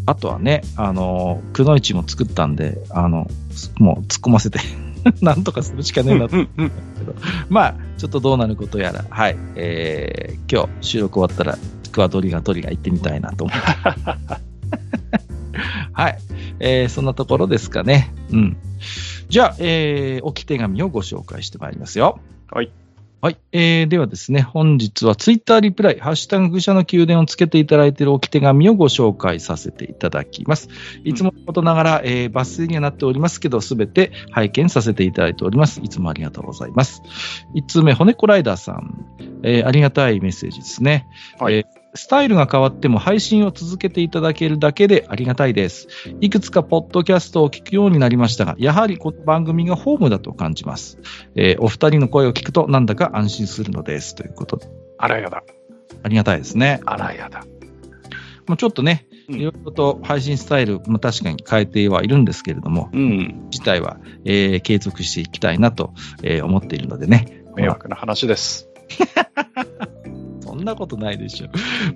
Speaker 1: あとはね、あの、くのいちも作ったんで、あの、すもう突っ込ませて、 <laughs> なんとかするしかねえなと。
Speaker 2: うんうん。
Speaker 1: <laughs> まあ、ちょっとどうなることやら、はい、えー、今日収録終わったら、クワドリガトリガ行ってみたいなと思って。 <laughs> はい、えー、そんなところですかね。うん。じゃあ、えー、置き手紙をご紹介してまいりますよ。
Speaker 2: はい。
Speaker 1: はい。えー、ではですね、本日はツイッターリプライ、ハッシュタグ愚者の宮殿をつけていただいている置き手紙をご紹介させていただきます。いつものことながら、えー抜粋にはなっておりますけど、すべて拝見させていただいております。いつもありがとうございます。1通目、骨コライダーさん。えーありがたいメッセージですね。
Speaker 2: はい
Speaker 1: えースタイルが変わっても配信を続けていただけるだけでありがたいです。いくつかポッドキャストを聞くようになりましたが、やはりこの番組がホームだと感じます。えーお二人の声を聞くとなんだか安心するのです。ということで、
Speaker 2: あらやだ。
Speaker 1: ありがたいですね。
Speaker 2: あらやだ。
Speaker 1: もうちょっとね、
Speaker 2: うん
Speaker 1: いろいろと配信スタイルも確かに変えてはいるんですけれども、
Speaker 2: うん。
Speaker 1: 自体は、えー継続していきたいなと、えー思っているのでね。
Speaker 2: 迷惑な話です。
Speaker 1: そんなことないでしょ。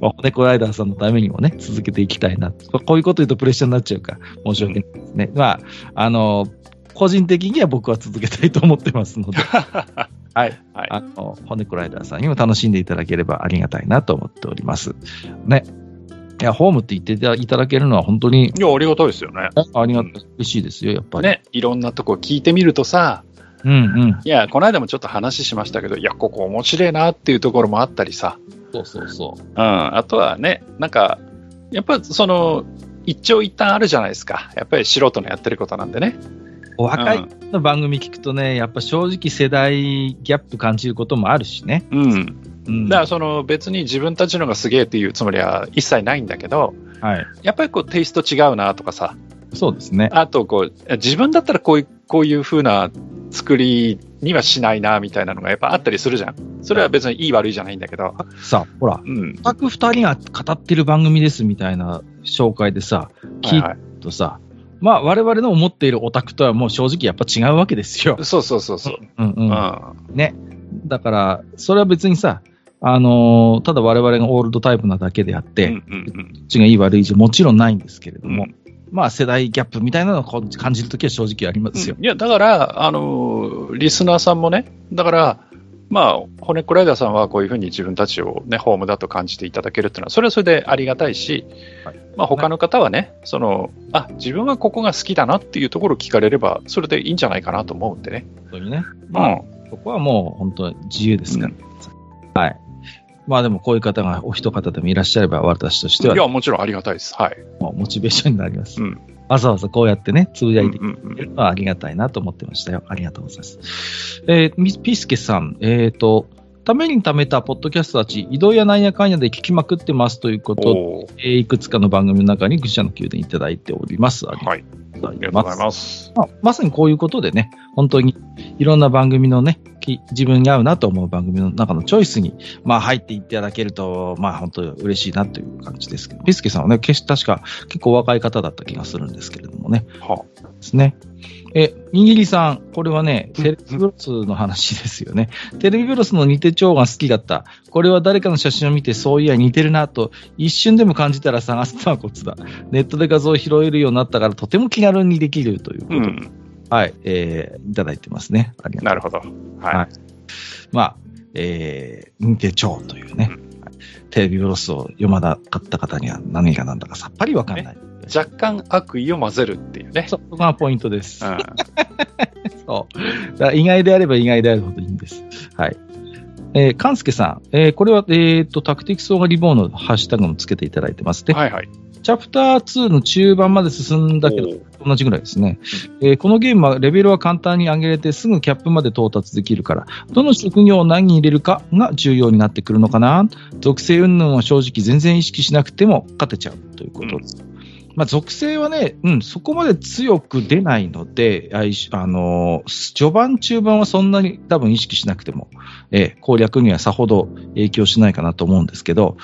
Speaker 1: まあ、骨コライダーさんのためにもね、続けていきたいな。ここういうこと言うとプレッシャーになっちゃうから、申し訳ないですね。まあ、あの、個人的には僕は続けたいと思ってますので、はい。
Speaker 2: はい
Speaker 1: あの、骨コライダーさんにも楽しんでいただければありがたいなと思っております。ね。いや、ホームって言っていたいただけるのは本当に
Speaker 2: いや、ありがたいですよね。
Speaker 1: ありがたい、嬉しいですよ、やっぱり。
Speaker 2: ね、いろんなとこ聞いてみるとさ、
Speaker 1: うんうん。
Speaker 2: いや、この間もちょっと話しましたけど、いや、ここ面白いなっていうところもあったりさ、
Speaker 1: そうそうそう。
Speaker 2: うん、あとはね、なんか、やっぱその、一長一短あるじゃないですか。やっぱり素人のやってることなんでね。
Speaker 1: お若
Speaker 2: う
Speaker 1: い
Speaker 2: ん
Speaker 1: の番組聞くとね、やっぱ正直世代ギャップ感じることもあるしね。
Speaker 2: うん。
Speaker 1: うん。
Speaker 2: だからその別に自分たちのがすげえっていうつもりは一切ないんだけど、
Speaker 1: はい。
Speaker 2: やっぱりこうテイスト違うなとかさ、
Speaker 1: そうですね。
Speaker 2: あとこう、自分だったらこういう、こういう風な作りにはしないなみたいなのがやっぱあったりするじゃん。それは別にいい悪いじゃないんだけど。
Speaker 1: さあ、ほら、
Speaker 2: うん。
Speaker 1: 全く二人が語ってる番組ですみたいな紹介でさ、聞い
Speaker 2: は
Speaker 1: た
Speaker 2: い
Speaker 1: とさ、まあ我々の思っているオタクとはもう正直やっぱ違うわけですよ
Speaker 2: はい。。そうそうそうそう。
Speaker 1: うんう。
Speaker 2: うんん。
Speaker 1: ね。だから、それは別にさ、あのーただ我々がオールドタイプなだけであって、
Speaker 2: うんうんうん
Speaker 1: どっちがいい悪いじゃもちろんないんですけれども、
Speaker 2: う
Speaker 1: まあ世代ギャップみたいなのをこう感じるときは正直ありますよ。
Speaker 2: うんいや、だから、あのーリスナーさんもね、だから、まあ、骨コライダーさんはこういうふうに自分たちをね、ホームだと感じていただけるっていうのは、それはそれでありがたいし、
Speaker 1: はい
Speaker 2: まあ、他の方はね、その、あ、自分はここが好きだなっていうところを聞かれれば、それでいいんじゃないかなと思うんでね。
Speaker 1: 本当にね。
Speaker 2: ま
Speaker 1: ま
Speaker 2: あ
Speaker 1: あ、、そこはもう本当に自由ですから。
Speaker 2: うん
Speaker 1: はい。まあでもこういう方がお一方でもいらっしゃれば私として
Speaker 2: い
Speaker 1: は
Speaker 2: や、もちろんありがたいです。はい。
Speaker 1: もうモチベーションになります。
Speaker 2: うん
Speaker 1: わざわざこうやってね、つぶやいて
Speaker 2: うんう
Speaker 1: く
Speaker 2: ん
Speaker 1: れるのはありがたいなと思ってましたよ。ありがとうございます。えー、みピースケさん、えっ、と、ために貯めたポッドキャストたち、移動やなんやかんやで聞きまくってますということで
Speaker 2: おー
Speaker 1: えーいくつかの番組の中に愚者の宮殿いただいております。ありが
Speaker 2: はい。
Speaker 1: とうご
Speaker 2: あり
Speaker 1: ざい
Speaker 2: がとうご
Speaker 1: ま
Speaker 2: ざ
Speaker 1: す。
Speaker 2: います。
Speaker 1: まあまさにこういうことでね、本当にいろんな番組のね、き自分に合うなと思う番組の中のチョイスに、まあ、入っていただけると、まあ、本当嬉しいなという感じですけど、ピスケさんはね、決し確か結構若い方だった気がするんですけれどもね。
Speaker 2: は
Speaker 1: ですね。え、イギリさん、これはね、テレビブロスの話ですよね。テレビブロスの似て蝶が好きだった。これは誰かの写真を見て、そういや似てるなと、一瞬でも感じたら探すのはコツだ。ネットで画像を拾えるようになったから、とても気軽にできるということ
Speaker 2: う
Speaker 1: で
Speaker 2: ん、
Speaker 1: はい、えーいただいてますね。ありがとう
Speaker 2: なるほど。
Speaker 1: は
Speaker 2: はい
Speaker 1: まあ、えー、認定長というね、テレビブロスを読まなかった方には何が何だかさっぱりわかんない。
Speaker 2: い、若干悪意を混ぜるっていうね。
Speaker 1: そこがポイントです。
Speaker 2: うん
Speaker 1: そう。だから意外であれば意外であるほどいいんです。はい。えー、かんすけさん、えーこれは、えー、と、タクティクスオーガリボーンのハッシュタグもつけていただいてます。で、
Speaker 2: はいはい。
Speaker 1: チャプター2の中盤まで進ん <laughs> だけど
Speaker 2: お、ー
Speaker 1: 同じぐらいですね、えーこのゲームはレベルは簡単に上げれてすぐキャップまで到達できるからどの職業を何に入れるかが重要になってくるのかな属性云々は正直全然意識しなくても勝てちゃうということです、まあ、属性はね、うん、そこまで強く出ないので、あいしあのー序盤、中盤はそんなに多分意識しなくても、えー攻略にはさほど影響しないかなと思うんですけど、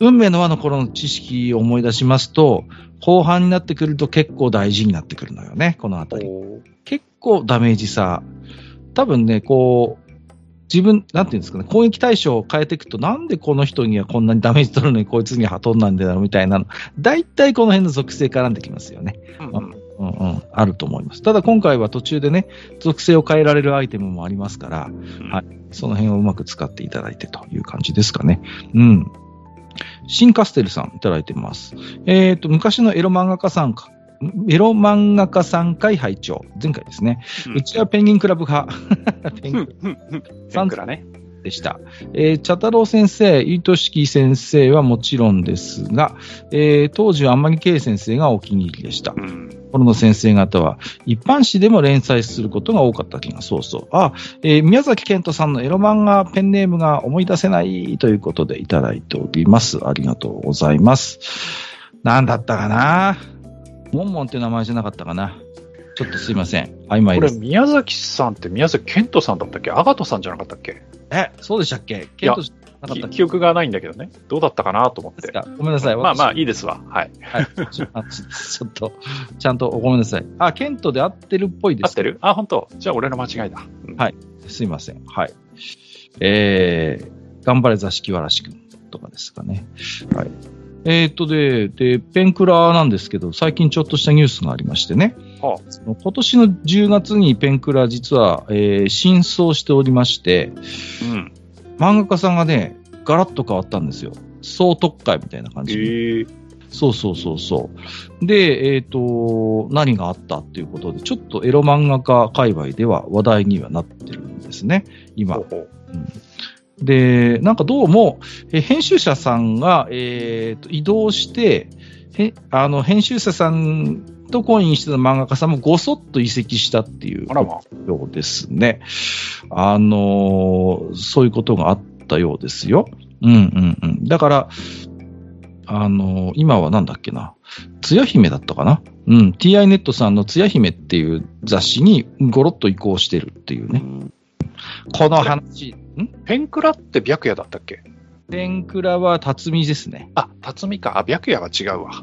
Speaker 1: 運命の輪の頃の知識を思い出しますと、後半になってくると結構大事になってくるのよね、このあた
Speaker 2: うん
Speaker 1: り。
Speaker 2: おー
Speaker 1: 結構ダメージ差。多分ね、こう、自分、なんていうんですかね、攻撃対象を変えていくと、なんでこの人にはこんなにダメージ取るのに、こいつには取んないんだろうみたいなの。大体この辺の属性絡んできますよね。
Speaker 2: うんうん
Speaker 1: うんうん、あると思います。ただ今回は途中でね、属性を変えられるアイテムもありますから、
Speaker 2: ん
Speaker 1: はい、その辺をうまく使っていただいてという感じですかね。うん。シンカステルさんいただいてます。えっ、と、昔のエロ漫画家さんか、エロ漫画家さん会拝聴前回ですね。
Speaker 2: うん
Speaker 1: うちはペンギンクラブ派。 <laughs> ペンギン
Speaker 2: 天倉ね。
Speaker 1: でした。えー、茶太郎先生、伊藤式先生はもちろんですが、えー当時はあんまり K 先生がお気に入りでした。
Speaker 2: うん。
Speaker 1: この先生方は、一般誌でも連載することが多かった気が、そうそう。あ、えー宮崎健人さんのエロ漫画ペンネームが思い出せないということでいただいております。ありがとうございます。なんだったかなモンモンって名前じゃなかったかなちょっとすいません。曖
Speaker 2: こ
Speaker 1: 昧で
Speaker 2: れ、
Speaker 1: す。
Speaker 2: 宮崎さんって宮崎健人さんだったっけアガトさんじゃなかったっけ
Speaker 1: え、そうでしたっけ健人じゃなかったっ
Speaker 2: き
Speaker 1: け
Speaker 2: 記憶がないんだけどね。どうだったかなと思っ
Speaker 1: です
Speaker 2: て。
Speaker 1: かごめんなさい。
Speaker 2: まあまあ、
Speaker 1: 私
Speaker 2: いいですわ。はい。
Speaker 1: はい、ちょあちょっと、ちゃんとごめんなさい。あ、ケントで合ってるっぽいで
Speaker 2: 合っ
Speaker 1: す
Speaker 2: て。るあ、本当。じゃあ、俺の間違いだ。うん
Speaker 1: はいすいません。はい。えー、頑張れ座敷わらしくんとかですかね。はい。えー、っとで、で、ペンクラなんですけど、最近ちょっとしたニュースがありましてね。
Speaker 2: は
Speaker 1: その今年の10月にペンクラ実は、えー、真相しておりまして、
Speaker 2: あうん。
Speaker 1: 漫画家さんがね、ガラッと変わったんですよ。総特会みたいな感
Speaker 2: え
Speaker 1: じで。
Speaker 2: ー、
Speaker 1: そうそうそうそう。で、えっ、と、何があったっていうことで、ちょっとエロ漫画家界隈では話題にはなってるんですね、今
Speaker 2: ほう。ほう
Speaker 1: で、なんかどうも、え編集者さんが、えーと移動して、へあの編集者さんとコインしてた漫画家さんもごそっと移籍したっていう
Speaker 2: あらま。
Speaker 1: ようですね。あのーそういうことがあったようですよ。うんうんうん。だから、あのー今はなんだっけな。つや姫だったかな。うん。TI ネットさんのつや姫っていう雑誌にゴロッと移行してるっていうね。この話。ん
Speaker 2: ペンクラって白夜だったっけ
Speaker 1: 天倉は辰巳ですね。
Speaker 2: あ、辰巳か。あ、白夜は違うわ。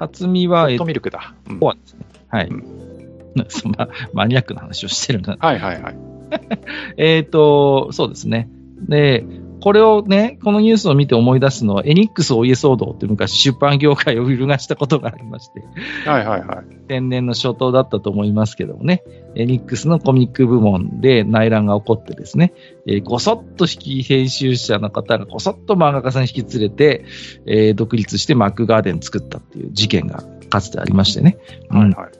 Speaker 1: 辰巳は、
Speaker 2: ホ
Speaker 1: え
Speaker 2: ッ
Speaker 1: っ
Speaker 2: ト
Speaker 1: と、
Speaker 2: ミルクだ。うん
Speaker 1: コアですね。はい。
Speaker 2: う
Speaker 1: <laughs> そんなマニアックな話をしてるな。
Speaker 2: はいはいはい。
Speaker 1: えっ、と、そうですね。で、これをね、このニュースを見て思い出すのは、エニックスお家騒動って昔出版業界を揺るがしたことがありまして、
Speaker 2: はいはいはい。
Speaker 1: 天然の初頭だったと思いますけどもね、エニックスのコミック部門で内乱が起こってですね、えーごそっと引き編集者の方がごそっと漫画家さん引き連れて、えー独立してマックガーデン作ったっていう事件がかつてありましてね。うん
Speaker 2: はいはい。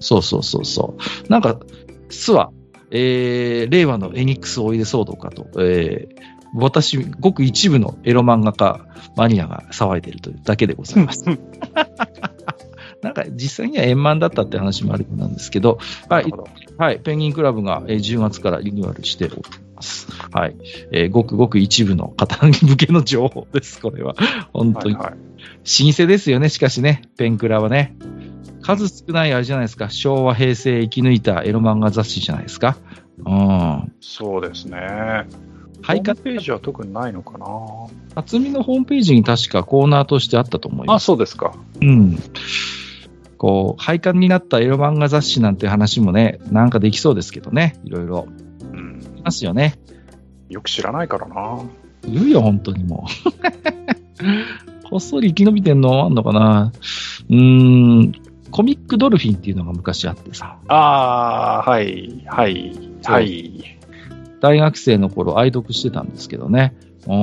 Speaker 1: そうそうそうそう。なんか、実は、えー、令和のエニックスおいで騒動かと、えー私、ごく一部のエロ漫画家、マニアが騒いでるというだけでございます。なんか、実際には円満だったって話もあるようなんですけど、は
Speaker 2: ないるほ、ど
Speaker 1: はい、ペンギンクラブがえー10月からリニューアルしております。はい、えーごくごく一部の方向けの情報です、これは。本当
Speaker 2: はい
Speaker 1: に。
Speaker 2: はい。
Speaker 1: 老舗ですよね、しかしね、ペンクラはね。数少ないあれじゃないですか、昭和、平成生き抜いたエロ漫画雑誌じゃないですか。うん。
Speaker 2: そうですね。
Speaker 1: 配下
Speaker 2: ホームページは特にないのかな。
Speaker 1: 厚みのホームページに確かコーナーとしてあったと思いま
Speaker 2: あ、
Speaker 1: す。
Speaker 2: そうですか。
Speaker 1: うん。こう、廃刊になったエロ漫画雑誌なんて話もね、なんかできそうですけどね、いろいろ。
Speaker 2: うん。
Speaker 1: いますよね。
Speaker 2: よく知らないからな。
Speaker 1: いるよ、本当にもう。 <laughs> こっそり生き延びてんのあんのかなうーん、コミックドルフィンっていうのが昔あってさ、
Speaker 2: ああ、はい、はい、
Speaker 1: そう
Speaker 2: はい。
Speaker 1: 大学生の頃愛読してたんですけどね。うん、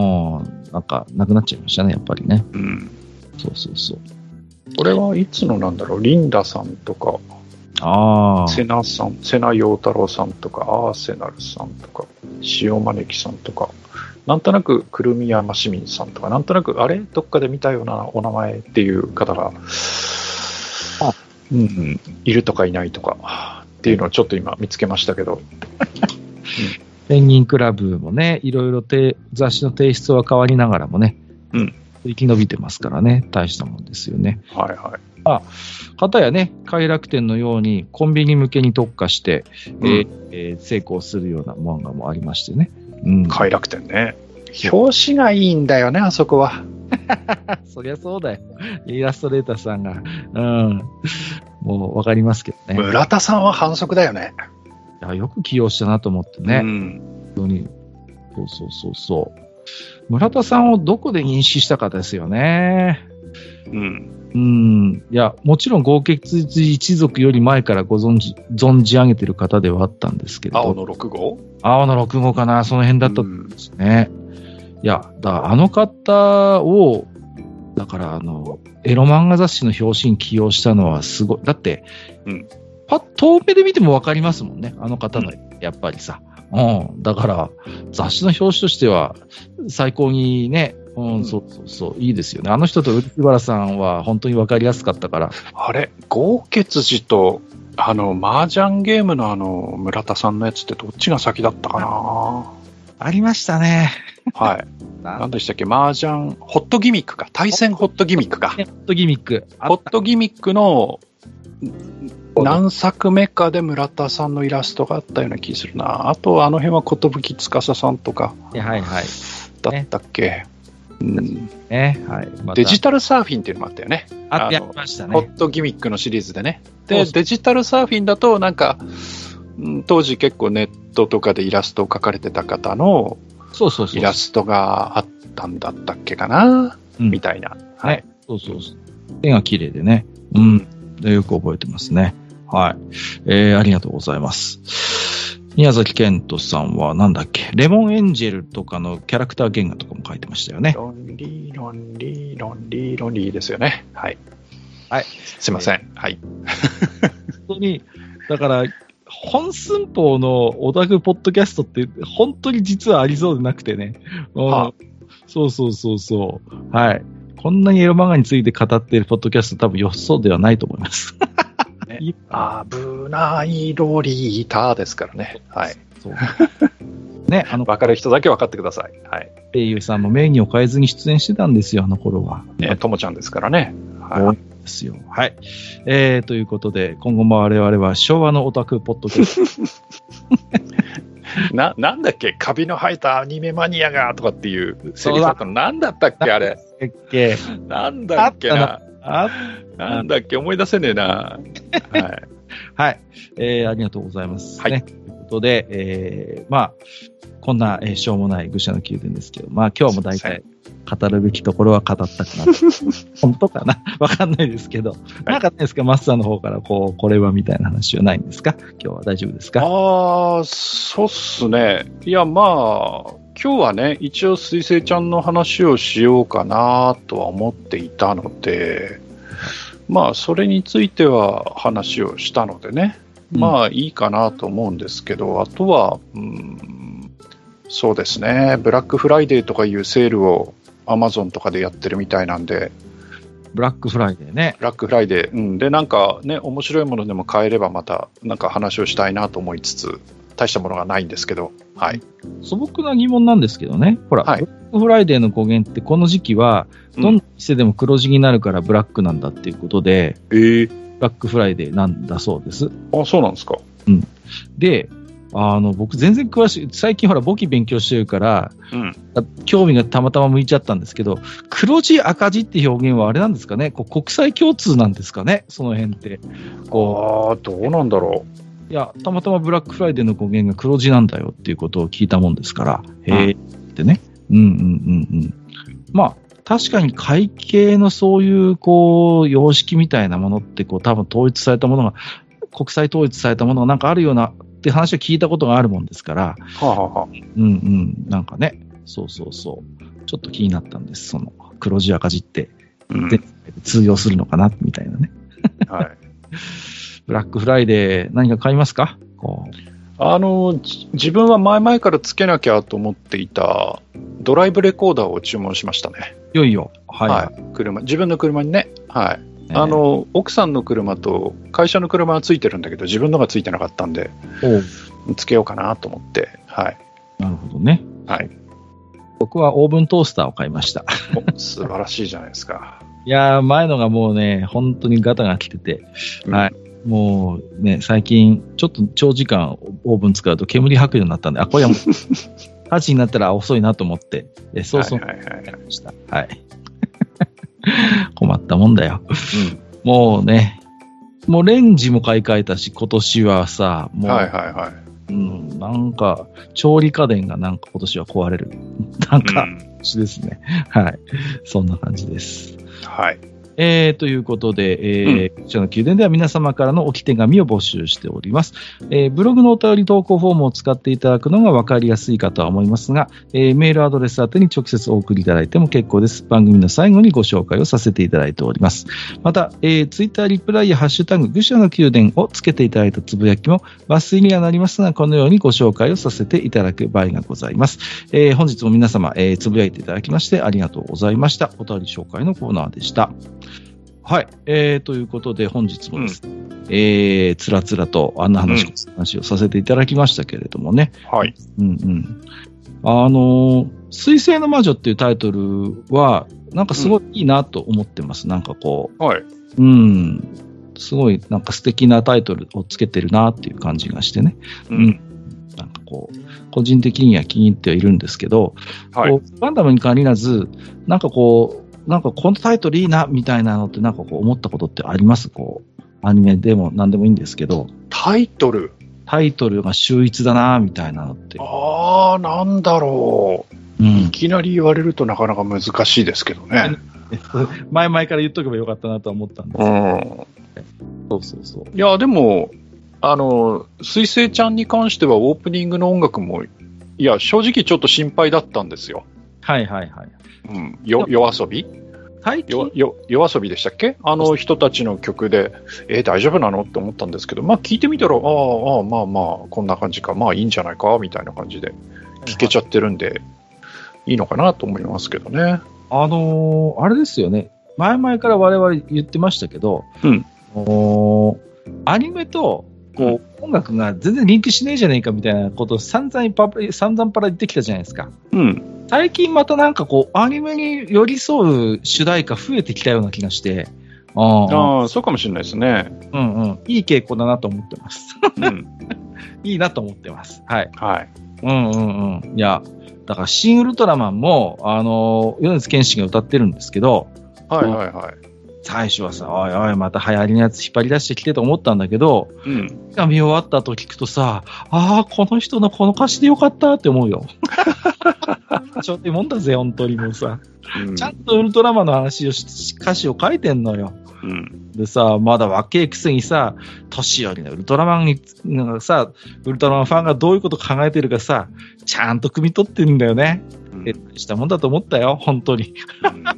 Speaker 1: なんか、なくなっちゃいましたね、やっぱりね。
Speaker 2: うん。
Speaker 1: そうそうそう。
Speaker 2: これはいつのなんだろう、リンダさんとか、
Speaker 1: ああ。
Speaker 2: 瀬名さん、瀬名陽太郎さんとか、アーセナルさんとか、塩招きさんとか、なんとなくくるみ山市民さんとか、なんとなく、あれどっかで見たようなお名前っていう方が、うんうん、いるとかいないとかっていうのをちょっと今見つけましたけど、
Speaker 1: ペンギンクラブもね、いろいろて雑誌の提出は変わりながらもね、
Speaker 2: うん
Speaker 1: 生き延びてますからね、大したもんですよね。
Speaker 2: はいはい。
Speaker 1: かたやね、快楽天のようにコンビニ向けに特化して、えーえー成功するような漫画もありましてね。うん、
Speaker 2: 快楽天ね。表紙がいいんだよね、あそこは。
Speaker 1: <laughs> そりゃそうだよ。イラストレーターさんが。うん。もうわかりますけどね。
Speaker 2: 村田さんは反則だよね。
Speaker 1: いやよく起用したなと思ってね。
Speaker 2: うん。
Speaker 1: 本当に。そうそうそうそう。村田さんをどこで認識したかですよね。
Speaker 2: うん。
Speaker 1: うん、いや、もちろん豪傑一族より前からご存じ、存じ上げてる方ではあったんですけれど、
Speaker 2: 青の6号
Speaker 1: 青の6号かな、その辺だったんですね。いや、だあの方を、だからあの、エロ漫画雑誌の表紙に起用したのはすごい。だって、
Speaker 2: うん
Speaker 1: パッと遠目で見てもわかりますもんね、あの方の、やっぱりさ。うん、だから、雑誌の表紙としては、最高にね、うん、
Speaker 2: うん
Speaker 1: そうそうそう、いいですよね。あの人と漆原さんは本当にわかりやすかったから、
Speaker 2: あれ、豪傑寺と、あの、麻雀ゲームのあの、村田さんのやつってどっちが先だった
Speaker 1: <laughs>
Speaker 2: かな
Speaker 1: ありましたね。
Speaker 2: はい。何でしたっけ麻雀、ホットギミックか。対戦ホットギミックか。
Speaker 1: ホットギミック。
Speaker 2: ホットギミックの、何作目かで村田さんのイラストがあったような気するな。あと、あの辺は寿司さんとか
Speaker 1: はいはい。
Speaker 2: だったっけ、うん、
Speaker 1: ね、はい。また
Speaker 2: デジタルサーフィンっていうのもあったよね。
Speaker 1: あ
Speaker 2: あの
Speaker 1: やりました
Speaker 2: ホ
Speaker 1: ね。
Speaker 2: ットギミックのシリーズでね。
Speaker 1: そう
Speaker 2: で、
Speaker 1: そう
Speaker 2: デジタルサーフィンだと、なんか、うん当時結構ネットとかでイラストを描かれてた方の
Speaker 1: そうそうそう。
Speaker 2: イラストがあったんだったっけかな、
Speaker 1: うん
Speaker 2: みたいな。。
Speaker 1: はいそうそうそう。絵が綺麗でね。うん。でよく覚えてますね。はい。えー、ありがとうございます。宮崎健人さんはなんだっけレモンエンジェルとかのキャラクター原画とかも書いてましたよね。
Speaker 2: ロンリー、ロンリー、ロンリー、ロンリーですよね。はい。
Speaker 1: はい。
Speaker 2: すいません。はい。
Speaker 1: 本当に、だから、本寸法のオタクポッドキャストって本当に実はありそうでなくてね。うん
Speaker 2: は
Speaker 1: そうそうそうそう。はい。こんなにエロ漫画について語っているポッドキャスト多分予想ではないと思います。
Speaker 2: ね
Speaker 1: <laughs> いい
Speaker 2: 危ないロリータですからね。はい。
Speaker 1: そう。ね、あの、
Speaker 2: わかる人だけ分かってください。はい。
Speaker 1: 声優さんも名義を変えずに出演してたんですよ、あの頃は。
Speaker 2: ね、ともちゃんですからね。
Speaker 1: 多
Speaker 2: はい
Speaker 1: ですよ。はい。えー、ということで、今後も我々は昭和のオタクポッドキャスト。
Speaker 2: い。な、なんだっけカビの生えたアニメマニアがとかっていうセリフだったの。なんだったっけあれ。
Speaker 1: えっけ
Speaker 2: なんだっけ
Speaker 1: あ
Speaker 2: な。
Speaker 1: あ
Speaker 2: なんだっけ思い出せねえな。はい。
Speaker 1: はい。えー、ありがとうございます。
Speaker 2: はい
Speaker 1: ねということで、えー、まあ、こんな、えーしょうもない愚者の宮殿ですけど、まあ今日も大
Speaker 2: すいま
Speaker 1: 体語るべきところは語ったかな。
Speaker 2: <laughs>
Speaker 1: 本当かなわかんないですけど。なんかないですかマスターの方から、こう、これはみたいな話はないんですか今日は大丈夫ですか
Speaker 2: ああ、そうっすね。いや、まあ、今日はね、一応、水星ちゃんの話をしようかなとは思っていたので、まあ、それについては話をしたのでね、まあ、いいかなと思うんですけど、あとは、うん、そうですね、ブラックフライデーとかいうセールを、アマゾンとかでやってるみたいなんで、
Speaker 1: ブラックフライデーね。
Speaker 2: ブラックフライデー、うん、でなんかね面白いものでも買えればまたなんか話をしたいなと思いつつ大したものがないんですけどはい、
Speaker 1: 素朴な疑問なんですけどね。ほら、
Speaker 2: はい
Speaker 1: ブラックフライデーの語源ってこの時期は、
Speaker 2: うん
Speaker 1: どんな店でも黒字になるからブラックなんだっていうことで、
Speaker 2: ええ
Speaker 1: ブラックフライデーなんだそうです。
Speaker 2: あそうなんですか
Speaker 1: で、あの、僕全然詳しい、最近ほら、簿記勉強してるから、
Speaker 2: うん、
Speaker 1: あ興味がたまたま向いちゃったんですけど、黒字赤字って表現はあれなんですかねこう国際共通なんですかねその辺って。こ
Speaker 2: ああ、どうなんだろ
Speaker 1: う、いや、たまたまブラックフライデーの語源が黒字なんだよっていうことを聞いたもんですから、へえってね。うんうんうんうん。まあ、確かに会計のそういう、こう、様式みたいなものって、こう、多分統一されたものが、国際統一されたものがなんかあるようなって話を聞いたことがあるもんですから、
Speaker 2: う。はあ、はあはあ、
Speaker 1: うんうん、なんかね、そうそうそう、ちょっと気になったんです、その黒字赤字って
Speaker 2: うん
Speaker 1: で通用するのかなみたいなね。
Speaker 2: はい、
Speaker 1: ブラックフライデー、何か買いますかこう
Speaker 2: あのじ自分は前々からつけなきゃと思っていたドライブレコーダーを注文しましたね、
Speaker 1: いよいよ、はい、
Speaker 2: はい、車自分の車にね、はい、
Speaker 1: ね
Speaker 2: あ、の奥さんの車と会社の車はついてるんだけど自分のがついてなかったんで
Speaker 1: おう
Speaker 2: つけようかなと思って、はい
Speaker 1: なるほどね。
Speaker 2: はい、
Speaker 1: 僕はオーブントースターを買いました。 <laughs>
Speaker 2: お素晴らしいじゃないですか。
Speaker 1: いやー、前のがもうね、本当にガタが来てて、はいもうね、最近、ちょっと長時間オーブン使うと煙吐くようになったんで、あ、こ
Speaker 2: <laughs>
Speaker 1: れはもう、8時になったら遅いなと思って、えそうそう、
Speaker 2: はいはいはいはい
Speaker 1: ました。はい。 <laughs> 困ったもんだよ。もうね、もうレンジも買い替えたし、今年はさ、もう、
Speaker 2: はいはいはい
Speaker 1: うん、なんか、調理家電がなんか今年は壊れる。なんか、
Speaker 2: うん
Speaker 1: ですね。はい。そんな感じです。
Speaker 2: はい
Speaker 1: えー、ということで、えーこちらの宮殿では皆様からの置き手紙を募集しております、えーブログのお便り投稿フォームを使っていただくのが分かりやすいかとは思いますが、えーメールアドレス宛てに直接お送りいただいても結構です。番組の最後にご紹介をさせていただいております。また、えー、ツイッターリプライやハッシュタグ、愚者の宮殿をつけていただいたつぶやきも抜粋にはなりますが、このようにご紹介をさせていただく場合がございます。えー本日も皆様、えーつぶやいていただきましてありがとうございました。お便り紹介のコーナーでした。はい。えー、ということで、本日もですね、えー、つらつらとあんな話、
Speaker 2: うん
Speaker 1: 話をさせていただきましたけれどもね。
Speaker 2: はい
Speaker 1: うんうん。あのー、水星の魔女っていうタイトルは、なんかすごいいいなと思ってます。なんかこ
Speaker 2: はい、
Speaker 1: う、うん。すごいなんか素敵なタイトルをつけてるなっていう感じがしてね。
Speaker 2: う
Speaker 1: うん、なんかこう、個人的には気に入ってはいるんですけど、
Speaker 2: はい
Speaker 1: こうガンダムに限らず、なんかこう、なんかこのタイトルいいなみたいなのって、なんかこう思ったことってありますこう、アニメでも何でもいいんですけど、
Speaker 2: タイトル
Speaker 1: タイトルが秀逸だなみたいなのって。
Speaker 2: ああなんだろう
Speaker 1: う
Speaker 2: い
Speaker 1: ん。
Speaker 2: きなり言われるとなかなか難しいですけどね、
Speaker 1: 前々から言っとけばよかったなとは思ったんです
Speaker 2: うん、
Speaker 1: そうそうそう。
Speaker 2: いやでもあの水星ちゃんに関してはオープニングの音楽もいや正直ちょっと心配だったんですよ、
Speaker 1: はいはいはい。
Speaker 2: うん、よ夜遊び
Speaker 1: 最
Speaker 2: よ
Speaker 1: 近、
Speaker 2: よ夜遊びでしたっけあの人たちの曲で、えー大丈夫なのって思ったんですけど、まあ、聞いてみたら、あーあー、まあまあ、こんな感じか、まあいいんじゃないかみたいな感じで、聞けちゃってるんで、いいのかなと思いますけどね。
Speaker 1: あのーあれですよね。前々から我々言ってましたけど、
Speaker 2: うん
Speaker 1: おーアニメとこう、音楽が全然リンクしねえじゃねえかみたいなことを散々パ散々パラ言ってきたじゃないですか。
Speaker 2: うん、
Speaker 1: 最近またなんかこう、アニメに寄り添う主題歌増えてきたような気がして、ああ、
Speaker 2: ああ、そうかもしれないですね。
Speaker 1: うんうん、いい傾向だなと思ってます。
Speaker 2: うん、
Speaker 1: いいなと思ってます。はい。
Speaker 2: はい。
Speaker 1: うんうんうん。いや、だから、シン・ウルトラマンも、あのー、米津玄師が歌ってるんですけど、
Speaker 2: はいはいはい。
Speaker 1: 最初はさ、おいおい、また流行りのやつ引っ張り出してきてと思ったんだけど、
Speaker 2: うん、
Speaker 1: が見終わった後聞くとさ、ああ、この人のこの歌詞でよかったって思うよ。ちょっといいもんだぜ、本当にもうさ。
Speaker 2: うん
Speaker 1: ちゃんとウルトラマンの話をし、歌詞を書いてんのよ。
Speaker 2: うん、
Speaker 1: でさ、まだ若いくせにさ、年寄りのウルトラマンに、なんかさ、ウルトラマンファンがどういうこと考えてるかさ、ちゃんと汲み取ってるんだよね。
Speaker 2: うん
Speaker 1: え、大したもんだと思ったよ、本当に。
Speaker 2: うん
Speaker 1: は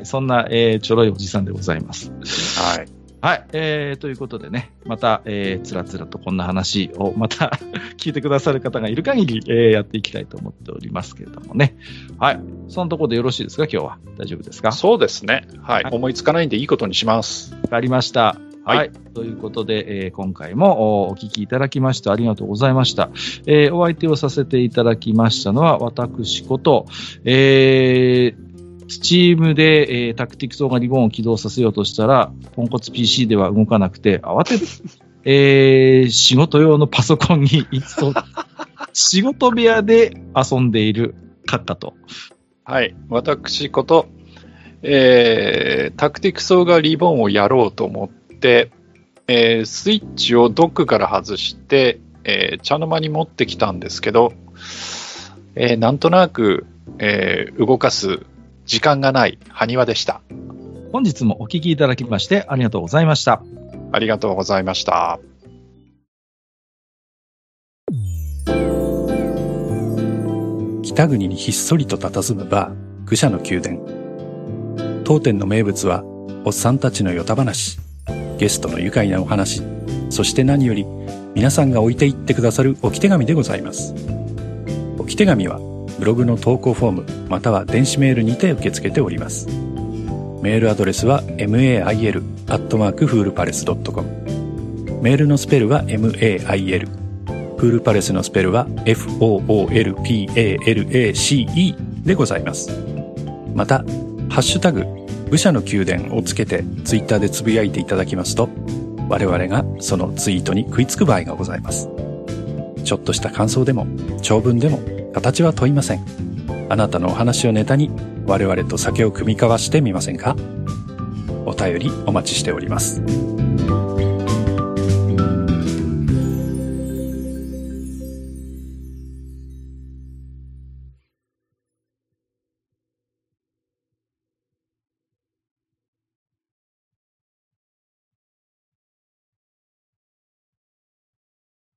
Speaker 1: い、そんな、えーちょろいおじさんでございます。
Speaker 2: はい。
Speaker 1: はい、えー、ということでね、また、えー、つらつらとこんな話を、また、 <laughs> 聞いてくださる方がいる限り、えーやっていきたいと思っておりますけれどもね。はい、そのところでよろしいですか、今日は。大丈夫ですか
Speaker 2: そうですね。はい
Speaker 1: は。い
Speaker 2: 思いつかないんでいいことにします。
Speaker 1: わかりました。は。
Speaker 2: はいい
Speaker 1: ということで、えー今回もおお聞きいただきましてありがとうございました。えーお相手をさせていただきましたのは、私こと、えー、スチームで、えータクティクスオーガリボンを起動させようとしたら、ポンコツ PC では動かなくて、慌てて、 <laughs> えー仕事用のパソコンにinstall
Speaker 2: <laughs>
Speaker 1: 仕事部屋で遊んでいる閣下と。
Speaker 2: はい、私こと、えータクティクソーがリボンをやろうと思って、えースイッチをドックから外して、えー茶の間に持ってきたんですけど、えーなんとなく、えー動かす時間がない埴輪でした。
Speaker 1: 本日もお聞きいただきましてありがとうございました。
Speaker 2: ありがとうございました。
Speaker 3: 北国にひっそりと佇むバー、愚者の宮殿。当店の名物は、おっさんたちのヨタ話、ゲストの愉快なお話、そして何より、皆さんが置いていってくださる置き手紙でございます。置き手紙は、ブログの投稿フォーム、または電子メールにて受け付けております。メールアドレスは、mail.foolpalace.com。メールのスペルは、mail。プールパレスのスペルは FOOLPALACE でございます。また、ハッシュタグ、武者の宮殿をつけてツイッターでつぶやいていただきますと、我々がそのツイートに食いつく場合がございます。ちょっとした感想でも、長文でも、形は問いません。あなたのお話をネタに、我々と酒を酌み交わしてみませんかお便りお待ちしております。